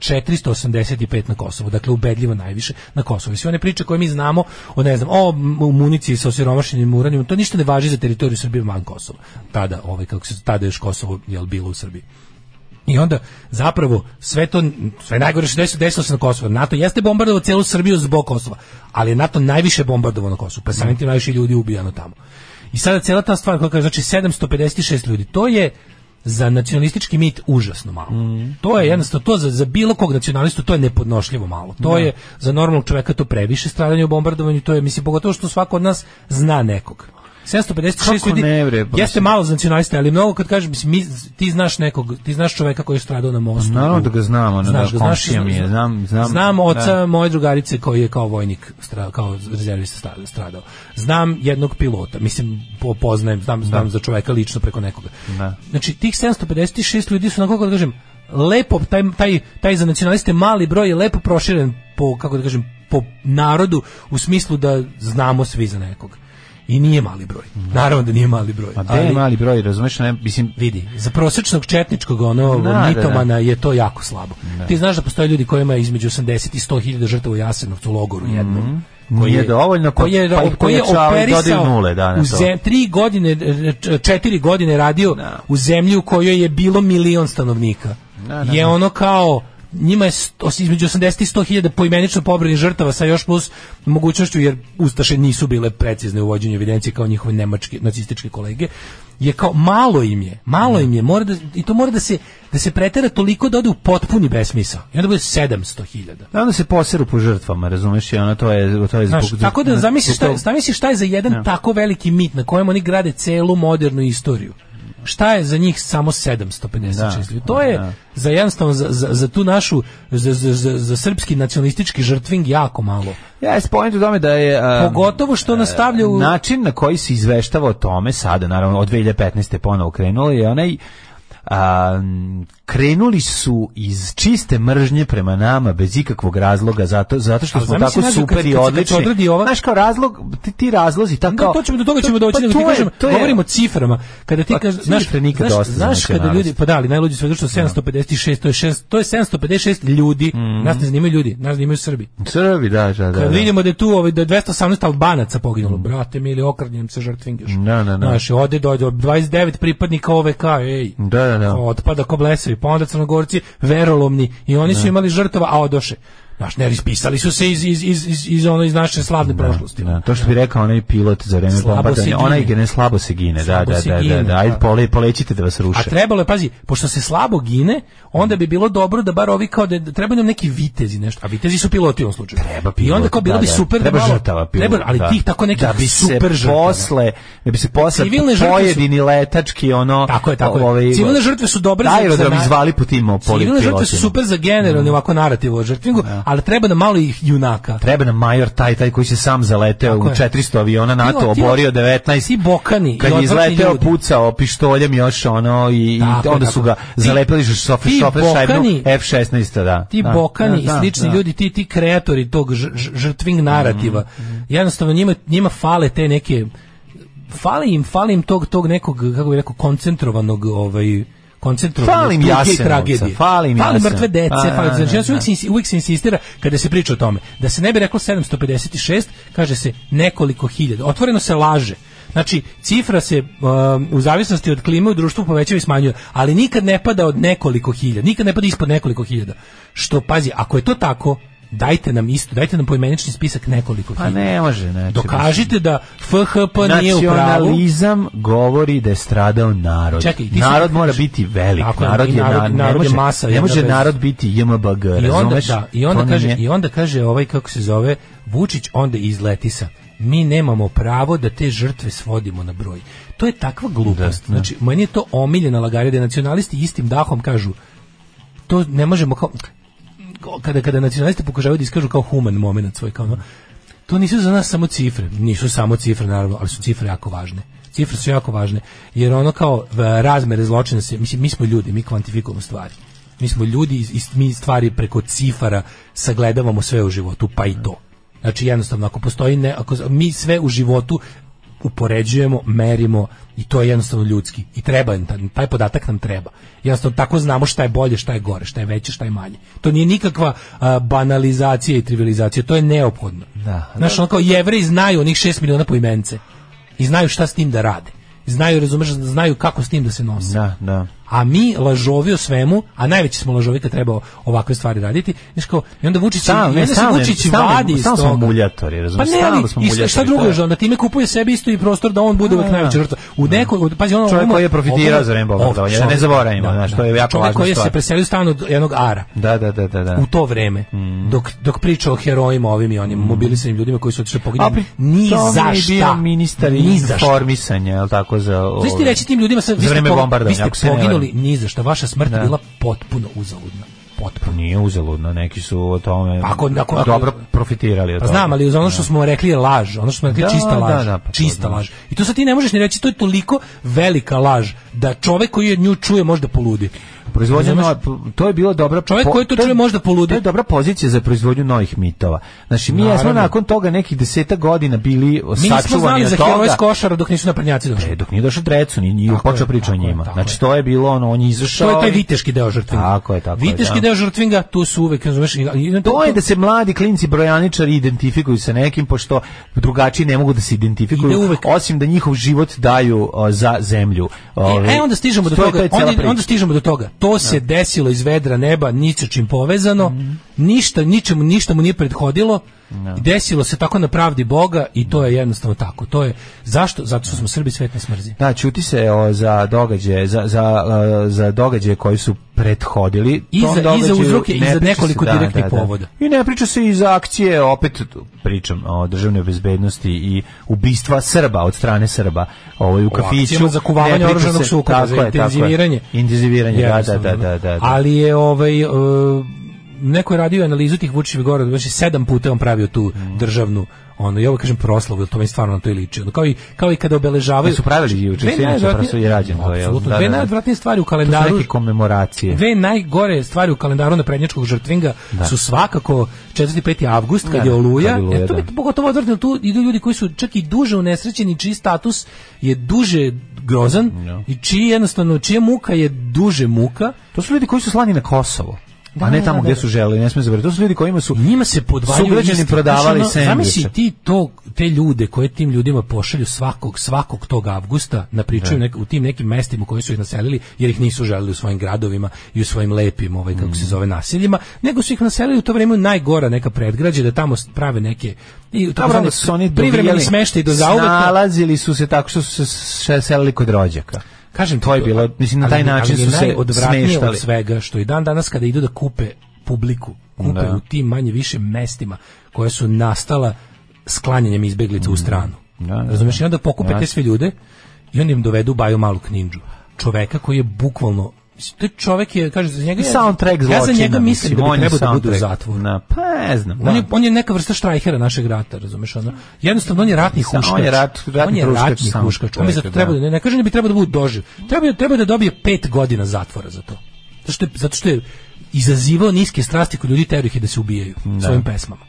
S8: 485 na Kosovu. Dakle, ubedljivo najviše na Kosovu. I sve one priče koje mi znamo o, ne znam, o m- municiji sa osiromašenim uranijom, to ništa ne važi za teritoriju Srbije van Kosova. Tada, ovaj, kako se, tada je još Kosovo jel, bilo u Srbiji. I onda zapravo sve to sve najgore što se desilo desilo se na Kosovu. NATO jeste bombardovao celu Srbiju zbog Kosova, ali je NATO najviše bombardovao na Kosovu, pa samim tim najviše ljudi ubijano tamo. I sada cela ta stvar koja kaže znači 756 ljudi, to je za nacionalistički mit užasno malo.
S7: Mm.
S8: To je jednostavno to za, za bilo kog nacionalistu to je nepodnošljivo malo. To je za normalnog čoveka to previše stradanje u bombardovanju, to je mislim pogotovo što svako od nas zna nekog. 756
S7: Kako
S8: ljudi
S7: ne, bre, pa
S8: jeste malo za nacionaliste, ali mnogo kad kažem, mislim, mi, ti znaš nekog, ti znaš čoveka koji je stradao na mostu.
S7: Pa Naravno da ga znam, ono,
S8: Znaš
S7: da,
S8: ga, znaš,
S7: komšija mi je, znam- znam-
S8: oca
S7: da.
S8: moje drugarice koji je kao vojnik, stra, kao rezervista sta- stradao. Znam jednog pilota, mislim, po- poznajem, znam, znam za čoveka lično preko nekoga.
S7: Da.
S8: Znači, tih 756 ljudi su, onako kako da kažem, lepo, taj, taj, taj za nacionaliste mali broj je lepo proširen po, kako da kažem, po narodu u smislu da znamo svi za nekog. I nije mali broj. Naravno da nije mali broj.
S7: A gde je
S8: ali-
S7: mali broj, razumeš, ne, mislim,
S8: vidi, za prosečnog četničkog ono
S7: Da, da,
S8: mitomana
S7: da.
S8: je to jako slabo. Ti znaš da postoje ljudi kojima je između 80 i 100 hiljada žrtava u Jasenovcu u logoru jednom.
S7: Mhm. Nije dovoljno, pa-
S8: koji je,
S7: pa ih
S8: koji je
S7: pojačavaju, dodaju
S8: operisao
S7: nule, da, na
S8: u
S7: to.
S8: zem, tri godine, e, č- četiri godine radio u zemlji u kojoj je bilo milion stanovnika.
S7: Da, da,
S8: je
S7: da.
S8: ono kao njima je sto, između 80 i 100 hiljada poimenično pobranih žrtava sa još plus mogućnošću jer Ustaše nisu bile precizne u vođenju evidencije kao njihove nemačke nacističke kolege je kao malo im je malo im je mora da, i to mora da se da se pretera toliko da ode u potpuni besmisao i onda bude 700 hiljada
S7: onda se poseru po žrtvama, razumeš, i ono, to je, to je
S8: Znaš,
S7: zbog...
S8: tako da
S7: zbog-
S8: zamisliš šta,
S7: zbog
S8: je- zamisliš šta je za jedan tako veliki mit na kojem oni grade celu modernu istoriju. Šta je za njih samo 756
S7: Da,
S8: ljudi? To je
S7: da.
S8: za jednostavno za, za, za tu našu za, za, za, za srpski nacionalistički žrtving jako malo.
S7: Ja, je spomenut u tome da je... um,
S8: Pogotovo što nas stavlja u
S7: način na koji se izveštava o tome sada naravno od 2015. ponovo krenulo je onaj a, m, krenuli su iz čiste mržnje prema nama bez ikakvog razloga zato zato što
S8: Ali
S7: smo
S8: zamisli,
S7: tako
S8: nađe, kad-
S7: super i
S8: kad- kad se
S7: odlični.
S8: odradi ova-
S7: Znaš kao razlog ti, ti razlozi tako
S8: Da, to ćemo do toga ćemo doći, nego ti kažem, govorimo o ciframa. Kada ti
S7: Pa,
S8: kažeš,
S7: cifre
S8: znaš,
S7: nikad
S8: znaš,
S7: dosta za
S8: znaš kada ljudi,
S7: nacionaliste.
S8: pa da, ali najluđi sve što 756, to je šest- to je 756 ljudi.
S7: Mm.
S8: Nas ne zanimaju ljudi, nas zanimaju Srbi.
S7: Crvi, da, da, da.
S8: Kad
S7: da.
S8: vidimo da je tu ovaj da je 218 Albanaca poginulo, brate mili, okrnjem se žrtvingaš.
S7: Da, da, da.
S8: Znaš, ode do, do 29 pripadnika OVK, ej.
S7: Da, da, da.
S8: Otpada ko blesavi, pa onda Crnogorci verolomni i oni su imali žrtava, a odoše. Znaš, ne, ispisali su se iz, iz, iz, iz, iz, ono, iz naše slavne prošlosti.
S7: Da, to što bi rekao onaj pilot za vreme
S8: Slabo se
S7: bombardanja,
S8: gine.
S7: onaj gene slabo se gine, da,
S8: Slabo
S7: da,
S8: se
S7: da, da,
S8: gine,
S7: da, ajde
S8: da.
S7: pole, polećite da vas
S8: A
S7: ruše.
S8: trebalo je, pazi, pošto se slabo gine, onda bi bilo dobro da bar ovi kao da, da trebaju nam neki vitezi nešto. A vitezi su piloti u ovom slučaju. Treba I onda kao bilo
S7: da,
S8: bi
S7: da,
S8: super da
S7: treba
S8: malo-
S7: žrtava pilot,
S8: treba, ali
S7: da.
S8: tih tako nekih
S7: da bi se
S8: super žrtava.
S7: posle, da bi se posle
S8: Civilne žrtve su-
S7: pojedini letački ono
S8: Tako je, tako je.
S7: ovaj,
S8: Civilne žrtve su dobre za-
S7: aerodrom
S8: za na-
S7: izvali po tim Mhm.
S8: Civilne žrtve su
S7: polipilotima.
S8: super za generalni ovako narativ o žrtvingu, ali treba nam malo ih junaka.
S7: Treba nam major taj taj koji se sam zaleteo
S8: Tako
S7: u
S8: je.
S7: 400 aviona
S8: Ti-
S7: NATO,
S8: ti-
S7: oborio 19
S8: ti bokani i
S7: Kad je
S8: odvratni
S7: izleteo,
S8: ljudi.
S7: pucao pištoljem još ono i, i
S8: Tako je,
S7: onda
S8: tako
S7: su
S8: je.
S7: ga
S8: Ti-
S7: zalepili što šofer
S8: ti
S7: šofer šajbnu
S8: bokani-
S7: F16, da.
S8: ti
S7: da,
S8: bokani
S7: da, da,
S8: i slični
S7: da.
S8: ljudi, ti ti kreatori tog ž, ž- žrtving narativa.
S7: Mhm,
S8: Jednostavno njima njima fale te neke fali im, fali im tog tog nekog kako bih rekao koncentrovanog ovaj koncentrovanog
S7: Fali im
S8: tuge i
S7: Jasenovca,
S8: tragedije.
S7: fali im Jasenovca.
S8: mrtve dece,
S7: Pa,
S8: fali,
S7: da,
S8: znači
S7: da,
S8: ja se uvijek, se ins- uvijek se insistira kada se priča o tome da se ne bi reklo 756, kaže se nekoliko hiljada. Otvoreno se laže. Znači, cifra se um, u zavisnosti od klime u društvu povećava i smanjuje, ali nikad ne pada od nekoliko hiljada, nikad ne pada ispod nekoliko hiljada. Što, pazi, ako je to tako, dajte nam isto, dajte nam poimenični spisak nekoliko
S7: Pa
S8: hiljada.
S7: ne može, znači.
S8: Dokažite da FHP nije u pravu.
S7: Nacionalizam govori da je stradao narod.
S8: Čekaj, ti si-
S7: narod mora biti velik.
S8: Tako je,
S7: narod,
S8: i
S7: je,
S8: narod-
S7: na- ne
S8: narod je
S7: može,
S8: masa,
S7: Ne
S8: jedna
S7: može
S8: bez-
S7: narod biti JMBG,
S8: I onda,
S7: razumeš?
S8: da, i
S7: To
S8: onda kaže
S7: nije-
S8: i onda kaže ovaj kako se zove Vučić onda izleti sa mi nemamo pravo da te žrtve svodimo na broj. To je takva glupost. Znači, meni je to omiljena lagarija da nacionalisti istim dahom kažu to ne možemo kao kada kada nacionalisti pokušavaju da iskažu kao human momenat svoj kao ono, to nisu za nas samo cifre, nisu samo cifre naravno, ali su cifre jako važne. Cifre su jako važne jer ono kao v- razmere zločina se mislim mi smo ljudi, mi kvantifikujemo stvari. Mi smo ljudi, iz- iz- mi stvari preko cifara sagledavamo sve u životu, pa i to. Znači jednostavno ako postoji ne, ako mi sve u životu upoređujemo, merimo i to je jednostavno ljudski i treba nam taj- taj podatak nam treba. Jednostavno tako znamo šta je bolje, šta je gore, šta je veće, šta je manje. To nije nikakva a, banalizacija i trivializacija, to je neophodno.
S7: Da,
S8: Znaš, ono kao jevreji znaju onih 6 miliona poimence i znaju šta s tim da rade. Znaju, razumeš, znaju kako s tim da se nose.
S7: Da, da.
S8: A mi lažovi o svemu, a najveći smo lažovi kad treba ovakve stvari raditi. Znaš kao, i onda Vučić, i
S7: Stalno,
S8: onda
S7: ne,
S8: Znači, se
S7: stalno,
S8: Vučić
S7: stalno-
S8: vadi iz
S7: stalno smo
S8: toga.
S7: muljatori,
S8: Pa
S7: razumeš?
S8: ne,
S7: Stalno
S8: ali
S7: smo
S8: i šta-
S7: muljatori,
S8: šta
S7: to
S8: drugo
S7: je-
S8: je onda time kupuje sebi isto i prostor da on bude uvek
S7: Da, da.
S8: najveća žrtva. U nekoj, od- pazi ono,
S7: Čovjek
S8: ono-
S7: koji je profitirao
S8: ovo-
S7: za vreme bombardovanja, da ne
S8: čovjek-
S7: zaboravimo, znaš, to je jako
S8: Čovjek
S7: važna
S8: koji je se
S7: stvar.
S8: preselio u stan od jednog ara
S7: Da, da, da, da, Mm. da.
S8: u to vreme, dok, dok priča o herojima ovim i onim mobilisanim ljudima koji su otišli
S7: Mm. A
S8: poginuli,
S7: pri-
S8: ni
S7: tome
S8: za
S7: je
S8: šta.
S7: bio ministar
S8: ni za šta.
S7: informisanja, jel tako, za...
S8: Znaš ti
S7: ove-
S8: reći tim ljudima, sa- vi
S7: Za
S8: ste,
S7: vreme
S8: po- vi
S7: bombardovanja,
S8: ste
S7: ako se ne varam.
S8: poginuli ni za šta, vaša smrt
S7: Da.
S8: je bila potpuno uzaludna. Potpuno.
S7: Pa Nije uzaludno, neki su o tome
S8: Ako- ako- ako-
S7: dobro profitirali od
S8: Pa
S7: toga.
S8: znam, ali uz ono što smo rekli je laž, ono što smo rekli je
S7: Da,
S8: čista laž,
S7: da, da, pa to
S8: čista
S7: znaš.
S8: laž. I to sad ti ne možeš ni reći, to je toliko velika laž da čovek koji je nju čuje možda poludi.
S7: Proizvodnja
S8: Razumeš?
S7: nova- to je bilo dobra
S8: Čovjek koji to čuje možda poludi.
S7: To je dobra pozicija za proizvodnju novih mitova. Znači mi
S8: Naravno.
S7: smo nakon toga nekih deseta godina bili
S8: Mi nismo
S7: sačuvani
S8: znali
S7: od
S8: za
S7: toga.
S8: heroje s košara dok nisu naprednjaci
S7: E,
S8: došli.
S7: dok nije došao Drecun i nije
S8: Tako
S7: počeo
S8: je,
S7: priča o
S8: tako je,
S7: njima.
S8: tako
S7: znači
S8: je.
S7: to je bilo ono, on je izašao.
S8: To je taj
S7: i-
S8: viteški deo žrtvinga.
S7: Tako je, tako je,
S8: viteški
S7: da.
S8: deo žrtvinga, tu su uvek, razumeš, i- i-
S7: To je da se mladi klinci brojaničari identifikuju sa nekim, pošto drugačiji ne mogu da se identifikuju,
S8: Ide uvek-
S7: osim da njihov život daju o, za zemlju. Ove,
S8: E, e, onda stižemo do
S7: to je- to
S8: toga,
S7: je cijela
S8: onda,
S7: priča.
S8: onda stižemo do toga. To se desilo iz vedra neba, ničim čim povezano,
S7: Mhm.
S8: ništa, ničemu, ništa mu nije prethodilo. Desilo se tako na pravdi Boga i to je jednostavno tako. To je zašto? Zato što smo Srbi svet ne smrzi.
S7: Da, čuti se o, za događaje, za, za, e, za događaje koji su prethodili.
S8: I
S7: tom
S8: za- i za
S7: događaju
S8: uzroke, i
S7: ne
S8: za
S7: priča
S8: nekoliko
S7: se- da,
S8: direktnih
S7: da, da.
S8: povoda.
S7: I ne priča se i za akcije, opet pričam o državnoj bezbednosti i ubistva Srba od strane Srba ovaj, u kafiću.
S8: akcijama za kuvavanje
S7: Ne priča
S8: oružanog
S7: se-
S8: sukoba,
S7: tako
S8: za
S7: je, tako je.
S8: intenziviranje.
S7: Intenziviranje, da, da,
S8: Jednostavno,
S7: da, da, da.
S8: Ali je ovaj e, neko je radio analizu tih Vučićevih govora, znači sedam puta je on pravio tu
S7: Mhm.
S8: državnu ono i ovo kažem proslavu, jer to meni stvarno na to i liči. Ono, kao i kao i kada obeležavaju
S7: Da su pravili i juče,
S8: Dve
S7: sinoć, zapravo
S8: najodvratnije-
S7: je rađeno, to je,
S8: Apsolutno,
S7: da,
S8: dve
S7: da, da.
S8: najodvratnije stvari u
S7: To su
S8: kalendaru
S7: neke komemoracije.
S8: Dve najgore stvari u kalendaru naprednjačkog žrtvinga su svakako 4. 5. avgust kad
S7: Da,
S8: je oluja,
S7: kad je Oluja,
S8: jer to
S7: da.
S8: je pogotovo odvrtno, tu idu ljudi koji su čak i duže unesrećeni, čiji status je duže grozan i čiji jednostavno, čija muka je duže muka,
S7: To su ljudi koji su slani na Kosovo. a ne tamo gdje su želeli, ne smije zaboraviti. To su ljudi kojima su
S8: njima se podvaljuju
S7: sugrađani
S8: isti.
S7: prodavali
S8: Znaš, ono,
S7: sendviče.
S8: Zamisli ti to, te ljude koje tim ljudima pošalju svakog, svakog tog avgusta na
S7: Da.
S8: pričaju nek- u tim nekim mestima koji su ih naselili jer ih nisu želeli u svojim gradovima i u svojim lepim, ovaj, kako
S7: Mm.
S8: se zove, naseljima, nego su ih naselili u to vrijeme u najgora neka predgrađe da tamo prave neke i
S7: Dobro, onda su oni
S8: privremeni
S7: dobijali-
S8: smeštaj do zauvek.
S7: Snalazili su se tako što su se še- selili kod rođaka.
S8: Kažem ti,
S7: to je bilo, mislim, na
S8: ali-
S7: taj način
S8: ali je
S7: su se
S8: najodvratnije
S7: smeštali.
S8: od svega što i dan danas kada idu da kupe publiku, kupe
S7: Da.
S8: u tim manje više mestima koja su nastala sklanjanjem izbeglica u stranu.
S7: Mm. da,
S8: Razumeš? I onda pokupe te
S7: Jasno.
S8: sve ljude i onda im dovedu Baju Malu Kninđu. Čoveka koji je bukvalno mislim, to je čovek je, kaže, za njega je-
S7: Soundtrack zločina.
S8: Ja za njega mislim da
S7: on
S8: bi
S7: je
S8: trebao da bude u
S7: soundtrack.
S8: zatvoru.
S7: Na, pa ne znam.
S8: On,
S7: da.
S8: je, on je neka vrsta štrajhera našeg rata, razumeš? Ono. Jednostavno, on je ratni
S7: Sa- on
S8: huškač.
S7: je rat- ratni
S8: on je
S7: huškač
S8: ratni
S7: samog
S8: huškač. On bi zato
S7: čoveka,
S8: trebao,
S7: da.
S8: da, ne, ne kažem da bi trebao da bude doživ. Treba, je- treba je da dobije pet godina zatvora za to. Zato što je, zato što je izazivao niske strasti kod ljudi terih da se ubijaju svojim pesmama.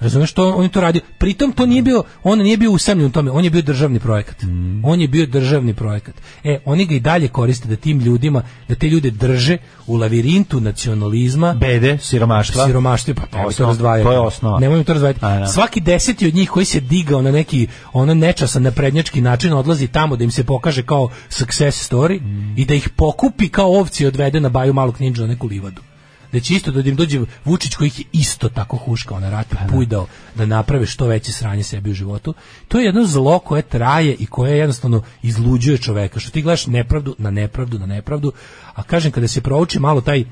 S8: Razumeš što on je to radio? Pritom to nije bio, on nije bio usamljen u tome, on je bio državni projekat.
S7: Mm.
S8: On je bio državni projekat. E, oni ga i dalje koriste da tim ljudima, da te ljude drže u lavirintu nacionalizma,
S7: Bede, siromaštva.
S8: siromaštvo pa to,
S7: Osnov-
S8: to razdvajaju.
S7: to je osnova.
S8: Nemojmo to razdvajati.
S7: A, da.
S8: Svaki deseti od njih koji se digao na neki ono nečasan na prednjački način odlazi tamo da im se pokaže kao success story i da ih pokupi kao ovci i odvede na baju malog ninja na neku livadu. Da će isto da im dođe Vučić koji ih je isto tako huškao na
S7: Pa,
S8: rat, pujdao da naprave što veće sranje sebi u životu. To je jedno zlo koje traje i koje jednostavno izluđuje čoveka. Što ti gledaš nepravdu na nepravdu na nepravdu, a kažem kada se prouči malo taj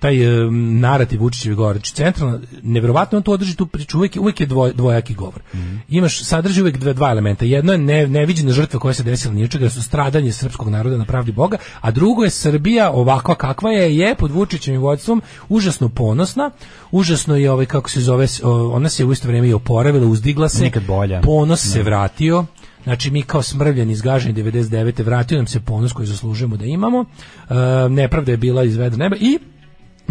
S8: taj em, narativ Vučićevi govor. Znači, centralno, nevjerovatno on to održi tu priču, uvijek, je- uvijek je dvoj, dvojaki govor.
S7: Mhm.
S8: Imaš, sadrži uvijek dva, dva elementa. Jedno je ne, neviđena žrtva koja se desila ni od čega, jer su stradanje srpskog naroda na pravdi Boga, a drugo je Srbija ovakva kakva je, je pod Vučićevim vodstvom užasno ponosna, užasno je, ovaj, kako se zove, s- o, ona se u isto vrijeme i oporavila, uzdigla se,
S7: Nikad bolja.
S8: ponos se vratio, Znači mi kao smrvljeni izgaženi 99. vratio nam se ponos koji zaslužujemo da imamo. E, nepravda je bila izvedena neba i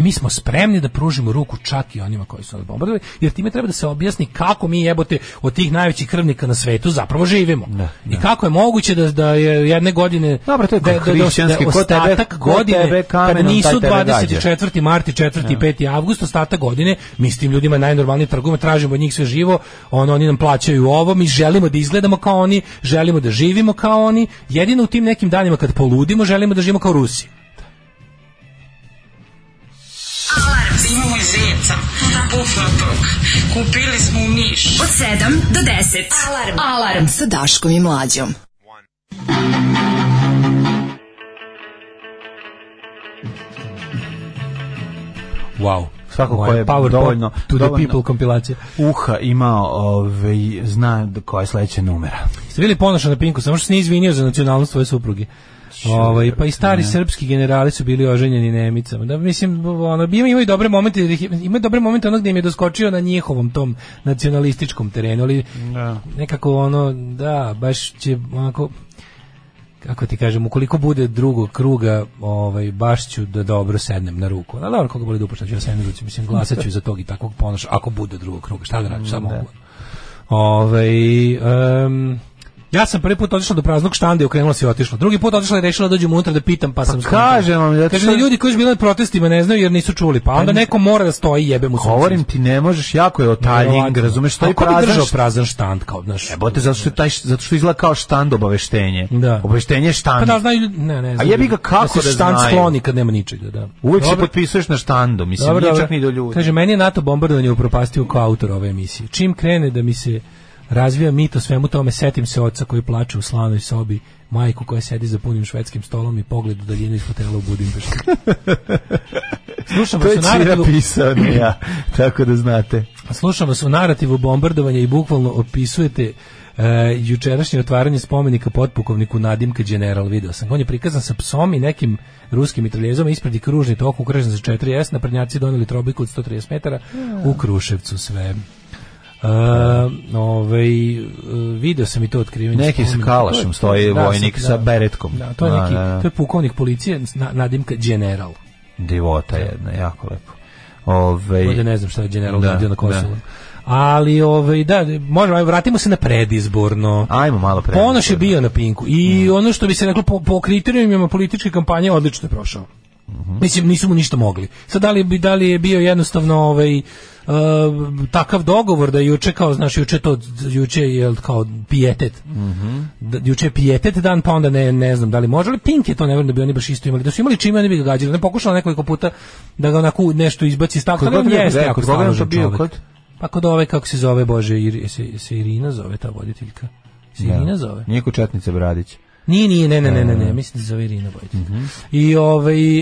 S8: mi smo spremni da pružimo ruku čak i onima koji su nas bombardovali, jer time treba da se objasni kako mi jebote od tih najvećih krvnika na svetu zapravo živimo. I kako je moguće da, da je jedne godine
S7: Dobro, to je
S8: da,
S7: kod hrišćanski, ko tebe-
S8: ostatak
S7: ko
S8: godine,
S7: tebe kamenom,
S8: kad nisu
S7: taj tebe gađa.
S8: 24. mart i 4. i 5. avgust, ostatak godine, mi s tim ljudima najnormalnije trgujemo, tražimo od njih sve živo, ono, oni nam plaćaju ovo, mi želimo da izgledamo kao oni, želimo da živimo kao oni, jedino u tim nekim danima kad poludimo, želimo da živimo kao Rusi.
S12: Imamo i zeca, pufnatog. Kupili smo u Niš.
S5: Od 7 do 10. Alarm. Alarm sa Daškom i Mlađom.
S8: Wow.
S7: Svako
S8: Wow,
S7: ko je
S8: Power
S7: dovoljno,
S8: to the people kompilacija.
S7: Uha imao, ovaj, zna da koja je sledeća numera.
S8: Ste bili ponošan na Pinku, samo što se nije izvinio za nacionalnost svoje supruge. Ovaj, pa i stari srpski generali su bili oženjeni Nemicama. Da, mislim, ono, ima, imaju dobre momente, jer ih- imaju dobre momente onog gdje im je doskočio na njihovom tom nacionalističkom terenu, ali nekako ono, da, baš će onako, kako ti kažem, ukoliko bude drugog kruga, ovaj, baš ću da dobro sednem na ruku. A dobro, koga boli dupa, šta ću ja sednem na ruci, mislim, glasat ću za tog i takvog ponoša, ako bude drugog kruga, šta da radim, šta mogu. Ovaj, em, ja sam prvi put otišla do praznog štanda i okrenula se i otišla. Drugi put otišla i rešila da dođem unutra da pitam, pa sam skontala.
S7: kažem vam, zato
S8: Kaže,
S7: što-
S8: ljudi koji su bili na protestima ne znaju jer nisu čuli, pa onda
S7: ne-
S8: neko mora da stoji i jebe mu sunce.
S7: Govorim ti, ne možeš, jako je otaljing,
S8: Nevjerovatno.
S7: razumeš, to
S8: A
S7: je
S8: ko bi
S7: prazan
S8: držao
S7: št-
S8: prazan štand kao, znaš?
S7: Jebote, zato što, je taj, š- zato što izgleda kao štand obaveštenje.
S8: Da.
S7: Obaveštenje je
S8: Pa
S7: štand.
S8: da znaju, ljudi- ne, ne. znaju
S7: jebi ga,
S8: ljudi.
S7: kako
S8: se
S7: da
S8: štand
S7: znaju?
S8: skloni kad nema ničega, da.
S7: Uvijek se
S8: Dobro.
S7: potpisuješ na štandu, mislim,
S8: Dobro,
S7: nije
S8: dobro.
S7: čak ni do ljudi.
S8: Kaže, meni je NATO bombardovanje upropastio kao autor ove emisije. Čim krene da mi se razvija mit o svemu tome, setim se oca koji plače u slanoj sobi, majku koja sedi za punim švedskim stolom i pogled u daljinu iz hotela u Budimpešti. Slušam
S7: to
S8: vas
S7: je
S8: u
S7: Cira
S8: narativu,
S7: pisao, ne ja, tako da znate.
S8: slušam vas Pa u narativu bombardovanja i bukvalno opisujete Uh, jučerašnje otvaranje spomenika potpukovniku Nadimka General video sam. ga. On je prikazan sa psom i nekim ruskim mitraljezama ispred i kružni tok ukražen za 4S, naprednjaci doneli trobiku od 130 metara u Kruševcu sve. Uh, ovaj, uh, video sam i to otkrivanje.
S7: Neki sa
S8: spomenika. To
S7: kalašom
S8: je-
S7: stoji
S8: da,
S7: vojnik
S8: da.
S7: sa beretkom.
S8: Da, to je
S7: Da,
S8: neki,
S7: da, da.
S8: to je pukovnik policije na- Nadimka General.
S7: Divota jedna, jako lepo. Ove,
S8: Ovdje ne znam šta je General
S7: Ovaj, Da,
S8: radio na Kosovu.
S7: da.
S8: Ali ovaj da možemo ajde, vratimo se na predizborno.
S7: Ajmo malo pre. Mm.
S8: Ponoš je bio na Pinku i ono što bi se reklo po, po kriterijumima političke kampanje odlično je prošao.
S7: Mhm.
S8: Mislim, nisu mu ništa mogli. Sad, da li, bi- da li je bio jednostavno ovaj, e, takav dogovor da je juče kao znaš juče to juče je kao pijetet
S7: Mhm.
S8: da, juče je pijetet dan, pa onda ne, ne znam da li može, ali Pink je to ne vjerujem da bi oni baš isto imali. Da su imali čime, oni bi ga gađali. Ne pokušala nekoliko puta da ga onako nešto izbaci iz takta,
S7: Kod
S8: ali on
S7: koga je bio?
S8: jeste
S7: Gde?
S8: jako
S7: Kod koga je
S8: staložen
S7: to bio?
S8: čovek.
S7: Kod?
S8: Pa kod ove, kako se zove, Bože, Ir, se, se Irina zove ta voditeljka. Se Irina zove?
S7: Nije ko Četnice Bradić.
S8: Nije, nije, ne, ne, ne, ne, ne, mislim da se zove Irina Bojić. I ovaj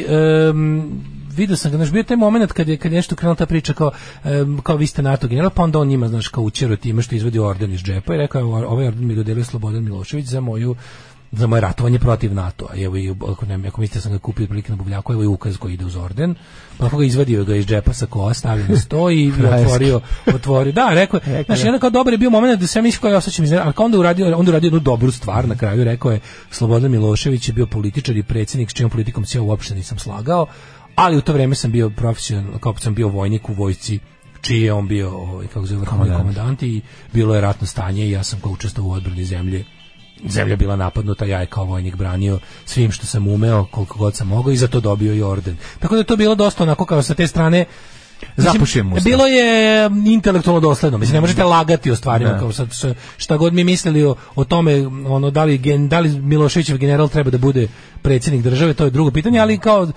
S8: em, vidio sam ga, znaš, bio je taj moment kad je, kad je nešto krenula ta priča kao, em, kao vi ste NATO general, pa onda on njima, znaš, kao učero time što izvodi orden iz džepa i rekao, je, "Ovo- ovaj orden mi je dodelio Slobodan Milošević za moju za moje ratovanje protiv NATO-a. I Evo, i, ako, ne, ako mislite da sam ga kupio otprilike na Buvljaku, evo je ukaz koji ide uz orden. Onako ga izvadio ga iz džepa sa koa, stavio na sto i
S7: Krajevski.
S8: otvorio, otvorio. Da, rekao je, znaš, jedan kao dobar je bio moment da se ja mislim kao ja osjećam iznenada, ali kao onda je uradio, onda je uradio jednu dobru stvar na kraju, rekao je Slobodan Milošević je bio političar i predsjednik s čijom politikom se ja uopšte nisam slagao, ali u to vrijeme sam bio profesional, kao sam bio vojnik u vojci čiji je on bio, ovaj, kako se zove, vrhovni
S7: Komandant.
S8: komandant i bilo je ratno stanje i ja sam kao učestvovao u odbrani zemlje zemlja je bila napadnuta, ja je kao vojnik branio svim što sam umeo, koliko god sam mogao i za to dobio i orden. Tako da je to bilo dosta onako kao sa te strane mislim,
S7: Zapušio mu se.
S8: Bilo je mm, intelektualno dosledno, mislim ne možete lagati o stvarima
S7: Ne.
S8: kao sad s- šta god mi mislili o, o tome, ono da li gen, da li Miloševićev general treba da bude predsjednik države, to je drugo pitanje, ali kao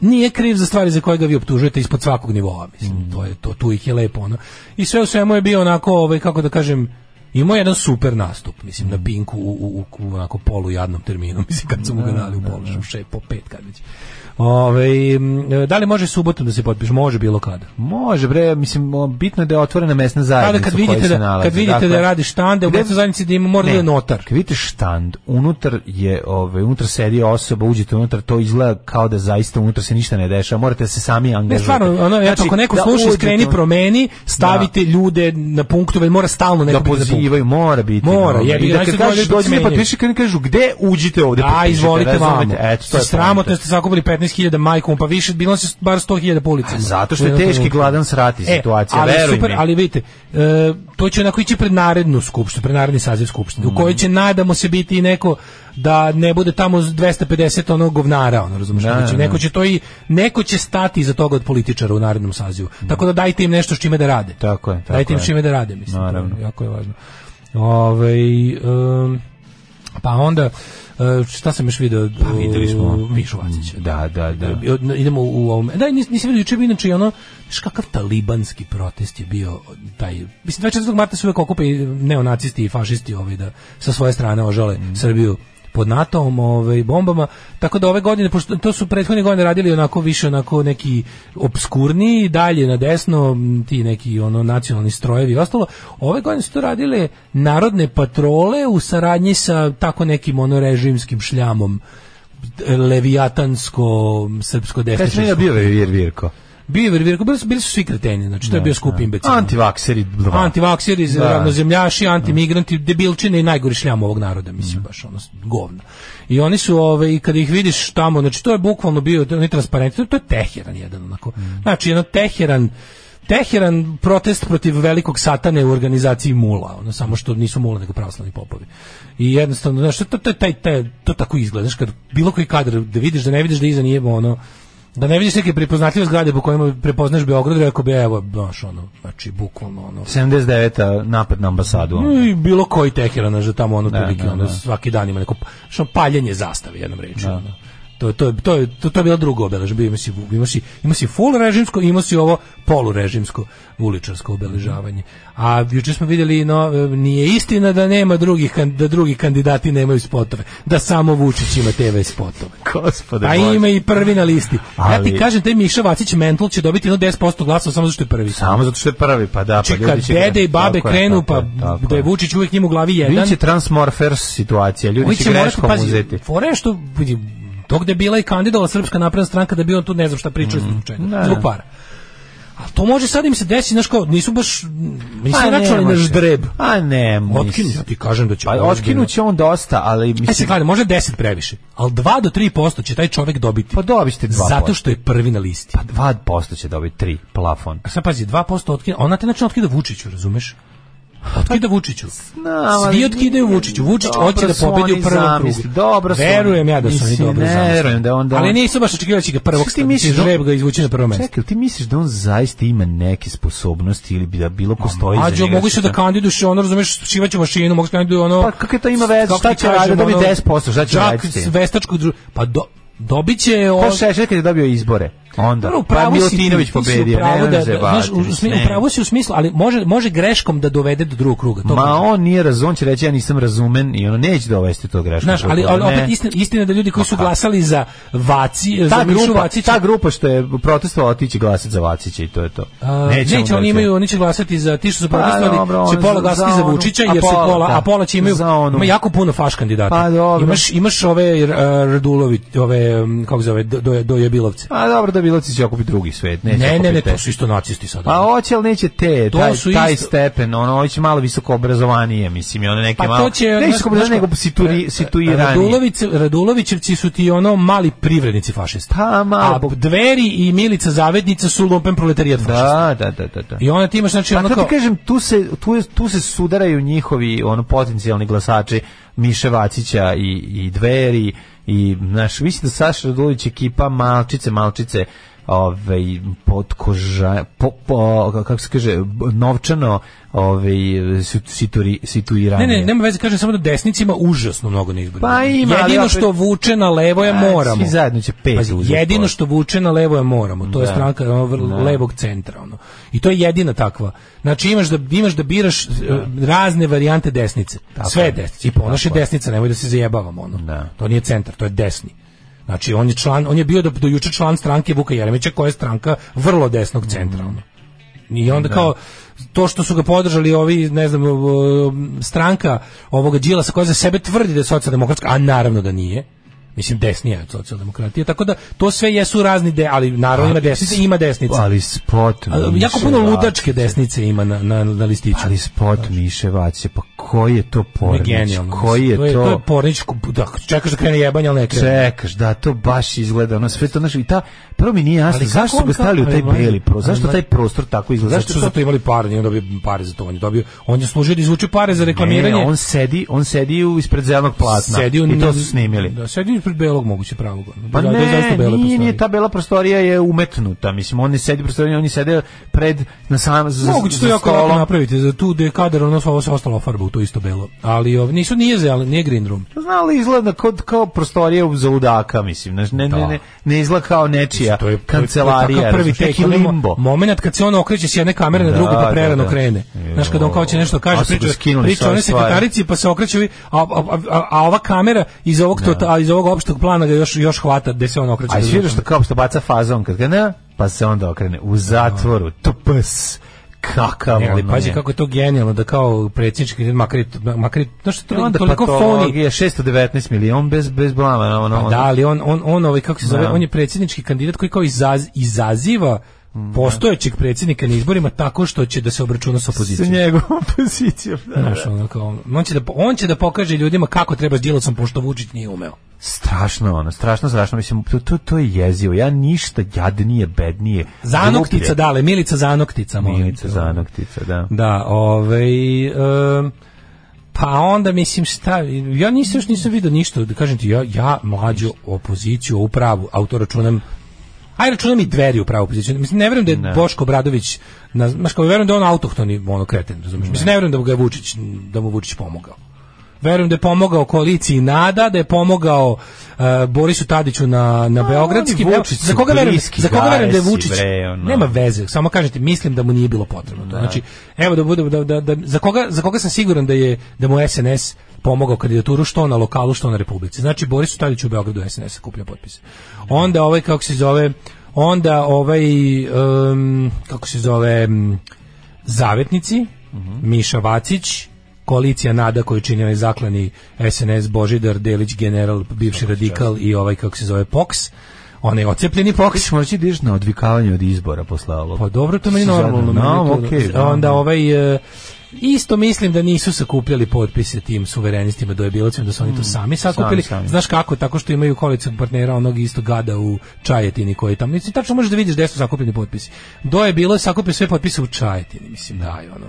S8: nije kriv za stvari za koje ga vi optužujete ispod svakog nivoa, mislim, to je to tu ih je lepo ono. I sve u svemu je bio onako, ovaj kako da kažem, Imao je jedan super nastup, mislim, na Pinku u, u, u, u onako polu jadnom terminu, mislim, kad su mu ga dali u položu, še po pet kad već. Ove, m, e, da li može subotom da se potpiš? Može bilo kada.
S7: Može bre, mislim o, bitno je da je otvorena mesna
S8: Kada
S7: zajednica.
S8: kad
S7: u kojoj
S8: vidite
S7: se
S8: da,
S7: nalazi.
S8: kad vidite
S7: Dakle,
S8: da radi štande, u
S7: gde-
S8: mesnoj zajednici da ima mora da
S7: Ne,
S8: je notar.
S7: Kad vidite štand, unutar je, ovaj, unutar sedi osoba, uđete unutar, to izgleda kao da zaista unutar se ništa ne dešava, morate da se sami
S8: Ne,
S7: angažovati.
S8: stvarno, ono, ja,
S7: Znači,
S8: ako neko
S7: da
S8: sluša,
S7: uđete
S8: skreni,
S7: unutra-
S8: promeni, stavite ljude na punktove, mora stalno neko
S7: da
S8: biti na punktu.
S7: pozivaju, mora biti.
S8: Mora,
S7: no.
S8: jebi
S7: I
S8: ga,
S7: da
S8: znači
S7: kad
S8: da
S7: kažeš
S8: dođe
S7: dođi mi
S8: smenjen.
S7: potpiši, kad ne kažu gde uđite ovde
S8: A,
S7: potpišite,
S8: izvolite
S7: razumete?
S8: vamo.
S7: Eto, to je
S8: Sramotno
S7: poenta.
S8: ste sakupili 15.000 majkom, pa više, bilo se bar 100.000 po ulicama.
S7: Zato što
S8: U
S7: je
S8: jednom
S7: teški
S8: trenutku.
S7: gladan srati
S8: E,
S7: situacija,
S8: ali
S7: veruj
S8: super,
S7: mi.
S8: ali vidite, e, to će onako ići pred narednu skupštinu, pred naredni saziv skupštine, u kojoj
S7: Mm.
S8: će nadamo se biti i neko da ne bude tamo 250 onog govnara, ono razumiješ,
S7: Da, da,
S8: neko
S7: da.
S8: će to i neko će stati iza toga od političara u narednom sazivu. Tako da dajte im nešto s čime da rade.
S7: Mm. Tako je, tako
S8: dajte im
S7: je.
S8: s čime da rade, mislim. to je
S7: Naravno.
S8: Jako je važno. Ovaj em, pa onda e, šta sam još video?
S7: Pa videli smo.
S8: Mišu Vacića.
S7: Da, da, da.
S8: I od- idemo u ovom. Da, nis- nisam vidio juče, inače je ono, znaš kakav talibanski protest je bio taj. Mislim 24. marta su uvek okupe i neonacisti i fašisti ovaj da sa svoje strane ožale Srbiju pod NATO-om, ovaj, bombama. Tako da ove godine pošto to su prethodne godine radili onako više onako neki obskurni, dalje na desno m, ti neki ono nacionalni strojevi i ostalo. Ove godine su to radile narodne patrole u saradnji sa tako nekim ono režimskim šljamom levijatansko srpsko
S7: Kad sam ja
S8: desničarsko.
S7: bio Vir Virko?
S8: Bio je Virvirko, bili su, bili su svi kreteni, znači to je bio skup imbecil.
S7: Antivakseri 2.
S8: Antivakseri,
S7: Da. Mm.
S8: ravnozemljaši, antimigranti, debilčine i najgori šljam ovog naroda, mislim, baš ono, govna. I oni su, ove, i kada ih vidiš tamo, znači to je bukvalno bio, oni transparentni, to je Teheran jedan, onako.
S7: Mm.
S8: Znači, jedan Teheran, Teheran protest protiv velikog satane u organizaciji Mula, ono, samo što nisu Mula, nego pravoslavni popovi. I jednostavno, znaš, to, to, to, taj, taj, to tako izgleda, znaš, kad bilo koji kadar da vidiš, da ne vidiš da iza nije ono, da ne vidiš neke prepoznatljive zgrade po kojima prepoznaš Beograd, rekao bi, evo, znaš, ono, znači, bukvalno, ono,
S7: 79. napad na ambasadu. ono.
S8: Mm, i bilo koji tehera, znaš, da tamo ono
S7: Da,
S8: prilike,
S7: da,
S8: ono,
S7: da.
S8: svaki dan ima neko što paljenje zastave jednom rečju. ono. To, to, to, je- to, to je bilo drugo obeležavanje. Ima si, ima, si, ima si full režimsko, ima si ovo polurežimsko uličarsko obeležavanje. A juče smo vidjeli, no, e, nije istina da nema drugih, kan- da drugi kandidati nemaju spotove. Da samo Vučić ima TV spotove.
S7: Gospode
S8: A
S7: Bože.
S8: ima i prvi na listi. Ja ti
S7: Ali-
S8: kažem, taj Miša Vacić Mental će dobiti jedno 10% glasa samo zato što je prvi.
S7: Samo zato što je prvi, pa da, pa
S8: Znači,
S7: ljudi
S8: kad
S7: će-
S8: dede i babe
S7: Tako je,
S8: krenu,
S7: tako
S8: pa
S7: je, tako
S8: da je Vučić uvijek njima u glavi jedan.
S7: Biće transmorfers situacija, ljudi
S8: Ovi
S7: će
S8: će morati,
S7: greškom
S8: pazi,
S7: uzeti.
S8: fora je što, vidi, to gde je bila i kandidala Srpska napredna stranka, da bi on tu ne znam šta pričao
S7: Mm.
S8: zbog čega,
S7: Da.
S8: zbog para. A to može sad im se desiti, znaš kao, nisu baš, nisu
S7: Pa ne
S8: računali na
S7: može.
S8: ždreb.
S7: A ne,
S8: Otkinu, ja
S7: mislim.
S8: ti kažem da će...
S7: Pa otkinuće on dosta, ali
S8: E se
S7: mislim...
S8: gledaj, može 10 previše, ali 2 do 3% će taj čovek dobiti.
S7: Pa dobit ćete 2%.
S8: Zato što je prvi na listi. Pa,
S7: Pa 2% će dobiti 3 plafon.
S8: A sad pazi, 2% otkida, ona te način otkida Vučiću, razumeš? Otkida Vučiću.
S7: Znam, ali-
S8: Svi otkidaju Vučiću. Vučić
S7: Dobro
S8: hoće da
S7: su
S8: pobedi
S7: oni
S8: u prvom krugu.
S7: zamisli, dobro su oni.
S8: Verujem ja da su oni
S7: Mislim,
S8: dobro
S7: ne
S8: zamisli.
S7: verujem da onda
S8: Ali
S7: on-
S8: nisu baš očekivali da će ga prvog
S7: Ti misliš
S8: staviti.
S7: da on-
S8: Žreb ga izvući na prvo mesto.
S7: Čekaj, ti misliš da on zaista ima neke sposobnosti ili bi da bilo ko stoji iza
S8: Ađo,
S7: njega
S8: mogu
S7: što
S8: se da
S7: sam-
S8: kandiduš, ono, razumeš, šivaću mašinu, mogu se kandiduju, ono...
S7: Pa kakve to ima veze,
S8: kako
S7: šta
S8: ti
S7: će raditi,
S8: kažem,
S7: dobi
S8: ono,
S7: 10%, šta će
S8: čak
S7: raditi s tim?
S8: veštačku dru... Pa do, dobit će...
S7: Pa
S8: on-
S7: Šešelj kad je dobio izbore, onda.
S8: Dobro, u
S7: Pa
S8: pravu si ti,
S7: Milutinović
S8: ti si u
S7: pobedio,
S8: pravu
S7: ne
S8: da-
S7: možeš
S8: da-
S7: zajebavati.
S8: znaš, u, smi-
S7: mislim,
S8: u pravu si u smislu, ali može, može greškom da dovede do drugog kruga. To
S7: Ma on nije razum, on će reći ja nisam razumen i ono neće dovesti to grešku.
S8: Znaš, ali, ali opet istina, istina je da ljudi koji su glasali za Vaci, za
S7: Pa ta
S8: Mišu
S7: grupa,
S8: Vacića,
S7: ta grupa što je protestovala ti će glasati za Vacića i to je to.
S8: A, neće,
S7: on
S8: oni
S7: glasati.
S8: imaju, oni će glasati za ti što su
S7: Pa,
S8: protestovali,
S7: dobro, ono,
S8: će pola
S7: za-
S8: glasati
S7: za
S8: za
S7: onu-
S8: Vučića
S7: a
S8: jer su
S7: pola,
S8: pola,
S7: da.
S8: a pola će imaju
S7: Za onu.
S8: ima jako puno faš kandidata.
S7: Pa, dobro.
S8: Imaš imaš ove eh, Radulović, ove mm, kako se zove, do, do, dojebilovce.
S7: A dobro da Biloci će okupiti drugi svet, neće
S8: Ne, ne, ne,
S7: okupiti
S8: to su isto nacisti sad. ono.
S7: Pa hoće, ali neće te,
S8: To
S7: taj,
S8: su
S7: taj
S8: isto-
S7: stepen, ono, hoće malo visoko obrazovanije, mislim, i ono neke
S8: Pa
S7: malo...
S8: to će...
S7: ne
S8: znaš-
S7: visoko obrazovanije,
S8: znaš
S7: nego
S8: ko-
S7: situri, situirani.
S8: Radulović, Radulovićevci su ti ono mali privrednici fašista.
S7: Pa, malo.
S8: A Dveri i Milica Zavednica su lumpen proletarijat fašista.
S7: Da, da, da, da. da.
S8: I onda ti imaš, znači,
S7: Pa
S8: ono
S7: to ti
S8: kao...
S7: kažem, tu se, tu, je- tu se sudaraju njihovi ono, potencijalni glasači Miše Vacića i, i Dveri i, znaš, mislim da Saša Radulović ekipa malčice, malčice ovaj potkoža po, po, kako se kaže b- novčano ovaj sit- situri, situiranje
S8: Ne, ne, nema veze, kažem samo da desnicima užasno mnogo na izborima.
S7: Pa ima, ali
S8: jedino
S7: opet-
S8: što vuče na levo je
S7: A,
S8: moramo.
S7: Pa, svi zajedno će pet
S8: Pazi,
S7: uzeti
S8: jedino
S7: pola.
S8: što vuče na levo je moramo. To je
S7: Da.
S8: stranka ono, vrlo
S7: Da.
S8: levog centra ono. I to je jedina takva. Znači imaš da imaš da biraš eh, razne varijante desnice.
S7: Tako
S8: Sve
S7: je.
S8: desnice. I ponaš je
S7: Tako je.
S8: desnica, nemoj da se zajebavamo ono.
S7: Da.
S8: To nije centar, to je desni. Znači on je član, on je bio do, do juče član stranke Vuka Jeremića, koja je stranka vrlo desnog centra
S7: Mhm.
S8: ono. I onda kao to što su ga podržali ovi, ne znam, ovo, stranka ovoga Đilasa koja za sebe tvrdi da je socijaldemokratska, a naravno da nije. Mislim, desnija je od socijaldemokratije. Tako da, to sve jesu razni, de, ali naravno ima desnica, ima desnica.
S7: ali spot
S8: A,
S7: Miše
S8: jako puno
S7: Vacića.
S8: ludačke desnice ima na, na, na listiću.
S7: ali spot Miše Vacića pa koji je to
S8: To je
S7: pornić
S8: genijalno.
S7: koji je
S8: to?
S7: to,
S8: Je, to je pornić, da, čekaš da krene jebanje, ali ne krene.
S7: čekaš da to baš izgleda ono sve to znaš i ta prvo mi nije jasno
S8: Ali kako
S7: zašto
S8: on
S7: su ga
S8: kao-
S7: stavili u taj
S8: ali mlađe-
S7: beli prostor
S8: ali
S7: zašto taj
S8: mlađe-
S7: prostor tako izgleda
S8: Zašto su
S7: to-
S8: za to imali pare, nije on dobio pare za to, on je dobio, on je služio da izvuče pare za reklamiranje.
S7: Ne, on sedi, on sedi u- ispred zelenog platna
S8: Sedi u-
S7: i to su snimili.
S8: Da, sedi ispred belog moguće pravog. ono.
S7: Pa
S8: Da, da je zaista
S7: ne,
S8: bela
S7: nije, nije,
S8: prostorija.
S7: ta bela prostorija je umetnuta, mislim, oni sedi prostorija, oni sede pred, na sam, za,
S8: Moguće to
S7: za
S8: jako lako
S7: stolom.
S8: napraviti, za tu gde je kadar ono sve ovo se ostalo farba u to isto belo. Ali ov, nisu, nije zelen, nije green room.
S7: Znali izgleda kao, kao prostorija za ludaka, mislim, znaš, ne, ne,
S8: Da.
S7: ne, ne izgleda kao nečija
S8: To je, to je- to je
S7: kancelarija,
S8: takav prvi
S7: razumiješ,
S8: tek, ono
S7: neki
S8: onaj mo-
S7: limbo.
S8: Moment kad se on okreće s jedne kamere na
S7: Da,
S8: drugu pa
S7: da,
S8: prerano
S7: da.
S8: krene. Znaš, kad on kao će nešto
S7: A
S8: kaže,
S7: su ga
S8: priča,
S7: skinuli sa
S8: priča
S7: ove
S8: one
S7: stvari.
S8: sekretarici pa se okreće, ovi- a, a, a, a ova kamera iz ovog, tota- a iz ovog opštog plana ga još, još hvata gde se on okreće.
S7: A
S8: do
S7: sviraš
S8: drugog.
S7: što kao što baca fazon kad ga ne, pa se onda okrene u zatvoru, tups, kakav
S8: Ne, ali
S7: ono
S8: pazi
S7: je.
S8: kako je to genijalno da kao predsjednički kandidat, makar i- makar i- znaš što je
S7: I
S8: to
S7: onda
S8: toliko foni
S7: 619 milion bez bez blama, ono, ono.
S8: Pa da, ali on on on ovaj kako se zove,
S7: Da.
S8: on je predsjednički kandidat koji kao izaz, izaziva
S7: Mm,
S8: postojećeg predsjednika na izborima tako što će da se obračuna sa
S7: sa
S8: opozicijom.
S7: njegovom pozicijom. Da, da.
S8: Znaš, ono kao, on će da po- on će da pokaže ljudima kako treba s Đilasom pošto Vučić nije umeo.
S7: Strašno ono, strašno, strašno. Mislim, to, to, to je jezivo. Ja ništa jadnije, bednije.
S8: Zanoktica
S7: gluplje.
S8: dale, Milica Zanoktica, molim
S7: Milica
S8: te.
S7: zanoktica, da.
S8: ono. Da, ovaj em, pa onda mislim šta, ja nisam još nisam vidio ništa, da kažem ti, ja, ja mlađu opoziciju u pravu, a u to računam Aj računam i dveri u pravu opoziciju. Mislim ne vjerujem da je Boško Obradović, na, znaš kao vjerujem da je on autohtoni ono kreten, razumiješ? Mislim ne vjerujem da mu ga je Vučić da mu Vučić pomogao. Verujem da je pomogao koaliciji Nada, da je pomogao e, Borisu Tadiću na na beogradskim.
S7: oni
S8: evo,
S7: Vučić
S8: Za
S7: su
S8: koga verujem?
S7: bliski,
S8: Za koga verujem da
S7: gare
S8: je
S7: si,
S8: Vučić?
S7: bre, ono.
S8: Nema veze, samo kažete, mislim da mu nije bilo potrebno. to. Znači, evo da budem da, da, da- za koga za koga sam siguran da je da mu SNS pomogao kandidaturu što na lokalu što na republici. Znači Boris Tadić u Beogradu SNS kuplja potpise. Onda ovaj kako se zove, onda ovaj em, kako se zove em, Zavetnici,
S7: Mhm.
S8: Miša Vacić, koalicija Nada koju čini onaj zaklani SNS Božidar Delić general bivši radikal i ovaj kako se zove Pox, onaj ocepljeni Pox.
S7: Mislim, možda ideš na odvikavanje od izbora posle ovog.
S8: Pa dobro, to meni je normalno. meni je
S7: No,
S8: to-
S7: okej, da,
S8: onda
S7: da.
S8: ovaj e, isto mislim da nisu sakupljali potpise tim suverenistima dojebilacima, da su oni to sami sakupili.
S7: Mm, sami.
S8: Znaš kako? Tako što imaju koalicu partnera onog isto gada u Čajetini koji je tamo. Mislim, tačno možeš da vidiš gde su sakupljeni potpisi. Do je bilo sakupio sve potpise u Čajetini, mislim, daj ono.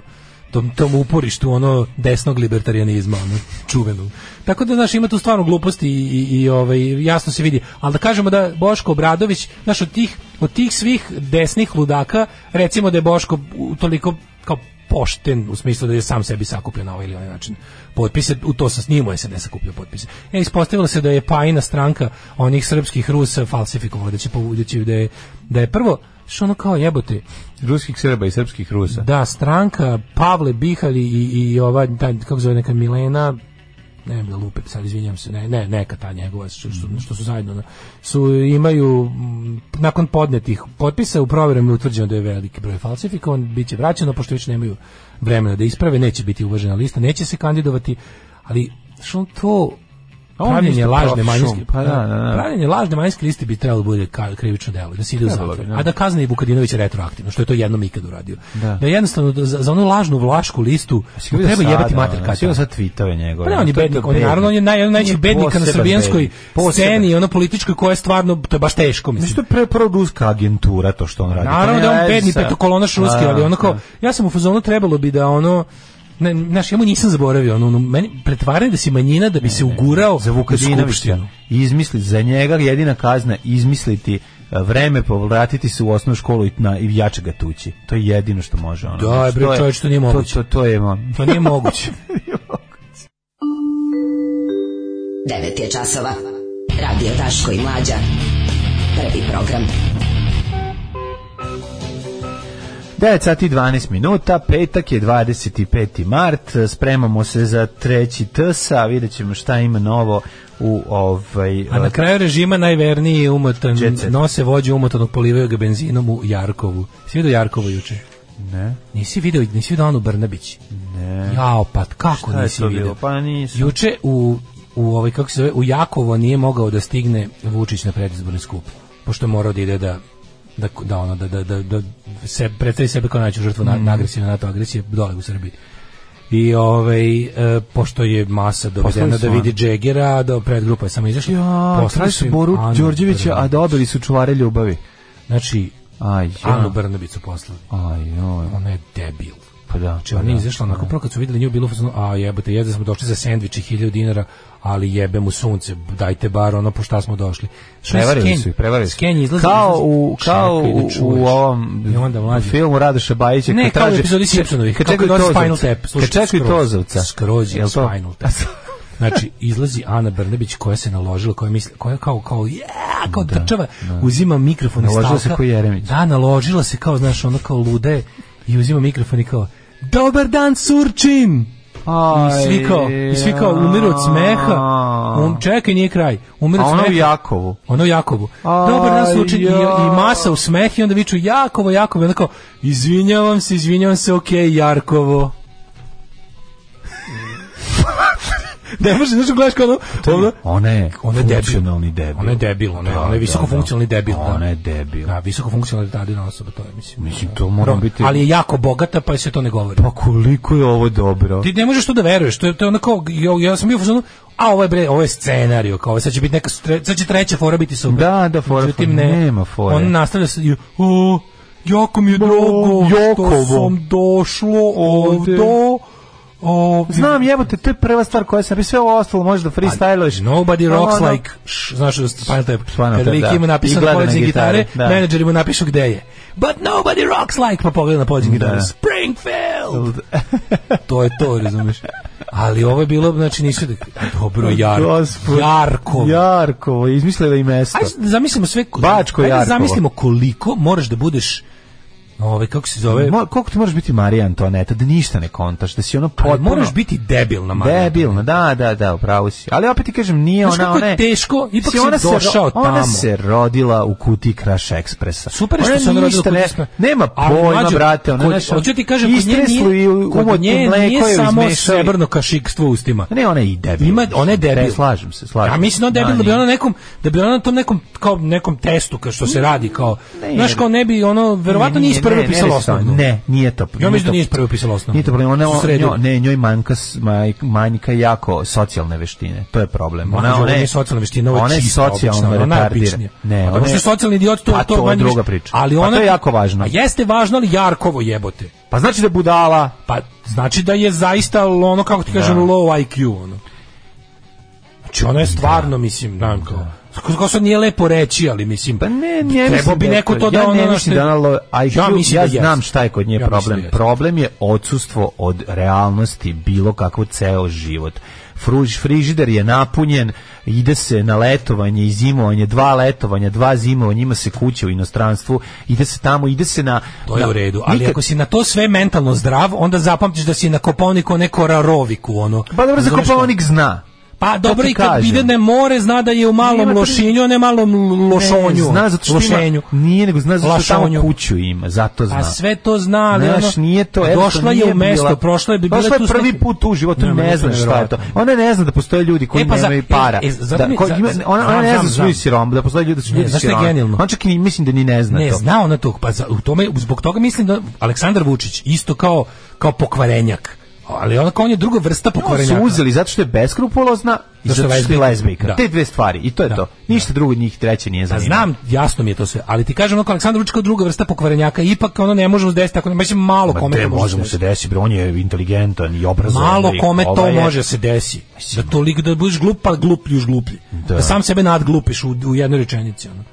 S8: tom, tom uporištu ono desnog libertarijanizma, ono, čuvenom. Tako da, znaš, ima tu stvarno gluposti i, i, i, ovaj, jasno se vidi. Ali da kažemo da Boško Obradović, znaš, od tih, od tih svih desnih ludaka, recimo da je Boško u- toliko kao pošten u smislu da je sam sebi sakupio na ovaj ili onaj način potpise, u to sam snimao je se ne sakupio potpise. E, ispostavilo se da je Pajina stranka onih srpskih Rusa falsifikovala, da će povući, da je, da je prvo, što ono kao jebote,
S7: Ruskih Srba i srpskih Rusa.
S8: da, stranka Pavle Bihali i, i ova, ta, kako zove neka Milena, ne znam da lupe, sad izvinjam se, ne, ne, neka ta njegova, što, što,
S7: Mhm.
S8: što su zajedno, na- su, imaju, m, nakon podnetih potpisa, u provjerama je utvrđeno da je veliki broj falsifikovan, bit će vraćeno, pošto već nemaju vremena da isprave, neće biti uvažena lista, neće se kandidovati, ali što to
S7: A on
S8: pravljenje
S7: isto
S8: lažne
S7: prof.
S8: manjinske
S7: Šum, pa da, da, da.
S8: pravljenje lažne manjinske liste bi trebalo da bude ka- krivično delo da se ide u
S7: Trebalo
S8: zatvor
S7: bi, da.
S8: a da kazne i Vukadinović retroaktivno što je to jednom ikad uradio
S7: Da.
S8: da, jednostavno da za, za onu lažnu vlašku listu mu treba jebati mater
S7: Sigurno
S8: kata
S7: ono, sad tweetove njegove.
S8: pa ne, on je
S7: To
S8: bednik, on je
S7: bednik.
S8: naravno on je naj, on je najveći
S7: On je
S8: bednik na
S7: poseban
S8: srbijanskoj
S7: bednik. Poseban.
S8: sceni, ono političkoj koja je stvarno, to je baš teško, mislim.
S7: Mislim što je pre pro ruska agentura to što on radi.
S8: Naravno
S7: To
S8: da je
S7: nema
S8: on
S7: veze
S8: bedni
S7: sa-
S8: petokolonaš ruski,
S7: Da,
S8: ali ono kao,
S7: da.
S8: ja sam u fazonu trebalo bi da ono, ne, znaš, ja mu nisam zaboravio, ono, ono meni pretvaranje da si manjina da bi se ugurao
S7: za
S8: u
S7: Vukadinovića.
S8: skupštinu.
S7: Izmisliti za njega jedina kazna izmisliti e, vreme povratiti se u osnovnu školu i na i jače ga tući. To je jedino što može ono.
S8: Da,
S7: Znači,
S8: bre,
S7: to je-
S8: čoveče, to nije moguće.
S7: To, to, to je ono. on.
S8: To nije moguće.
S10: 9 je časova. Radio Daško i Mlađa. Prvi program.
S7: 9 sati i 12 minuta, petak je 25. mart, spremamo se za treći TSA, vidjet ćemo šta ima novo u ovaj...
S8: A Pa na
S7: e,
S8: kraju režima najverniji je umotan,
S7: Jet set.
S8: nose vođu umotanog, polivaju ga benzinom u Jarkovu. Si vidio Jarkovo juče?
S7: Ne,
S8: Nisi video, nisi video Anu Brnabić?
S7: ne.
S8: Jao, pa kako
S7: Šta je
S8: nisi
S7: to
S8: video?
S7: bilo? Pa nisam.
S8: Juče u u ovaj kako se zove, u Jakovo nije mogao da stigne Vučić na predizborni skup. Pošto je morao da ide da da da ono da da da, da se predstavi sebe kao najveću žrtvu
S7: Mm.
S8: na, na agresiju na NATO agresije dole u Srbiji. I ovaj e, pošto je masa dovedena
S7: Poslali su
S8: da vidi Džegera, da predgrupa je samo izašla.
S7: Ja,
S8: poslali
S7: traži
S8: su
S7: su
S8: im
S7: Boru
S8: Anu
S7: Đorđevića, a
S8: Brnabić.
S7: dobili su čuvare ljubavi.
S8: znači
S7: Aj,
S8: Anu
S7: ja.
S8: Brnabicu poslali.
S7: Aj, joj.
S8: Ona je debil.
S7: Pa da.
S8: Znači,
S7: pa
S8: ona je
S7: da.
S8: izašla onako, prvo kad su videli nju, bilo u fazonu, a jebote, jezda smo došli za sendvič i 1000 dinara, ali jebe mu sunce, dajte bar ono po šta smo došli. Što je
S7: Prevarili
S8: skenj?
S7: su ih, prevarili su.
S8: Skenj izlazi,
S7: Kao
S8: izlazi,
S7: u, kao
S8: čekaj da
S7: u,
S8: čuješ.
S7: u ovom
S8: I onda mlađi.
S7: filmu Radoša Bajića.
S8: Ne,
S7: kad
S8: kao u
S7: traže-
S8: epizodi Simpsonovih,
S7: Kad
S8: kako
S7: čekaju
S8: dođe
S7: Tozovca.
S8: Spinal Tap.
S7: Kad
S8: Slušaj,
S7: čekaju
S8: skroz-
S7: Tozovca.
S8: skroz je
S7: Jel to?
S8: Spinal Tap. Znači, izlazi Ana Brnebić koja se naložila, koja misli, koja kao, kao, je, kao trčava, uzima mikrofon iz
S7: Naložila se
S8: stalka.
S7: ko Jeremić.
S8: Da, naložila se kao, znaš, ono kao lude i uzima mikrofon i kao, dobar dan, Surčin! I svi kao, i svi kao umiru od smeha. Um, čekaj, nije kraj. Umiru
S7: A ono
S8: od
S7: ona u
S8: smeha.
S7: Jakovu.
S8: Ono u Jakovu.
S7: Aj,
S8: Dobar dan slučaj i,
S7: ja.
S8: i masa u smeh i onda viču Jakovo, Jakovo. I onda kao, izvinjavam se, izvinjavam se, okej, Jarkovo. ne može, znaš, gledaš kao ono, ono,
S7: Ona je
S8: Ona je debil.
S7: funkcionalni debil.
S8: Ona je debil, ona je-
S7: Da,
S8: ona je
S7: da,
S8: visoko
S7: da.
S8: funkcionalni debil, da.
S7: Ona je debil.
S8: da, visoko funkcionalna retardirana osoba, to je, mislim.
S7: Mislim, to mora
S8: Ro-
S7: biti-
S8: Ali je jako bogata, pa joj se to ne govori.
S7: Pa koliko je ovo dobro.
S8: Ti ne možeš to da veruješ, to je, to je onako, ja, ja sam bio u fazonu, a ovo je bre, ovo je scenario, kao ovo sad će biti neka, stre- sad će treća fora biti super.
S7: Da, da, fora,
S8: Međutim,
S7: fora,
S8: ne,
S7: nema fore.
S8: On nastavlja se, i, o, jako mi je drago
S7: Jokovo.
S8: što sam došlo
S7: Ovde.
S8: ovdo, ovde.
S7: Znam, jebote, to je prva stvar koja sam, sve ovo ostalo možeš da freestyluješ.
S8: Nobody
S7: Pa
S8: rocks
S7: ono-
S8: like, š, znaš, Spinal Tap,
S7: Spinal
S8: kada
S7: Tap,
S8: lik
S7: da.
S8: ima
S7: I
S8: napisano
S7: gleda na
S8: poleđne
S7: gitari,
S8: gitare,
S7: da.
S8: menadžeri mu napišu gde je. But nobody rocks like, pa pogleda na poleđne gitare.
S7: Da.
S8: Springfield! to je to, razumeš? Ali ovo je bilo, znači nisu da... a Dobro, jar,
S7: Gospod-
S8: Jarko.
S7: Jarkovo, izmislila je i mesto.
S8: Ajde da zamislimo sve...
S7: Bačko
S8: Ajde da
S7: Jarkovo.
S8: zamislimo koliko moraš da budeš ovaj kako se zove...
S7: Mo- koliko ti moraš biti Marija Antoneta, da ništa ne kontaš, da si ono
S8: Ali
S7: potpuno...
S8: moraš biti debilna, Marija.
S7: Debilna, da, da, da, upravo si. Ali opet ti kažem, nije
S8: Znaš
S7: ona...
S8: kako je
S7: ona je-
S8: teško? Ipak
S7: Mislim,
S8: si
S7: ona se
S8: došao
S7: ro- Ona
S8: tamo.
S7: se rodila u kuti Kraš Ekspresa.
S8: Super je što
S7: Ona
S8: se ona rodila
S7: ništa
S8: kod
S7: ne-
S8: Uspe.
S7: Nema
S8: Ali,
S7: pojma,
S8: mlađo,
S7: brate. Ona,
S8: kod-
S7: znaš,
S8: hoću ti kažem, kod nje
S7: istreslu i
S8: nije,
S7: u-
S8: kod
S7: umotno
S8: nje
S7: mleko
S8: nije
S7: joj
S8: samo
S7: izmešali.
S8: srebrno kašikstvo u ustima.
S7: Ne, ona je i debil.
S8: Ima, ona je debil.
S7: Ne, slažem se, slažem
S8: Ja mislim da
S7: se.
S8: je debil, da
S7: Da,
S8: bi
S7: nije.
S8: ona nekom, da bi ona na tom nekom, kao nekom testu, kao što se radi, kao,
S7: Mm. Ne,
S8: znaš, kao ne bi, ono, verovatno
S7: Ne,
S8: nije
S7: nije,
S8: prvo
S7: ne,
S8: pisalo
S7: ne,
S8: osnovno.
S7: Ne, nije to.
S8: Ja mislim da nije
S7: to-
S8: prvo pisalo osnovno.
S7: Nije to problem, ona,
S8: U sredu.
S7: njoj, ne, njoj manjka, s- maj- manjka jako socijalne veštine, to je problem.
S8: Ma, ovo nije socijalna veština, ovo je
S7: ona je
S8: čista obična,
S7: socijalno
S8: ona je
S7: retardirana.
S8: najobičnija. Pa dobro,
S7: ona
S8: što je socijalni idiot, to-
S7: pa
S8: to
S7: to je
S8: manje više-
S7: druga priča.
S8: ali
S7: Pa
S8: ona-
S7: to je jako važno.
S8: A jeste važno ali Jarkovo jebote.
S7: Pa znači da je budala.
S8: Pa znači da je zaista ono kako ti kažem
S7: Da.
S8: low IQ ono. Znači ona je stvarno mislim, znam kao. Kako sad nije lepo reći, ali mislim. Pa
S7: ne, ne
S8: Trebao
S7: mislim
S8: bi
S7: da je
S8: neko to da
S7: ja
S8: ono
S7: ne mislim da je ona lo- IQ, ja,
S8: mislim da jeste.
S7: znam šta je kod nje
S8: Ja mislim
S7: problem.
S8: da jeste.
S7: problem je odsustvo od realnosti bilo kakvo ceo život. Fruž, frižider je napunjen, ide se na letovanje i zimovanje, dva letovanja, dva zimovanja, ima se kuća u inostranstvu, ide se tamo, ide se na...
S8: To je
S7: na-
S8: u redu, ali
S7: nikad-
S8: ako si na to sve mentalno zdrav, onda zapamtiš da si na Koponiku neko raroviku, ono.
S7: Pa dobro, za
S8: Razumeš
S7: Kopaonik
S8: kao?
S7: zna.
S8: Pa
S7: To
S8: dobro,
S7: ti
S8: i kad
S7: kažem.
S8: ide na more, zna da je u malom
S7: Nema to-
S8: lošinju, a ne malom lošonju.
S7: Ne, zna zato što
S8: lošenju.
S7: ima, nije nego zna zato što tamo
S8: Lašonju.
S7: kuću ima, zato zna.
S8: A Pa sve to zna, ali
S7: Znaš,
S8: ono,
S7: nije to,
S8: došla
S7: jednostavno
S8: je u
S7: nije
S8: mesto,
S7: bila-
S8: prošla je, bi bila
S7: Došla
S8: tu s
S7: prvi
S8: nekim-
S7: put u životu,
S8: Ne, meni
S7: ne
S8: to
S7: zna šta je to.
S8: nevjerovatno.
S7: Ona ne zna da postoje ljudi koji
S8: E, pa za-
S7: nemaju
S8: e,
S7: para.
S8: e, zato
S7: Da,
S8: mi-
S7: ko-
S8: za-
S7: ima-
S8: za-
S7: ona, ona
S8: znam,
S7: ne zna da
S8: znam,
S7: su ljudi
S8: znam.
S7: siromi, da postoje ljudi da su
S8: Ne,
S7: ljudi
S8: znaš šta je
S7: siromi.
S8: genijalno?
S7: On čak i ni- mislim da ni ne zna
S8: Ne,
S7: to.
S8: zna ona to, pa za- u tome, zbog toga mislim da Aleksandar Vučić isto kao, kao pokvarenjak. Ali onako on je druga vrsta
S7: Oni Pa su
S8: pokvarenjaka.
S7: uzeli zato što je beskrupulozna i
S8: Zato što je
S7: zato što je
S8: lezbijka.
S7: lezbijka.
S8: Da.
S7: Te dve stvari i to je to. Ništa drugo od njih treće nije
S8: Pa
S7: zanimljivo.
S8: znam, jasno mi je to sve, ali ti kažem onako Aleksandar Vučić kao druga vrsta pokvarenjaka, ipak ono ne možemo se desiti, ako ne, mislim malo
S7: Ma
S8: kome
S7: te,
S8: to može
S7: može mu se desiti, bre, on je inteligentan i obrazovan.
S8: Malo
S7: lik,
S8: kome to
S7: ovaj je-
S8: može se desi. Da toliko da budeš glup, pa gluplji još gluplji. Da. sam sebe nadglupiš u, u jednoj rečenici. Ono.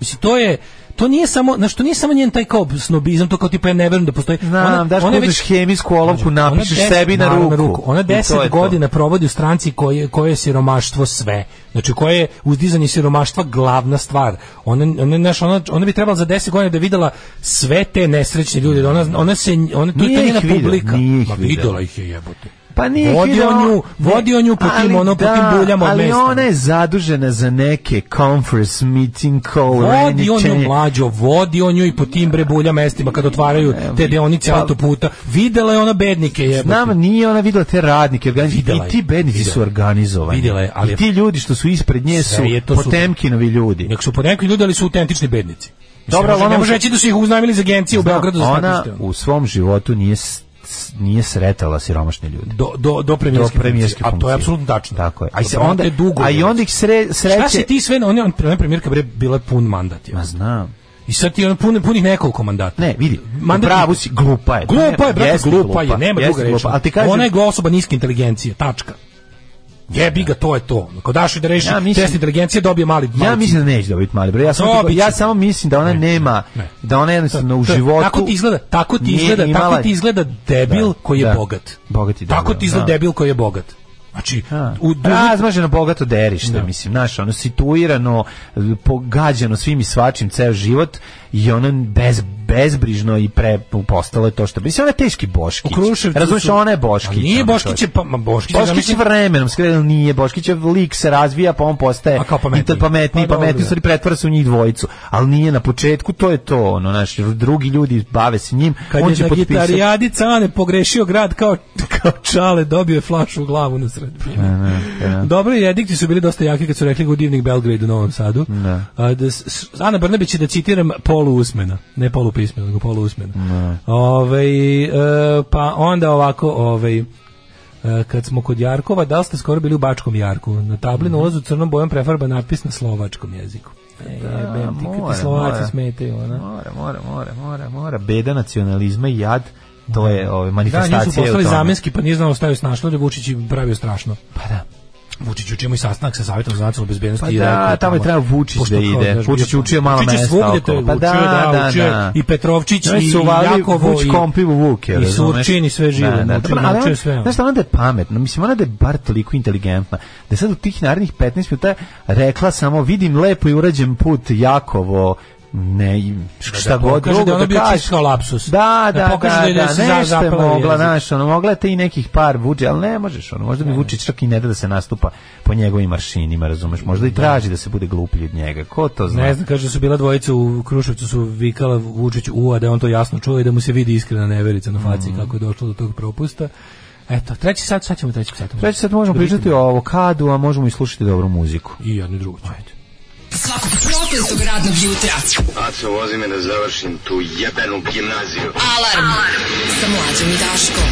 S8: Mislim, to je to nije samo, znači to nije samo njen taj kao snobizam, to kao tipa ja ne verujem da postoji.
S7: Znam, daš kupiš hemijsku olovku,
S8: Ona
S7: napišeš
S8: deset-
S7: sebi na
S8: naravno,
S7: ruku.
S8: Ona
S7: I to je
S8: 10
S7: to.
S8: godina provodi u stranci koje koje je siromaštvo sve. Znači koje je uzdizanje siromaštva glavna stvar. Ona ona znaš, ona, ona bi trebala za 10 godina da je videla sve te nesrećne ljude. da Ona ona se ona to je
S7: Nije
S8: ta
S7: ih
S8: njena
S7: videla,
S8: publika.
S7: nije ih
S8: Ma,
S7: videla.
S8: videla ih je jebote.
S7: Pa nije ih
S8: vodio
S7: video-
S8: nju, vodio nju po tim
S7: Ali
S8: ono po tim
S7: da,
S8: buljama od
S7: ali
S8: mesta.
S7: ona je zadužena za neke conference meeting call
S8: Vodi on nju
S7: reničenje.
S8: mlađo, vodi on nju i po tim brebulja mestima kad otvaraju te deonice
S7: pa-
S8: autoputa. Videla je ona bednike jebote.
S7: Znam, nije ona videla te radnike, organiz...
S8: Videla
S7: i ti
S8: je,
S7: bednici
S8: videla.
S7: su organizovani.
S8: Videla je, ali
S7: I
S8: je-
S7: ti ljudi što su ispred nje su
S8: Sve je to super.
S7: Potemkinovi ljudi.
S8: Nek su po nekoj ljudi, ali su autentični bednici. Mislim,
S7: Dobro,
S8: ne može,
S7: ona-
S8: ne može reći da su ih uznajmili iz agencije u
S7: Znam,
S8: Beogradu za
S7: ona
S8: skladište, ono.
S7: u svom životu nije s- s- nije sretala siromašne ljude.
S8: do do do
S7: Do
S8: premijerske,
S7: premijerske
S8: funkcije. A to
S7: funkcije.
S8: je apsolutno tačno.
S7: Tako je. A, i se
S8: Brate,
S7: onda,
S8: dugo
S7: a i
S8: je.
S7: onda ih sre, sreće...
S8: Šta si ti sve, on je on ona je premijerka bre bila pun mandat, je.
S7: Ma znam.
S8: I sad ti je on pun punih nekoliko mandata.
S7: Ne, vidi,
S8: Mandat-
S7: Mandat... pravu si, glupa je.
S8: Glupa je, brate,
S7: Jeste
S8: glupa, je, nema
S7: jeste
S8: druga reči.
S7: glupa, Ali ti kažem,
S8: Ona je osoba niske inteligencije, tačka. Jebi ga, to je to. Ako daš joj da reši
S7: Ja mislim-
S8: test inteligencije, dobije mali, mali
S7: Ja mislim da neće dobiti mali broj. Ja samo,
S8: Dobit će.
S7: ja samo mislim da ona nema,
S8: ne.
S7: da ona jednostavno u
S8: To je-
S7: životu...
S8: Tako ti izgleda, tako ti
S7: nije
S8: izgleda,
S7: imala-
S8: tako ti izgleda debil
S7: Da,
S8: koji je
S7: da.
S8: bogat.
S7: Bogati debil,
S8: Tako ti izgleda
S7: da.
S8: debil koji je bogat. Znači,
S7: Da.
S8: u duži-
S7: Razmaženo bogato derište,
S8: Da.
S7: mislim, znaš, ono situirano, pogađano svim i svačim ceo život i ono bez, bezbrižno i pre postalo je to što... Mislim, ona je teški Boškić.
S8: u Kruševcu
S7: Razumiješ,
S8: su-
S7: ona je Boškić.
S8: A Nije
S7: ono
S8: Boškić je,
S7: čovjek.
S8: pa, ma Boškić je, ja
S7: Boškić je
S8: mislim-
S7: vremenom, skrenuo nije, Boškić je lik se razvija, pa on postaje
S8: A kao pametniji.
S7: i tad pametniji,
S8: Pa dobro,
S7: pametniji,
S8: da.
S7: u stvari pretvara se u njih dvojicu, ali nije na početku, to je to, ono, znaš, drugi ljudi bave se njim,
S8: Kad
S7: on
S8: je
S7: će
S8: na
S7: potpisati.
S8: gitarijadi Cane pogrešio grad kao, kao čale, dobio je flašu u glavu na sredbini. Dobro, i edikti su bili dosta jaki kad su rekli u divnih Belgrade u Novom Sadu.
S7: Da.
S8: A, da s- s- Ana Brnabić je da citiram polu usmena, ne polu pismena, nego polu usmena. Ovaj, e, pa onda ovako, ovaj, e, kad smo kod Jarkova, da li ste skoro bili u Bačkom Jarku? Na tabli na ulazu crnom bojom prefarba natpis na slovačkom jeziku. E, jebem ti, kad
S7: mora,
S8: ti Slovaci
S7: mora.
S8: smetaju, ona.
S7: Mora, mora, mora, mora, mora, beda nacionalizma i jad, to je ovaj,
S8: Da,
S7: manifestacija.
S8: nju su poslali
S7: u tome.
S8: zamenski, pa nije znao šta je snašlo, da Vučić im pravio strašno.
S7: Pa da.
S8: Vučić učio mu i sastanak sa Savjetom za nacionalnu bezbednost.
S7: Pa
S8: i
S7: da,
S8: rekao je
S7: tamo je trebao Vučić
S8: pošto
S7: da
S8: kao,
S7: ide.
S8: znaš,
S7: Vučić
S8: bio-
S7: učio mala
S8: Vučić je
S7: mesta
S8: svugde
S7: okolo.
S8: to
S7: Pa
S8: je učio,
S7: da,
S8: da,
S7: da,
S8: učio je
S7: da.
S8: i Petrovčić,
S7: Znaš,
S8: i
S7: su uvalili
S8: Jakovo,
S7: Vuč
S8: i-
S7: kompivu Vuke,
S8: i
S7: razumeš?
S8: Surčin i sve živo, naučio-
S7: ali
S8: naučio
S7: on-
S8: sve, ono.
S7: Znaš, ona da je pametna, mislim, ona da je bar toliko inteligentna, da je sad u tih narednih 15 minuta rekla samo, vidim lepo i urađen put Jakovo, ne, i šta god
S8: pokaže
S7: drugo
S8: da je ono bio
S7: kaže.
S8: čist kao lapsus.
S7: Da,
S8: Da
S7: da, da,
S8: pokaže da je
S7: da,
S8: se za-
S7: nešto je
S8: zapela
S7: mogla,
S8: jezik.
S7: znaš, ono, mogla je te i nekih par Vučić, ali ne možeš, ono, možda bi Vučić čak i ne da da se nastupa po njegovim maršinima, razumeš, možda i traži da se bude gluplji od njega, ko to zna?
S8: Ne znam, kaže da su bila dvojica u Kruševcu su vikala Vučić u, a da je on to jasno čuo i da mu se vidi iskrena neverica na faci
S7: Mm.
S8: kako je došlo do tog propusta. Eto, treći sat, sad ćemo treći sat.
S7: Treći sad možemo pričati o avokadu, a možemo i slušati dobru muziku.
S8: I jedno i drugo ćemo.
S10: svakog prokletog radnog jutra.
S13: Aco, vozi me da završim tu jebenu gimnaziju.
S10: Alarm, sa mlađom i Daškom.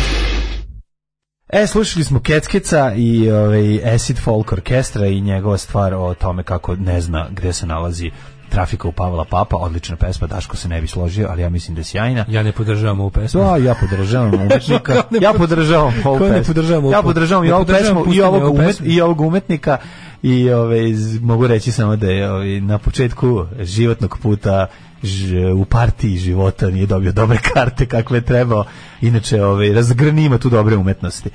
S7: E, slušali smo Keckeca i ovaj, Acid Folk Orkestra i njegova stvar o tome kako ne zna gde se nalazi Trafika u Pavla Papa, odlična pesma, Daško se ne bi složio, ali ja mislim da je sjajna.
S8: Ja ne podržavam ovu pesmu.
S7: Da, Pa, ja podržavam umetnika. ja podržavam ovu
S8: Ko ne
S7: pesmu.
S8: podržava ovu
S7: ja podržavam
S8: pesmu?
S7: i
S8: Ne
S7: ovu
S8: podržavam
S7: pesmu i
S8: puštanje
S7: ovog,
S8: ove
S7: umet,
S8: pesme.
S7: i ovog umetnika i ove, z- mogu reći samo da je ovaj, na početku životnog puta ž- u partiji života nije dobio dobre karte kakve je trebao. Inače, ovaj, razgrni ima tu dobre umetnosti.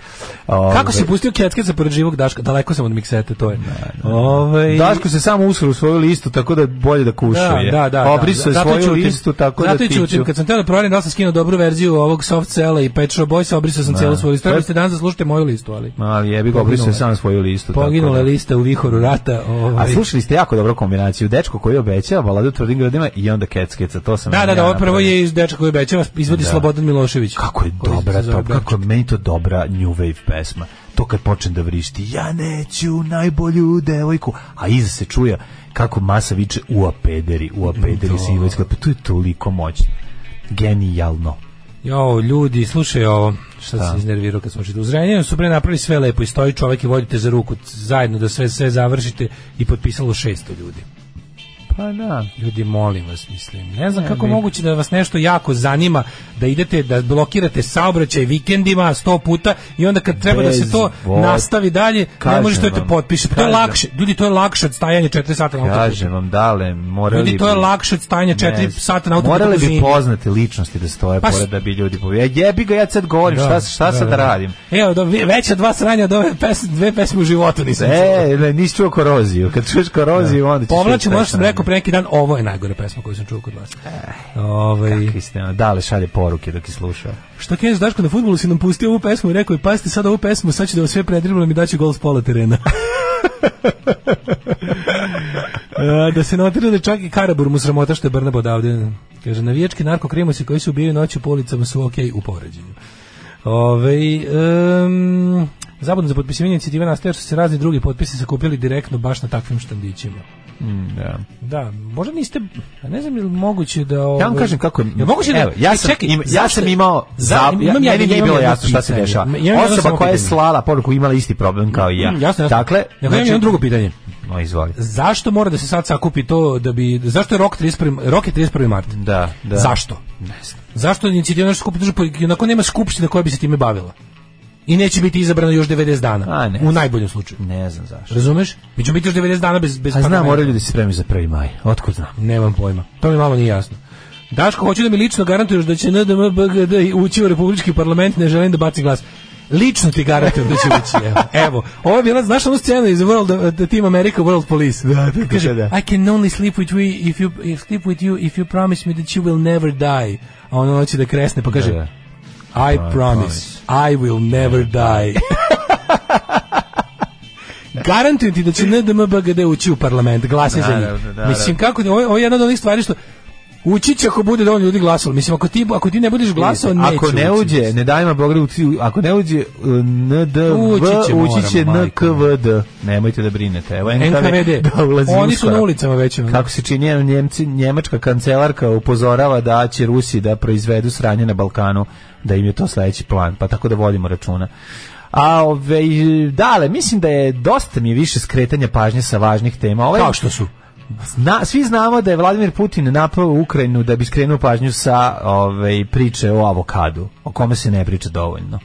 S8: Kako si
S7: Ovaj,
S8: pustio Keckeca pored živog Daška? Daleko sam od miksete, to je. Ovaj-
S7: Daško se samo usro u svoju listu, tako da bolje da kušuje.
S8: Da, da, da.
S7: Obrisao je
S8: Zato
S7: svoju
S8: ćutim.
S7: listu, tako
S8: Zato
S7: da
S8: i
S7: ti
S8: ćutim.
S7: ću-
S8: Kad sam teo da proverim da li sam skinuo dobru verziju ovog soft sela i Pet Shop Boys, obrisao sam
S7: Da.
S8: celu svoju listu.
S7: To je-
S8: Trebali ste danas da slušate moju listu, ali...
S7: Ali jebi ga, obrisao je sam svoju listu. tako
S8: Poginula
S7: da.
S8: je lista u vihoru rata. Ovaj.
S7: A slušali ste jako dobru kombinaciju. Dečko koji obećava baladu u tvrdim gradima i onda keckeca. To sam
S8: Da,
S7: ja
S8: da, da, ovo prvo
S7: napravio.
S8: je iz dečka koji obećava, izvodi
S7: Da.
S8: Slobodan Milošević. Kako je
S7: Dobra, to, kako je meni to dobra new wave pesma. To kad počne da vrišti, ja neću najbolju devojku, a iza se čuje kako masa viče ua pederi, ua pederi, silovicka, pa to je toliko moćno. Genijalno.
S8: Jo, ljudi, slušaj ovo, šta
S7: Šta?
S8: se iznervirao kad smo čitali. U Zrenjaninu su pre napravili sve lepo i stoji čovjek i vodite za ruku zajedno da sve sve završite i potpisalo 600 ljudi.
S7: Pa da.
S8: Ljudi, molim vas, mislim. Ne znam
S7: Ne
S8: kako
S7: bi.
S8: moguće da vas nešto jako zanima da idete, da blokirate saobraćaj vikendima sto puta i onda kad treba da
S7: Bez
S8: se to
S7: vod-
S8: nastavi dalje, ne
S7: Kažem
S8: možete da
S7: vam,
S8: potpišete. To je
S7: kažem.
S8: lakše. Ljudi, to je lakše od stajanja 4 sata na autoputu.
S7: Kažem vam, dale, morali
S8: Ljudi, to je
S7: bi-
S8: lakše od stajanja
S7: Ne
S8: 4
S7: znam.
S8: sata na autoputu.
S7: Morali
S8: po
S7: bi
S8: zimi.
S7: poznate ličnosti da stoje
S8: Pa s-
S7: pored da bi ljudi povedali. Jebi ga, ja sad govorim,
S8: Da,
S7: šta, šta
S8: da,
S7: sad
S8: da.
S7: da radim?
S8: Evo, da ve- veća dva sranja od ove pesme, dve pesme u životu nisam čuo.
S7: E, ne, nisi čuo koroziju. Kad čuješ koroziju, onda ćeš...
S8: Povlačim,
S7: čuti
S8: ono
S7: šta
S8: što sam
S7: je.
S8: rekao pre neki dan, ovo je najgore pesma koju sam čuo kod vas. Ovaj
S7: Eh, Kakvi ste, ono, dale šalje poruke dok je slušao.
S8: Šta kažeš Daško na fudbalu si nam pustio ovu pesmu i rekao je pazite sad ovu pesmu, sad ću da vas sve predriblam i daću gol s pola terena. E, da se notira da čak i Karabur mu sramota što je Brnaba odavde. Kaže, navijački narkokrimosi koji se ubijaju noću po ulicama su ok u poređenju. Ove, um, zabudno za potpisivanje inicijative nastaje što su se razni drugi potpisi sakupili direktno baš na takvim štandićima.
S7: da.
S8: Mm, Da, možda niste, a ne znam je li moguće da... Ovaj,
S7: Ja vam kažem kako je.
S8: je moguće da...
S7: Evo, ja
S8: E,
S7: sam,
S8: čekaj,
S7: ima- ja
S8: zašto-
S7: sam imao
S8: Za-
S7: za,
S8: imam
S7: ja,
S8: ja-
S7: meni
S8: ja
S7: nije
S8: imam
S7: bilo
S8: jedno
S7: jasno šta se
S8: pitanje.
S7: dešava.
S8: Ja imam jedno
S7: Osoba
S8: samo
S7: koja je
S8: pitanje.
S7: slala poruku imala isti problem kao i ja.
S8: Mm, jasno, jasno.
S7: Dakle,
S8: Nego ja imam jedno drugo pitanje.
S7: No, izvoli.
S8: Zašto mora da se sad sakupi to da bi zašto je rok 31 rok je 31. mart?
S7: Da, da.
S8: Zašto? Ne znam. Zašto inicijativa nešto skupi pa onako nema skupštine koja bi se time bavila. I neće biti izabrano još 90 dana.
S7: A, ne
S8: u
S7: znam.
S8: najboljem slučaju.
S7: Ne znam zašto.
S8: Razumeš? Mi ćemo biti još 90 dana bez bez
S7: A znam,
S8: parlamenta.
S7: moraju ljudi se spremiti za 1. maj. Otkud znam?
S8: Nemam pojma. To mi malo nije jasno. Daško, hoću da mi lično garantuješ da će NDM BGD ući u republički parlament, ne želim da baci glas. Lično ti garantujem da će ući. Evo, evo. ovo je bila, znaš onu scenu iz World, the Team America World Police? Da, da, Kaže,
S7: da.
S8: I can only sleep with, we if you, if sleep with you if you promise me that you will never die. A ono hoće da kresne, pa kaže,
S7: Da, da.
S8: I promise, I will never die. Garantujem ti da će NDMBGD ući u parlament, glasaj za
S7: Naravno,
S8: njih.
S7: naravno.
S8: Mislim, kako, ovo, je- ovo je jedna od onih stvari što ući će ako bude dovoljno ljudi glasalo. Mislim, ako ti, ako ti ne budeš glasao, neće
S7: ako ne
S8: ući.
S7: uđe, ne dajma Beograd, uci- ako ne uđe uh, NDV,
S8: Ući će,
S7: ući će
S8: moramo,
S7: NKVD. Nemojte da brinete. Evo NKVD.
S8: NKVD.
S7: Da ulazi
S8: Oni su
S7: uskoro.
S8: na ulicama već. ono.
S7: Kako se čini, evo, Njemci, njemačka kancelarka upozorava da će Rusi da proizvedu sranje na Balkanu, da im je to sledeći plan, pa tako da vodimo računa. A ove, dale, mislim da je dosta mi je više skretanja pažnje sa važnih tema. Ovaj,
S8: Kao što su.
S7: Zna- svi znamo da je Vladimir Putin napao Ukrajinu da bi skrenuo pažnju sa ove, priče o avokadu, o kome se ne priča dovoljno.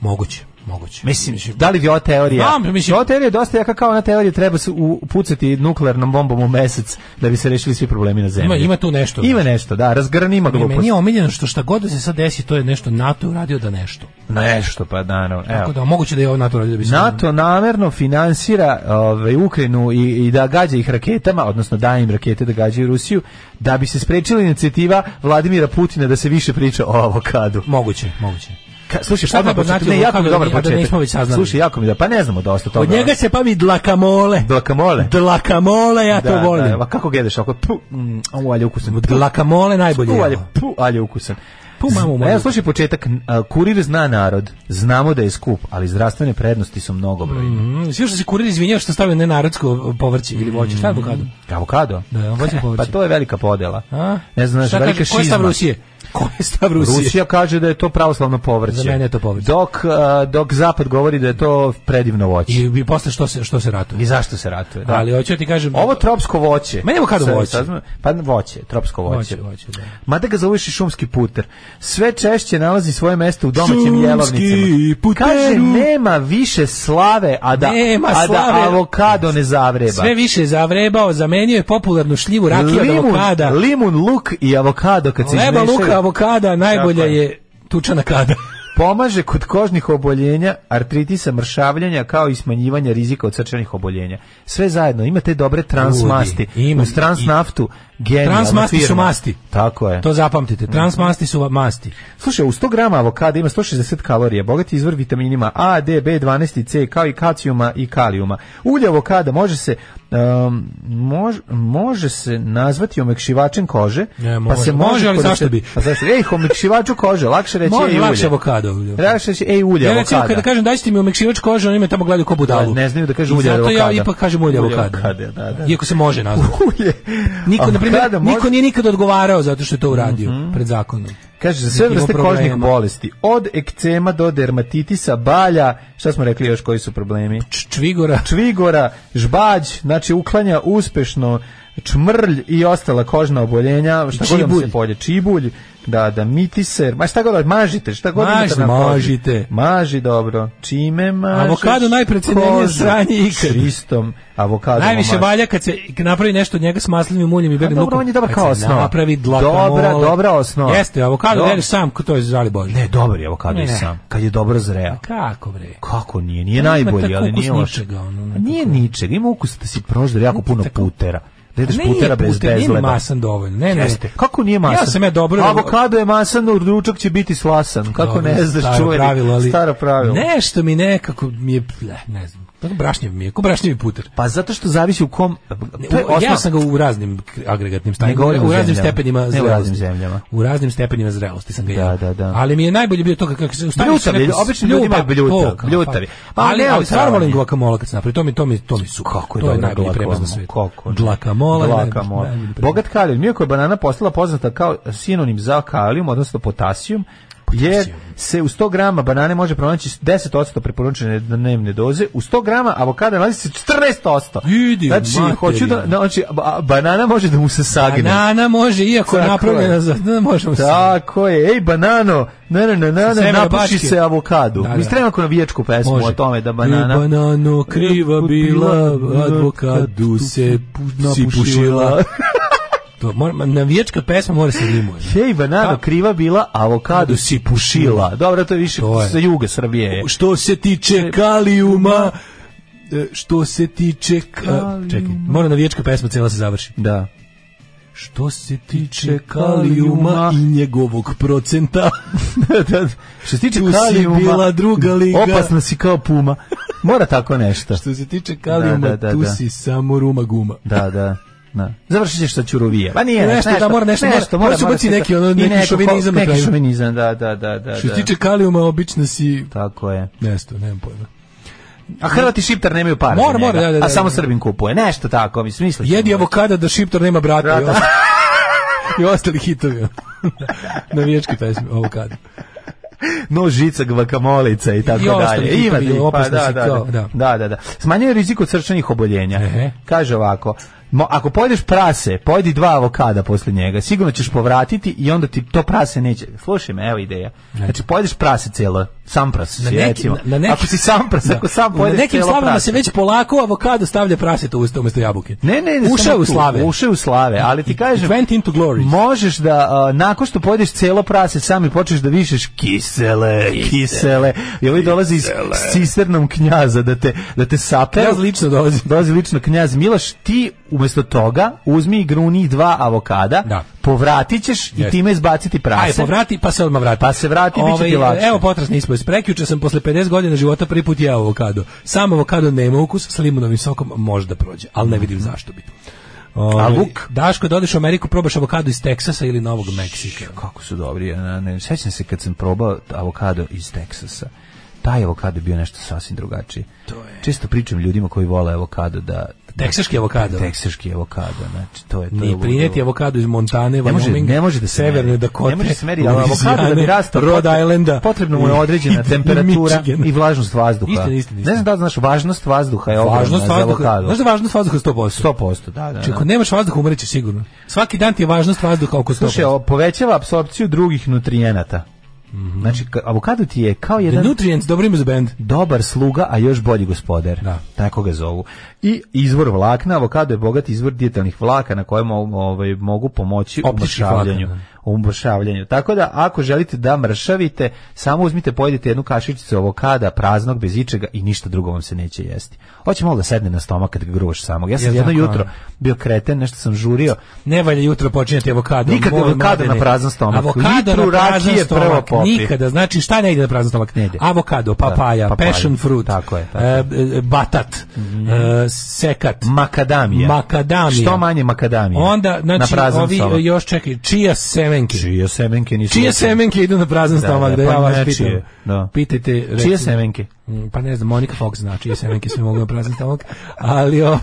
S8: Moguće, moguće.
S7: Mislim, da li je teorija?
S8: Znam, mislim-
S7: Ova teorija je dosta jaka kao ona teorija treba se upucati nuklearnom bombom u mesec da bi se rešili svi problemi na zemlji.
S8: Ima, ima tu nešto.
S7: Ima nešto, da, razgranima
S8: Meni-
S7: glupost.
S8: Meni je omiljeno što šta god da se sad desi, to je nešto NATO uradio da nešto.
S7: Nešto, pa naravno.
S8: Tako
S7: Evo.
S8: da, moguće da je ovo NATO uradio da bi se...
S7: NATO namerno finansira ovaj, Ukrajinu i, i da gađa ih raketama, odnosno daje im rakete da gađaju Rusiju, da bi se sprečila inicijativa Vladimira Putina da se više priča o avokadu.
S8: Moguće, moguće.
S7: Ka, slušaj,
S8: Šta
S7: šta
S8: treba znati
S7: Ne,
S8: o
S7: jako mi
S8: avokadu,
S7: dobar
S8: a da
S7: početak.
S8: nismo već saznali?
S7: Slušaj, jako mi da, pa ne znamo dosta toga.
S8: Od njega se pavi dlakamole.
S7: Dlakamole.
S8: Dlakamole, ja to
S7: da,
S8: volim.
S7: Da, ma kako gledeš, ako pu, mm, au, ali je ukusan. Pu,
S8: Dlakamole najbolje.
S7: pu, ali,
S8: jelo.
S7: je- pu, ali je ukusan.
S8: Pa u mamu moju.
S7: Evo, slušaj početak, a, kurir zna narod, znamo da je skup, ali zdravstvene prednosti su mnogobrojne.
S8: Mm, svi što se kurir izvinjava što stavlja nenarodsko povrće ili voće. Šta je avokado?
S7: Mm. Avokado?
S8: Da, voće
S7: Pa
S8: povrće.
S7: to je velika podela.
S8: A?
S7: Ne znam, znaš,
S8: Šta
S7: velika
S8: kaže, ko je stav
S7: šizma.
S8: Rusije? Ko je stav Rusije?
S7: Rusija kaže da je to pravoslavno povrće.
S8: Za mene je to povrće.
S7: Dok, a, dok Zapad govori da je to predivno voće.
S8: I, i posle što se, što se ratuje.
S7: I zašto se ratuje? Da.
S8: Ali hoću ti kažem...
S7: Ovo tropsko voće.
S8: Meni je avokado
S7: Sad-
S8: voće.
S7: sad smo- Pa voće, tropsko voće.
S8: Voće, voće, da.
S7: Mada ga zoveš i šumski puter. Sve češće nalazi svoje mesto u domaćim
S8: Šumski
S7: jelovnicama.
S8: puteru.
S7: Kaže, nema više slave, a da,
S8: Nema
S7: a da
S8: slave.
S7: avokado ne zavreba.
S8: Sve više je zavrebao, zamenio je popularnu šljivu rakija od
S7: limun,
S8: avokada.
S7: limun, luk i avokado kad se
S8: Leba,
S7: izmešaju.
S8: luka, avokada, najbolja
S7: Tako je.
S8: je tučana kada.
S7: Pomaže kod kožnih oboljenja, artritisa, mršavljanja, kao i smanjivanja rizika od srčanih oboljenja. Sve zajedno, ima te dobre transmasti.
S8: Ljudi, ima-
S7: Uz transnaftu, genijalna
S8: Transmasti su
S7: firma.
S8: masti.
S7: Tako je. Mm.
S8: To zapamtite. Transmasti su va- masti.
S7: Slušaj, u 100 grama avokada ima 160 kalorija, bogat je izvor vitaminima A, D, B12 i C, kao i kalcijuma i kalijuma. Ulje avokada može se um, mož- može se nazvati omekšivačem kože,
S8: Ne,
S7: pa
S8: može.
S7: se
S8: Može,
S7: može,
S8: ali
S7: koristiti-
S8: zašto bi?
S7: Pa zašto? Ej, omekšivaču kože, lakše reći
S8: Može
S7: ej ulje.
S8: lakše avokado.
S7: Lakše reći ej ulje
S8: Ja recimo
S7: avokada.
S8: kada kažem dajte mi omekšivač kože, oni me tamo gledaju ko budalu.
S7: Ne znaju da kažu
S8: I
S7: ulje avokada.
S8: Zato ja ipak kažem ulje avokada.
S7: avokada, da, da.
S8: Iako se može nazvati.
S7: Ulje.
S8: Pa Niko, na primjer,
S7: Avokada može- Mhm.
S8: niko nije nikad odgovarao zato što je to uradio pred zakonom.
S7: Kaže, za sve
S8: Imamo
S7: vrste kožnih
S8: problema.
S7: bolesti, od ekcema do dermatitisa, balja, šta smo rekli još koji su problemi?
S8: Čvigora.
S7: Čvigora, žbađ, znači uklanja uspešno čmrlj i ostala kožna oboljenja, šta god vam
S8: Čibulj.
S7: se polje, čibulj, da, da mitiser, ma šta god, mažite, šta god imate
S8: Mažite,
S7: na koži.
S8: mažite.
S7: Maži, dobro. Čime mažeš?
S8: Avokado najprecenjenije
S7: Kožu.
S8: sranje ikad.
S7: Čistom avokadom
S8: Najviše
S7: maži.
S8: valja kad se napravi nešto od njega s maslinim uljem i
S7: A
S8: belim
S7: Pa dobro,
S8: lukom.
S7: on je dobar
S8: Kad
S7: kao
S8: se
S7: osnova.
S8: Napravi
S7: Dobra,
S8: guacamole.
S7: dobra osnova.
S8: Jeste, avokado
S7: Dobro.
S8: deliš sam, to je zali bože.
S7: Ne, dobar je avokado
S8: Ne,
S7: i
S8: ne.
S7: sam, kad je dobro zreo.
S8: Kako bre?
S7: Kako nije? Nije
S8: Nema
S7: najbolji,
S8: tako
S7: ali nije
S8: ukus
S7: loš.
S8: ničega, ono,
S7: Pa Nije ničeg, ima ukus da si proždar jako puno putera. Da jedeš
S8: Ne,
S7: putera bez
S8: puter, nije
S7: bezleba.
S8: masan dovoljno. Ne, ne.
S7: Jeste. Kako nije masan?
S8: Ja sam ja dobro...
S7: Avokado je masan, no ručak će biti slasan. Kako
S8: Dobro,
S7: ne znaš
S8: staro
S7: čuveni?
S8: pravilo, ali-
S7: Staro pravilo.
S8: Nešto mi nekako mi je, ne, ne znam, tako brašnjev mi je, ko brašnjevi puter.
S7: Pa zato što zavisi u kom... To je
S8: U- ja
S7: osnov-
S8: sam ga u raznim k- agregatnim stanjima,
S7: govorim
S8: u
S7: o
S8: raznim
S7: zemljama.
S8: stepenima
S7: Ne u
S8: zrelosti.
S7: raznim zemljama.
S8: U raznim stepenima zrelosti sam ga
S7: Da,
S8: ja.
S7: da, da.
S8: Ali mi je najbolje bio to kako- kako se u stanju
S7: Bljutav je, običnim ljudima je bljutav, bljutav je. Pa
S8: ali,
S7: ne,
S8: ali
S7: ali
S8: stvarno
S7: stvarno
S8: volim
S7: je.
S8: guacamole kad se napravi, to mi to mi to mi su.
S7: Kako je
S8: to je
S7: dobro
S8: najbolji premaz na svetu.
S7: Kako ne.
S8: Guacamole,
S7: Guacamole.
S8: najbolji- najbolji premaz.
S7: Bogat kalijum. Iako je banana postala poznata kao sinonim za kalijum, odnosno potasijum, jer se u 100 grama banane može pronaći 10% preporučene dnevne doze, u 100 grama avokada nalazi se 14%.
S8: Idi,
S7: znači,
S8: materina.
S7: hoću da, znači, ba- banana može da mu se sagne.
S8: Banana može, iako je
S7: Tako
S8: napravljena
S7: je.
S8: za... Da, možemo se...
S7: Tako je, ej banano, ne ne ne ne, ne
S8: Severa
S7: napuši
S8: Bačke.
S7: se avokadu.
S8: Da, da.
S7: Mi treba ako navijačku pesmu o tome da
S8: I
S7: banana
S8: banano kriva bila, advokadu se si pušila. to, mora, navijačka pesma mora se rimuje.
S7: Hej, banano,
S8: Pa-
S7: kriva bila, avokado si pušila. Dobro, to je više
S8: To je.
S7: sa juga Srbije.
S8: Što se tiče kalijuma, e, što se tiče... Ka... e, Čekaj, mora navijačka pesma cijela se završi.
S7: Da.
S8: Što se tiče kalijuma i njegovog procenta,
S7: Što se tiče
S8: Tu si
S7: kalijuma,
S8: bila druga liga.
S7: opasna si kao puma. Mora tako nešto.
S8: što se tiče kalijuma,
S7: Da, da, da,
S8: tu
S7: da.
S8: si samo ruma guma.
S7: Da, da. Da. Završit ćeš sa Ćuruvije. Pa nije,
S8: Nešto, da, mora nešto, mora- mora se ubaci
S7: se-
S8: neki, ono,
S7: i
S8: neki šovinizam na
S7: Neki
S8: kraju.
S7: šovinizam, da, da, da, da.
S8: Što se
S7: da.
S8: tiče kalijuma, obično si...
S7: Tako je.
S8: Nesto, nemam pojma.
S7: A Hrvati i Šiptar nemaju para
S8: Mora,
S7: za
S8: mora,
S7: njega,
S8: da, da, da.
S7: A samo Srbin kupuje. Nešto tako, mislim, misliš.
S8: Jedi avokada da Šiptor nema brata.
S7: Brata.
S8: I, ostali, I ostali hitovi. Na viječke pesme, avokada.
S7: no žica guacamolica i tako
S8: I ostali
S7: dalje.
S8: hitovi,
S7: Ima tih, pa,
S8: opasni
S7: da,
S8: si
S7: da,
S8: kao,
S7: da, da, da, da. Smanjuje rizik od srčanih oboljenja.
S8: Ehe.
S7: Kaže ovako, mo, ako pojedeš prase, pojedi dva avokada posle njega, sigurno ćeš povratiti i onda ti to prase neće. Slušaj me, evo ideja. Znači, pojedeš prase celo, sampras,
S8: Na
S7: si,
S8: neki-
S7: recimo.
S8: na- na neki-
S7: ako si sampras,
S8: Da.
S7: ako sam
S8: Na
S7: pojedeš
S8: nekim
S7: celo
S8: slavama
S7: prase.
S8: se već polako avokado stavlja praseta u usta umesto jabuke.
S7: Ne, ne, ne
S8: Ušao
S7: samo
S8: u
S7: tu,
S8: slave.
S7: Ušao u slave, ali ti kažem...
S8: It went into glory.
S7: Možeš da, a, nakon što pojedeš celo prase sam i počneš da višeš kisele, kisele, i ovi dolazi iz, s cisternom knjaza da te, da te saperu.
S8: Knjaz lično dolazi.
S7: Dolazi lično knjaz Miloš, ti umjesto toga uzmi i gruni dva avokada,
S8: Da.
S7: povratit ćeš i
S8: Jeste.
S7: time izbaciti prase.
S8: Aj, povrati, pa se odmah vrati. Ovaj,
S7: Pa se vrati, bit će ti lakše.
S8: Evo potrasni ispovest. Prekjuče sam posle 50 godina života prvi put jeo avokado. Sam avokado nema ukus, sa limunovim sokom možda prođe, ali ne vidim zašto bi. Ovaj,
S7: A luk?
S8: Daško, da odeš u Ameriku, probaš avokado iz Teksasa ili Novog Meksika.
S7: Kako su dobri. ja Ne, sećam se kad sam probao avokado iz Teksasa. Taj avokado je bio nešto sasvim drugačije. To je. Često pričam ljudima koji vole avokado da...
S8: Teksaški avokado.
S7: Teksaški avokado, znači to je... To je
S8: Ni
S7: ludilo.
S8: prineti avokado iz Montane,
S7: Ne može,
S8: Wyominga,
S7: ne može da se
S8: severne
S7: meri.
S8: Dakote,
S7: Ne može da se meri, ali avokado da bi
S8: Louisiane,
S7: rastao,
S8: Rhode
S7: potre-
S8: Islanda.
S7: potrebno mu je određena temperatura i vlažnost vazduha.
S8: Istina, istina,
S7: Ne znam da li znaš, važnost vazduha je ogromna
S8: Važnost
S7: za
S8: vazduha.
S7: avokado.
S8: Znaš da važnost vazduha je 100%?
S7: 100%, da, da.
S8: Znači,
S7: da.
S8: ako nemaš vazduha, umrećeš sigurno. Svaki dan ti je važnost vazduha oko 100%.
S7: Slušaj, ovo povećava apsorpciju drugih nutrijenata.
S8: Mhm.
S7: Znači, ka- avokado ti je kao jedan...
S8: nutrients, dobro ime za band.
S7: Dobar sluga, a još bolji gospodar. Tako ga zovu. I izvor vlakna, avokado je bogat izvor dijetalnih vlaka na koje mo- ovaj, mogu pomoći u
S8: Optičnih vlakana,
S7: mršavljanju. U mršavljanju. Tako da, ako želite da mršavite, samo uzmite, pojedite jednu kašičicu avokada, praznog, bez ičega i ništa drugo vam se neće jesti. Hoće malo da sedne na stomak kad ga gruvaš samog. Ja sam
S8: Jel
S7: jedno
S8: tako,
S7: jutro
S8: a?
S7: bio kreten, nešto sam žurio.
S8: Ne valja jutro počinjati avokadom.
S7: Nikad
S8: moj
S7: avokado
S8: mladene.
S7: na prazan stomak.
S8: Avokado
S7: Litru
S8: na prazan
S7: rakije prvo
S8: stomak.
S7: popi.
S8: Nikada. Znači šta ne ide na prazan stomak? Avokado, papaja,
S7: papaja.
S8: passion fruit,
S7: Tako je, tako
S8: e, e, batat, e, sekat,
S7: Makadamija.
S8: makadamija.
S7: Što manje makadamije.
S8: Onda,
S7: na
S8: znači,
S7: prazan
S8: ovi
S7: stomak.
S8: e, još čekaj, čija semenke?
S7: Čije semenke nisu...
S8: Čije semenke idu na prazan
S7: Da,
S8: stomak,
S7: da,
S8: da, ja
S7: pa
S8: vas pitam.
S7: nečije, da.
S8: Pitajte, recimo-
S7: Čije semenke?
S8: Mm, Pa ne znam, Monika Fox zna čije semenke sve mogu na prazan stomak, ali o...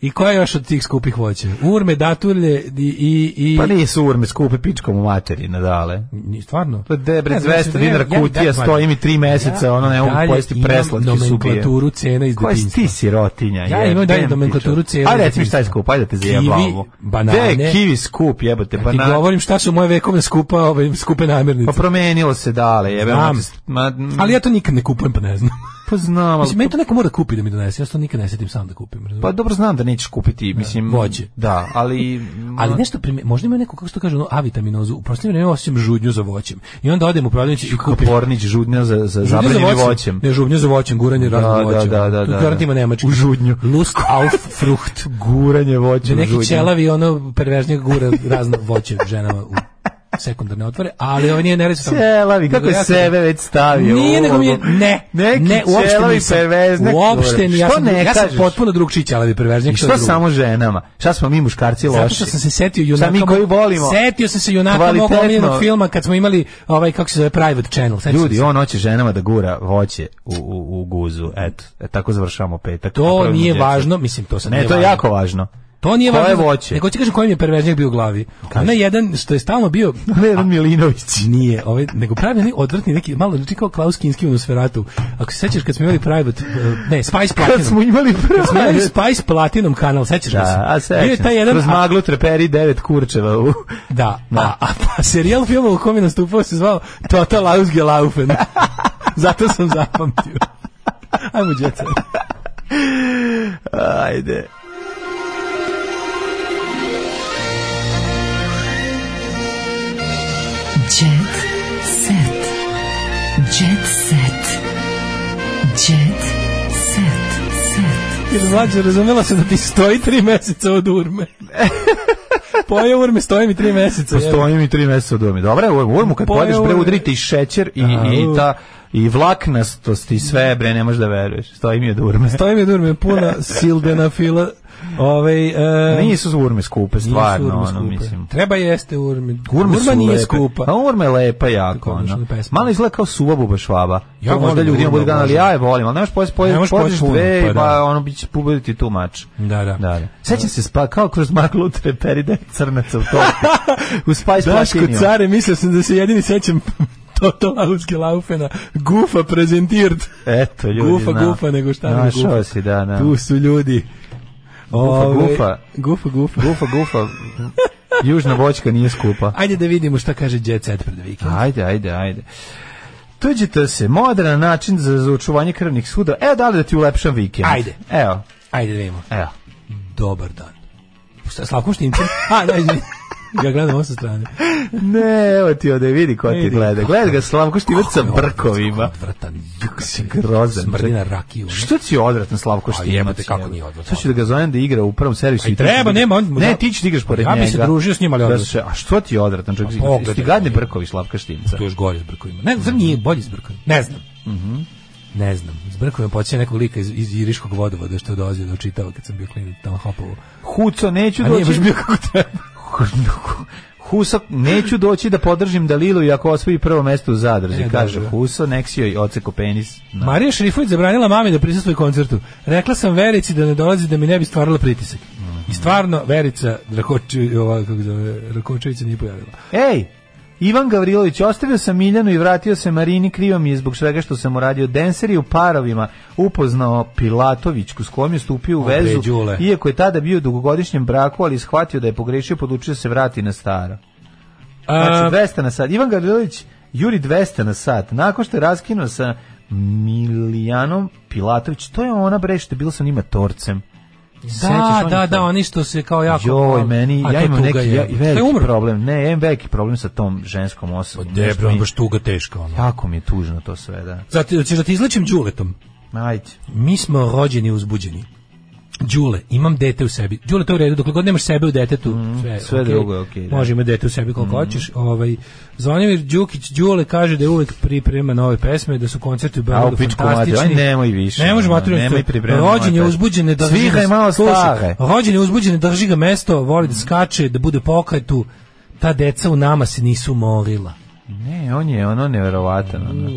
S8: I koja je još od tih skupih voća? Urme, datulje i... i, i...
S7: Pa nisu urme skupe pičkom u materi, nadale.
S8: Ni stvarno.
S7: Pa debre,
S8: Ne znam,
S7: 200
S8: ja-
S7: dinara
S8: ja- ja-
S7: kutija,
S8: ja-
S7: stoji mi 3 meseca, ono ne mogu
S8: dalje
S7: pojesti
S8: imam
S7: preslatki su
S8: nomenklaturu cena iz
S7: Koja si
S8: detinjstva.
S7: ti sirotinja?
S8: Ja
S7: jebem
S8: imam dalje
S7: ti
S8: nomenklaturu
S7: čo.
S8: cijena iz
S7: Ajde, reci mi šta je
S8: detinjstva.
S7: skup, ajde da te
S8: Kiwi,
S7: zajebavo.
S8: banane.
S7: Gde je kiwi skup, jebate,
S8: Ti
S7: banane?
S8: govorim šta su moje vekovne skupa, ove, skupe namirnice.
S7: Pa promenilo se dale, jebem. ono,
S8: Znam. ali ja to nikad ne kupujem, pa ne znam.
S7: Pa znam, ali...
S8: Mislim, meni to neko mora da kupi da mi donese, ja se to nikad ne setim sam da kupim. razumeš?
S7: Pa dobro znam da nećeš kupiti, mislim...
S8: vođe.
S7: Da, ali...
S8: Ali nešto primje, možda ima neko kako se to kaže, ono avitaminozu. U prošlim vremena osjećam žudnju za voćem. I onda odem u prodavnicu i kupim
S7: Pornić žudnja za, za
S8: Žudnju
S7: zabranjenim voćem.
S8: Ne, žudnju za voćem, guranje
S7: Da,
S8: raznim
S7: da,
S8: voćem.
S7: da, da,
S8: Tu
S7: da,
S8: garant
S7: da.
S8: ima nemački. U
S7: žudnju.
S8: Lust auf Frucht.
S7: Guranje
S8: Da
S7: voćem u
S8: neki
S7: žudnju.
S8: ćelavi ono perverznije gura razno voće ženama u sekundarne otvore, ali ovo nije nereći
S7: Ćelavi, kako je sebe već stavio
S8: Nije,
S7: u
S8: nego mi je,
S7: ulogu.
S8: ne,
S7: Neki
S8: ne, uopšte
S7: ćelavi
S8: nisam,
S7: perverznik,
S8: uopšte ni, ja
S7: što
S8: sam,
S7: ne
S8: ja sam
S7: kažeš?
S8: potpuno drug ćelavi perverznik,
S7: I
S8: to
S7: što
S8: je drugo.
S7: samo ženama? Šta smo mi muškarci loši?
S8: Zato što sam se setio junaka.
S7: Šta mi koji volimo?
S8: Setio sam se junaka mog
S7: Kvalitetno.
S8: omiljenog filma kad smo imali ovaj kako se zove Private Channel. Setio
S7: Ljudi,
S8: sam se.
S7: on hoće ženama da gura voće u, u, u guzu. Eto, e, tako završavamo petak.
S8: to
S7: Napravimo
S8: nije
S7: djecu.
S8: važno, mislim to sad
S7: Ne,
S8: nije
S7: to je
S8: važno.
S7: jako važno.
S8: To nije
S7: Koje
S8: važno.
S7: voće?
S8: Nego ti kažem koji mi je perverznik bio u glavi. Ona jedan što je stalno bio
S7: Ne, jedan Milinović.
S8: Nije, ovaj, nego pravi onaj odvrtni neki, malo liči kao Klaus Kinski u Nosferatu. Ako se sećaš kad smo imali Private, eh, ne, Spice Platinum.
S7: Kad smo imali
S8: Kad smo imali
S7: prave...
S8: Spice Platinum kanal, sećaš li se?
S7: Da, a
S8: Bio je
S7: sećam.
S8: taj jedan,
S7: Kroz
S8: a-
S7: maglu treperi devet kurčeva u...
S8: Da, a, a, pa serijal filma u kom je nastupao se zvao Total Ausgelaufen. Zato sam zapamtio. Ajmo, djeca.
S7: Ajde.
S1: Jet set. Jet set. Jet set. set.
S8: Jer mlađe, razumela sam da ti stoji tri meseca od urme. Poje urme, stoji mi tri meseca. jebe.
S7: Postoji mi tri meseca u domi. Dobro, u urmu kad
S8: Pojeo
S7: pojedeš,
S8: je.
S7: bre, udrite i šećer i, i ta... I vlaknastost i sve, bre, ne možeš da veruješ. Stoji mi od urme.
S8: Stoji mi od urme, puna sildena fila. Ovaj, e,
S7: Nisu urme skupe,
S8: nisu
S7: stvarno,
S8: urme
S7: ono,
S8: skupe.
S7: mislim.
S8: Treba jeste urme.
S7: Urme
S8: Urma
S7: su
S8: nije
S7: lepe.
S8: skupa.
S7: A urma je lepa jako,
S8: Tako je
S7: ono.
S8: odlična pesma.
S7: Malo izgleda kao suva buba švaba.
S8: Ja
S7: to možda
S8: volim
S7: ljudima
S8: urme,
S7: bude dan, ali
S8: obožavam.
S7: ja je volim. Ali ne možeš pojesti,
S8: Ne možeš
S7: pojesti, pojesti
S8: pojesti
S7: dve,
S8: puno,
S7: i
S8: pa
S7: pa
S8: da.
S7: ono biće pobuditi tu mač.
S8: Da, da.
S7: Da, da. Sećam se spa, kao kroz maglu treperi da je crnaca u topi. u Spice
S8: Daško
S7: Platinum.
S8: care, mislio sam da se jedini sećam Toto Lauske Laufena, gufa prezentirt.
S7: Eto, ljudi,
S8: gufa,
S7: zna.
S8: gufa, nego šta nego
S7: Našao
S8: gufa.
S7: si, da, da.
S8: Tu su ljudi.
S7: Gufa,
S8: Ove,
S7: gufa.
S8: Gufa, gufa.
S7: Gufa, gufa. Južna voćka nije skupa.
S8: Ajde da vidimo šta kaže Jet Set pred vikend.
S7: Ajde, ajde, ajde. Tuđite se, modern način za, za očuvanje krvnih suda. Evo, da li da ti ulepšam vikend?
S8: Ajde.
S7: Evo,
S8: Ajde da vidimo.
S7: evo.
S8: Dobar dan. Šta, Slavko Štimcem? A, da, izvini. Ja gledam ovo sa strane.
S7: Ne, evo ti ovde, vidi ko ti
S8: Vidi.
S7: gleda. Gleda ga Slavko Štivac sa brkovima.
S8: Odvratan.
S7: Grozan.
S8: Smrdina rakiju.
S7: Što ti je odvratan Slavko Štivac?
S8: Pa jebote, kako nije odvratan?
S7: Sad ću da ga zovem da igra u prvom servisu.
S8: Aj,
S7: i ti ćeš da-
S8: treba, nema, on-
S7: Ne, ti ćeš da igraš pored
S8: Ja
S7: njega.
S8: bi se družio s njim, ali
S7: Da
S8: odvratan.
S7: se- A što ti je odvratan? Čak,
S8: pogledaj.
S7: ti gadni brkovi Slavka Štivca. Mhm.
S8: Tu još gore s brkovima. Ne znam, nije bolji s brkovima. Ne znam. ne znam, zbrko me podsjeća nekog lika iz, iz iriškog vodovoda što je dolazio da čitao kad sam bio klinac tamo hopovo.
S7: Huco, neću
S8: A nije
S7: doći.
S8: baš bio kako treba.
S7: Huso, neću doći da podržim Dalilu i ako osvoji prvo mesto u zadrži,
S8: E,
S7: kaže
S8: dobro.
S7: Huso, nek si joj oceko penis.
S8: Marija Šerifović zabranila mami da prisustvuje koncertu. Rekla sam Verici da ne dolazi da mi ne bi stvarala pritisak.
S7: Mhm.
S8: I stvarno Verica Drakočević, ova kako se zove, Rakočević se nije pojavila.
S7: Ej, Ivan Gavrilović, ostavio sam Miljanu i vratio se Marini, krivo mi je zbog svega što sam uradio. Denser je u parovima upoznao Pilatovićku s kojom je stupio u
S8: Ode,
S7: vezu,
S8: Đule.
S7: iako je tada bio u dugogodišnjem braku, ali shvatio da je pogrešio, podlučio da se vrati na staro.
S8: E,
S7: Znači, 200 na sat. Ivan Gavrilović juri 200 na sat. Nakon što je raskinuo sa Milijanom Pilatović, to je ona bre što je bilo sa njima torcem.
S8: Da,
S7: Sećaš
S8: da,
S7: onih-
S8: da, oni što se kao jako...
S7: Joj, meni,
S8: A
S7: ja
S8: to
S7: imam
S8: tuga
S7: neki
S8: je.
S7: ja,
S8: To je
S7: veliki
S8: umro.
S7: problem. Ne, ja imam veliki problem sa tom ženskom osobom.
S8: Pa debro,
S7: Nešto mi-
S8: baš tuga teška, ono.
S7: Jako mi je tužno to sve, da.
S8: Zato ćeš da ti izlečim đuletom.
S7: Ajde.
S8: Mi smo rođeni uzbuđeni. Đule, imam dete u sebi. Đule, to je u redu, dokle god nemaš sebe u detetu, sve,
S7: Mhm, sve
S8: ok.
S7: drugo je ok, da. Mhm.
S8: Može imati dete u sebi koliko hoćeš. Ovaj, Zvonimir Đukić Đule kaže da je uvek priprema nove pesme, da su koncerti
S7: A
S8: u
S7: u
S8: Beogradu
S7: pičku mati, aj
S8: fantastični.
S7: nemoj više. ono,
S8: Ne može materijalno.
S7: Nemoj pripremati.
S8: Rođen je uzbuđen, ne drži
S7: Svihaj malo
S8: Slušaj,
S7: stare.
S8: Rođen je uzbuđen, ne drži ga mesto, voli da skače, da bude pokretu. Ta deca u nama se nisu umorila.
S7: Ne, on je ono neverovatan. Ono.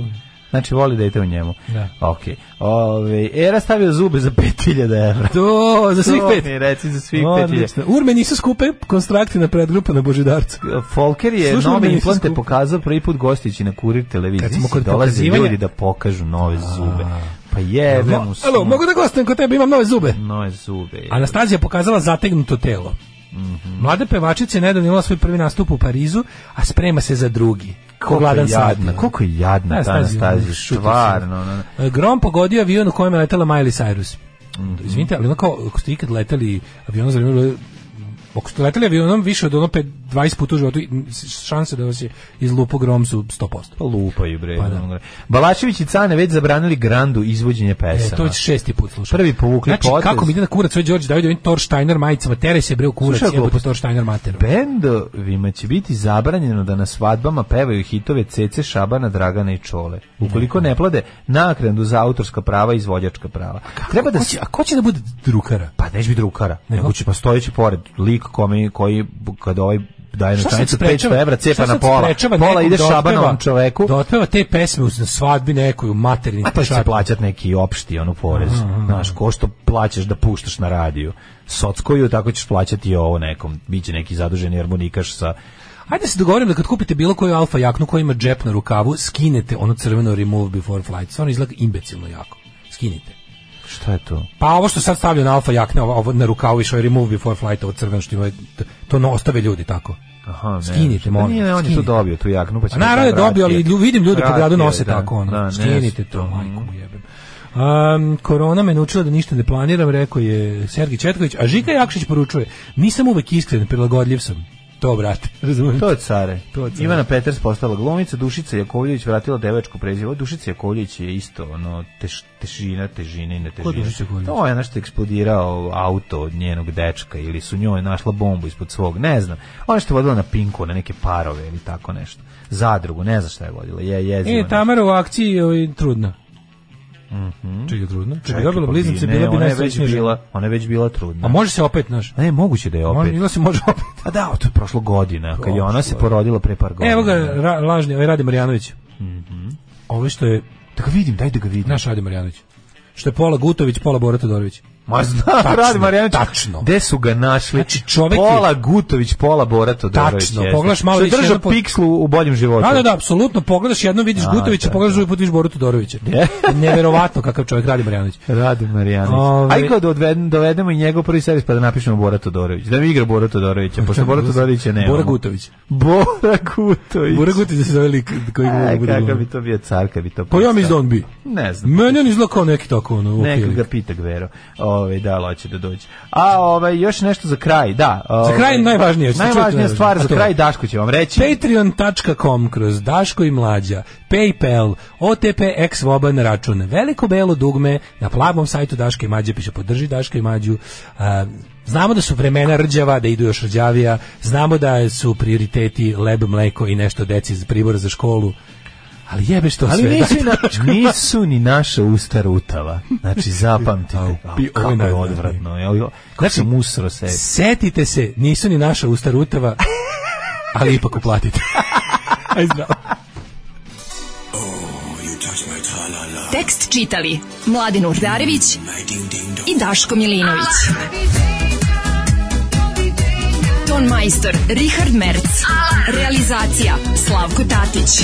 S7: Znači, voli da idete u njemu.
S8: Da.
S7: Ok. Ove, era stavio zube za 5000 evra.
S8: To, za svih
S7: To
S8: pet.
S7: mi reci, za svih
S8: Odlično.
S7: 5000.
S8: Urme nisu skupe, konstrakti na predgrupa na Božidarcu.
S7: Folker je
S8: Slušaj,
S7: nove
S8: meni se
S7: implante
S8: skupi.
S7: pokazao prvi put gostići na kurir televiziji.
S8: Kad smo
S7: Kad
S8: kod
S7: dolaze
S8: pokazivanja-
S7: ljudi da pokažu nove zube. Pa jebe mu
S8: Alo, mogu da gostujem kod tebe, imam nove zube.
S7: Nove zube. je.
S8: Anastazija pokazala zategnuto telo.
S7: Mhm.
S8: Mlada pevačica je nedavno imala svoj prvi nastup u Parizu, a sprema se za drugi. Ko
S7: Koliko je
S8: Vladan
S7: jadna,
S8: Satin.
S7: koliko je jadna ta
S8: Anastazija,
S7: Anastazija,
S8: šutio
S7: stvarno. ono.
S8: E, Grom pogodio avion u kojem je letela Miley Cyrus.
S7: Mhm.
S8: Izvinite, ali onako, ako ste ikad leteli avionom za vreme- ako ste leteli avionom više od ono pet- 20 puta u životu, m, šanse da vas je izlupo grom su 100%.
S7: Pa lupaju bre.
S8: Pa da.
S7: ono. Balašević i Cane već zabranili Grandu izvođenje pesama.
S8: E, to već šesti put slušam.
S7: Prvi povukli
S8: znači,
S7: potez.
S8: kako mi ide na kurac, sve Đorđe David, ovim Thor Steiner majicama, tere se bre u kurac,
S7: Slušaj,
S8: jebote
S7: glupost.
S8: Thor Steiner materu.
S7: Bendovima će biti zabranjeno da na svadbama pevaju hitove Cece, Šabana, Dragana i Čole. Ukoliko ne plade naknadu za autorska prava i izvođačka prava. Treba da
S8: Ko
S7: se
S8: će, a ko će da bude drukara?
S7: pa neće biti drukara,
S8: Nego?
S7: nego će pa stojeći pored lik kome koji kada ovaj daje
S8: Šta sad
S7: novčanicu
S8: sprečava-
S7: 500 evra
S8: šta
S7: cepa
S8: sad
S7: na pola.
S8: sprečava
S7: Pola
S8: nekog
S7: ide
S8: da otpeva-
S7: šabanovom čoveku.
S8: Da otpeva te pesme uz- na svadbi nekoj u materini.
S7: A pa će se plaćati neki opšti ono porez. Znaš, ko što plaćaš da puštaš na radiju. Sockoju, tako ćeš plaćati i ovo nekom. Biće neki zaduženi harmonikaš sa...
S8: Ajde da se dogovorim da kad kupite bilo koju alfa jaknu koja ima džep na rukavu, skinete ono crveno remove before flight. Stvarno izgleda imbecilno jako. Skinite.
S7: Šta je to?
S8: Pa ovo što sad stavljaju na alfa jakne, ovo, ovo na rukavu i što je remove before flight, ovo crveno što ima, to- to no, ostave ljudi tako.
S7: Aha, ne.
S8: Skinite,
S7: Pa
S8: molim,
S7: Nije, on je to
S8: skinite.
S7: dobio, tu jaknu. Pa će
S8: A naravno je
S7: ga sad
S8: dobio, ali
S7: vratiti.
S8: lju- vidim ljude po
S7: Vratio
S8: gradu
S7: je,
S8: nose
S7: da,
S8: tako ono.
S7: da, ne
S8: Skinite
S7: znam.
S8: to, majku mu jebem. Um, korona me naučila da ništa ne planiram, rekao je Sergi Četković, a Žika Jakšić poručuje, nisam uvek iskren, prilagodljiv sam. To, brate, razumijem.
S7: To je care.
S8: To je care.
S7: Ivana Peters postala glumica, Dušica Jakovljević vratila devačko prezivo. Dušica Jakovljević je isto ono teš, tešina, težina i ne težina.
S8: je Dušica Jakovljević?
S7: To je ono što je eksplodirao auto od njenog dečka ili su njoj našla bombu ispod svog, ne znam. Ona što je vodila na Pinku, na neke parove ili tako nešto. Zadrugu, ne znam šta je vodila. Je, jezivo.
S8: E, Tamara u akciji je ovaj, trudna. Mhm. Čekaj, trudna. Čekaj, dobila bliznice, bila bi
S7: pa ona je već
S8: najsrećnija. žena.
S7: bila, ona je već bila trudna.
S8: A može se opet, znaš.
S7: A Ne, moguće da je opet.
S8: Može, ili se može opet.
S7: A da, to je prošlo godina, kad je ona se
S8: Prošlo.
S7: porodila pre par godina.
S8: Evo ga, ra, lažni, ovaj Rade Marjanović. Mhm. Ovo što je,
S7: Da ga vidim, daj da ga vidim.
S8: naš Rade Marjanović. Što je pola Gutović, pola Bora Todorović.
S7: Ma znam, Rade Marjanović.
S8: tačno.
S7: Gde su ga našli?
S8: Znači, čovek je-
S7: Pola Gutović, pola Borato Todorović.
S8: Tačno,
S7: jeste.
S8: pogledaš malo
S7: Što je
S8: više
S7: držao
S8: jedno po-
S7: pikslu u boljem životu.
S8: Da, da, da, apsolutno. Pogledaš jednom vidiš
S7: A,
S8: Gutovića,
S7: da,
S8: pogledaš drugi put vidiš Boru Todorovića. Neverovatno kakav čovjek radi Marjanović.
S7: Rade Marjanović.
S8: Ove-
S7: Aj kao da odvedem, dovedemo i njegov prvi servis pa da napišemo Bora Todorović. Da mi igra Bora Todorovića, pošto Bora Todorovića nema.
S8: Bora Gutović.
S7: Bora Gutović.
S8: Bora Gutović se zove lik koji glumi
S7: Aj,
S8: Boru
S7: E, kakav
S8: Todorovića.
S7: bi to bio car, kad bi to
S8: Pa ja mi iz
S7: postao.
S8: Don B.
S7: Ne znam.
S8: Meni on izgleda kao neki tako ono. okej
S7: Neka
S8: lik.
S7: ga pita Gvero. Ovaj da ali hoće da dođe. A ovaj još nešto za kraj, da. ovaj,
S8: kraj najvažnije, što čovjek
S7: Najvažnija
S8: ne zna.
S7: stvar
S8: A
S7: za
S8: to je?
S7: kraj Daško će vam reći.
S8: Patreon.com kroz Daško i Mlađa, Paypal, OTP, Voban račun, veliko belo dugme na plavom sajtu Daške i Mlađe piše podrži Daška i Mlađu. A, Znamo da su vremena rđava, da idu još rđavija, znamo da su prioriteti leb, mleko i nešto deci za pribor za školu, Ali jebeš to
S7: Ali
S8: sve.
S7: nisu
S8: da.
S7: ni, na, nisu ni naša usta rutava. Znači, zapamtite.
S8: pi-
S7: Kako
S8: ovo je
S7: je
S8: najodvratnije.
S7: odvratno. jel? Kako sam usro se.
S8: Setite se, nisu ni naša usta rutava, ali ipak uplatite. Aj zdravo.
S5: Tekst čitali Mladin Urdarević i Daško Milinović. Ton majstor Richard Merc. Realizacija Slavko Tatić.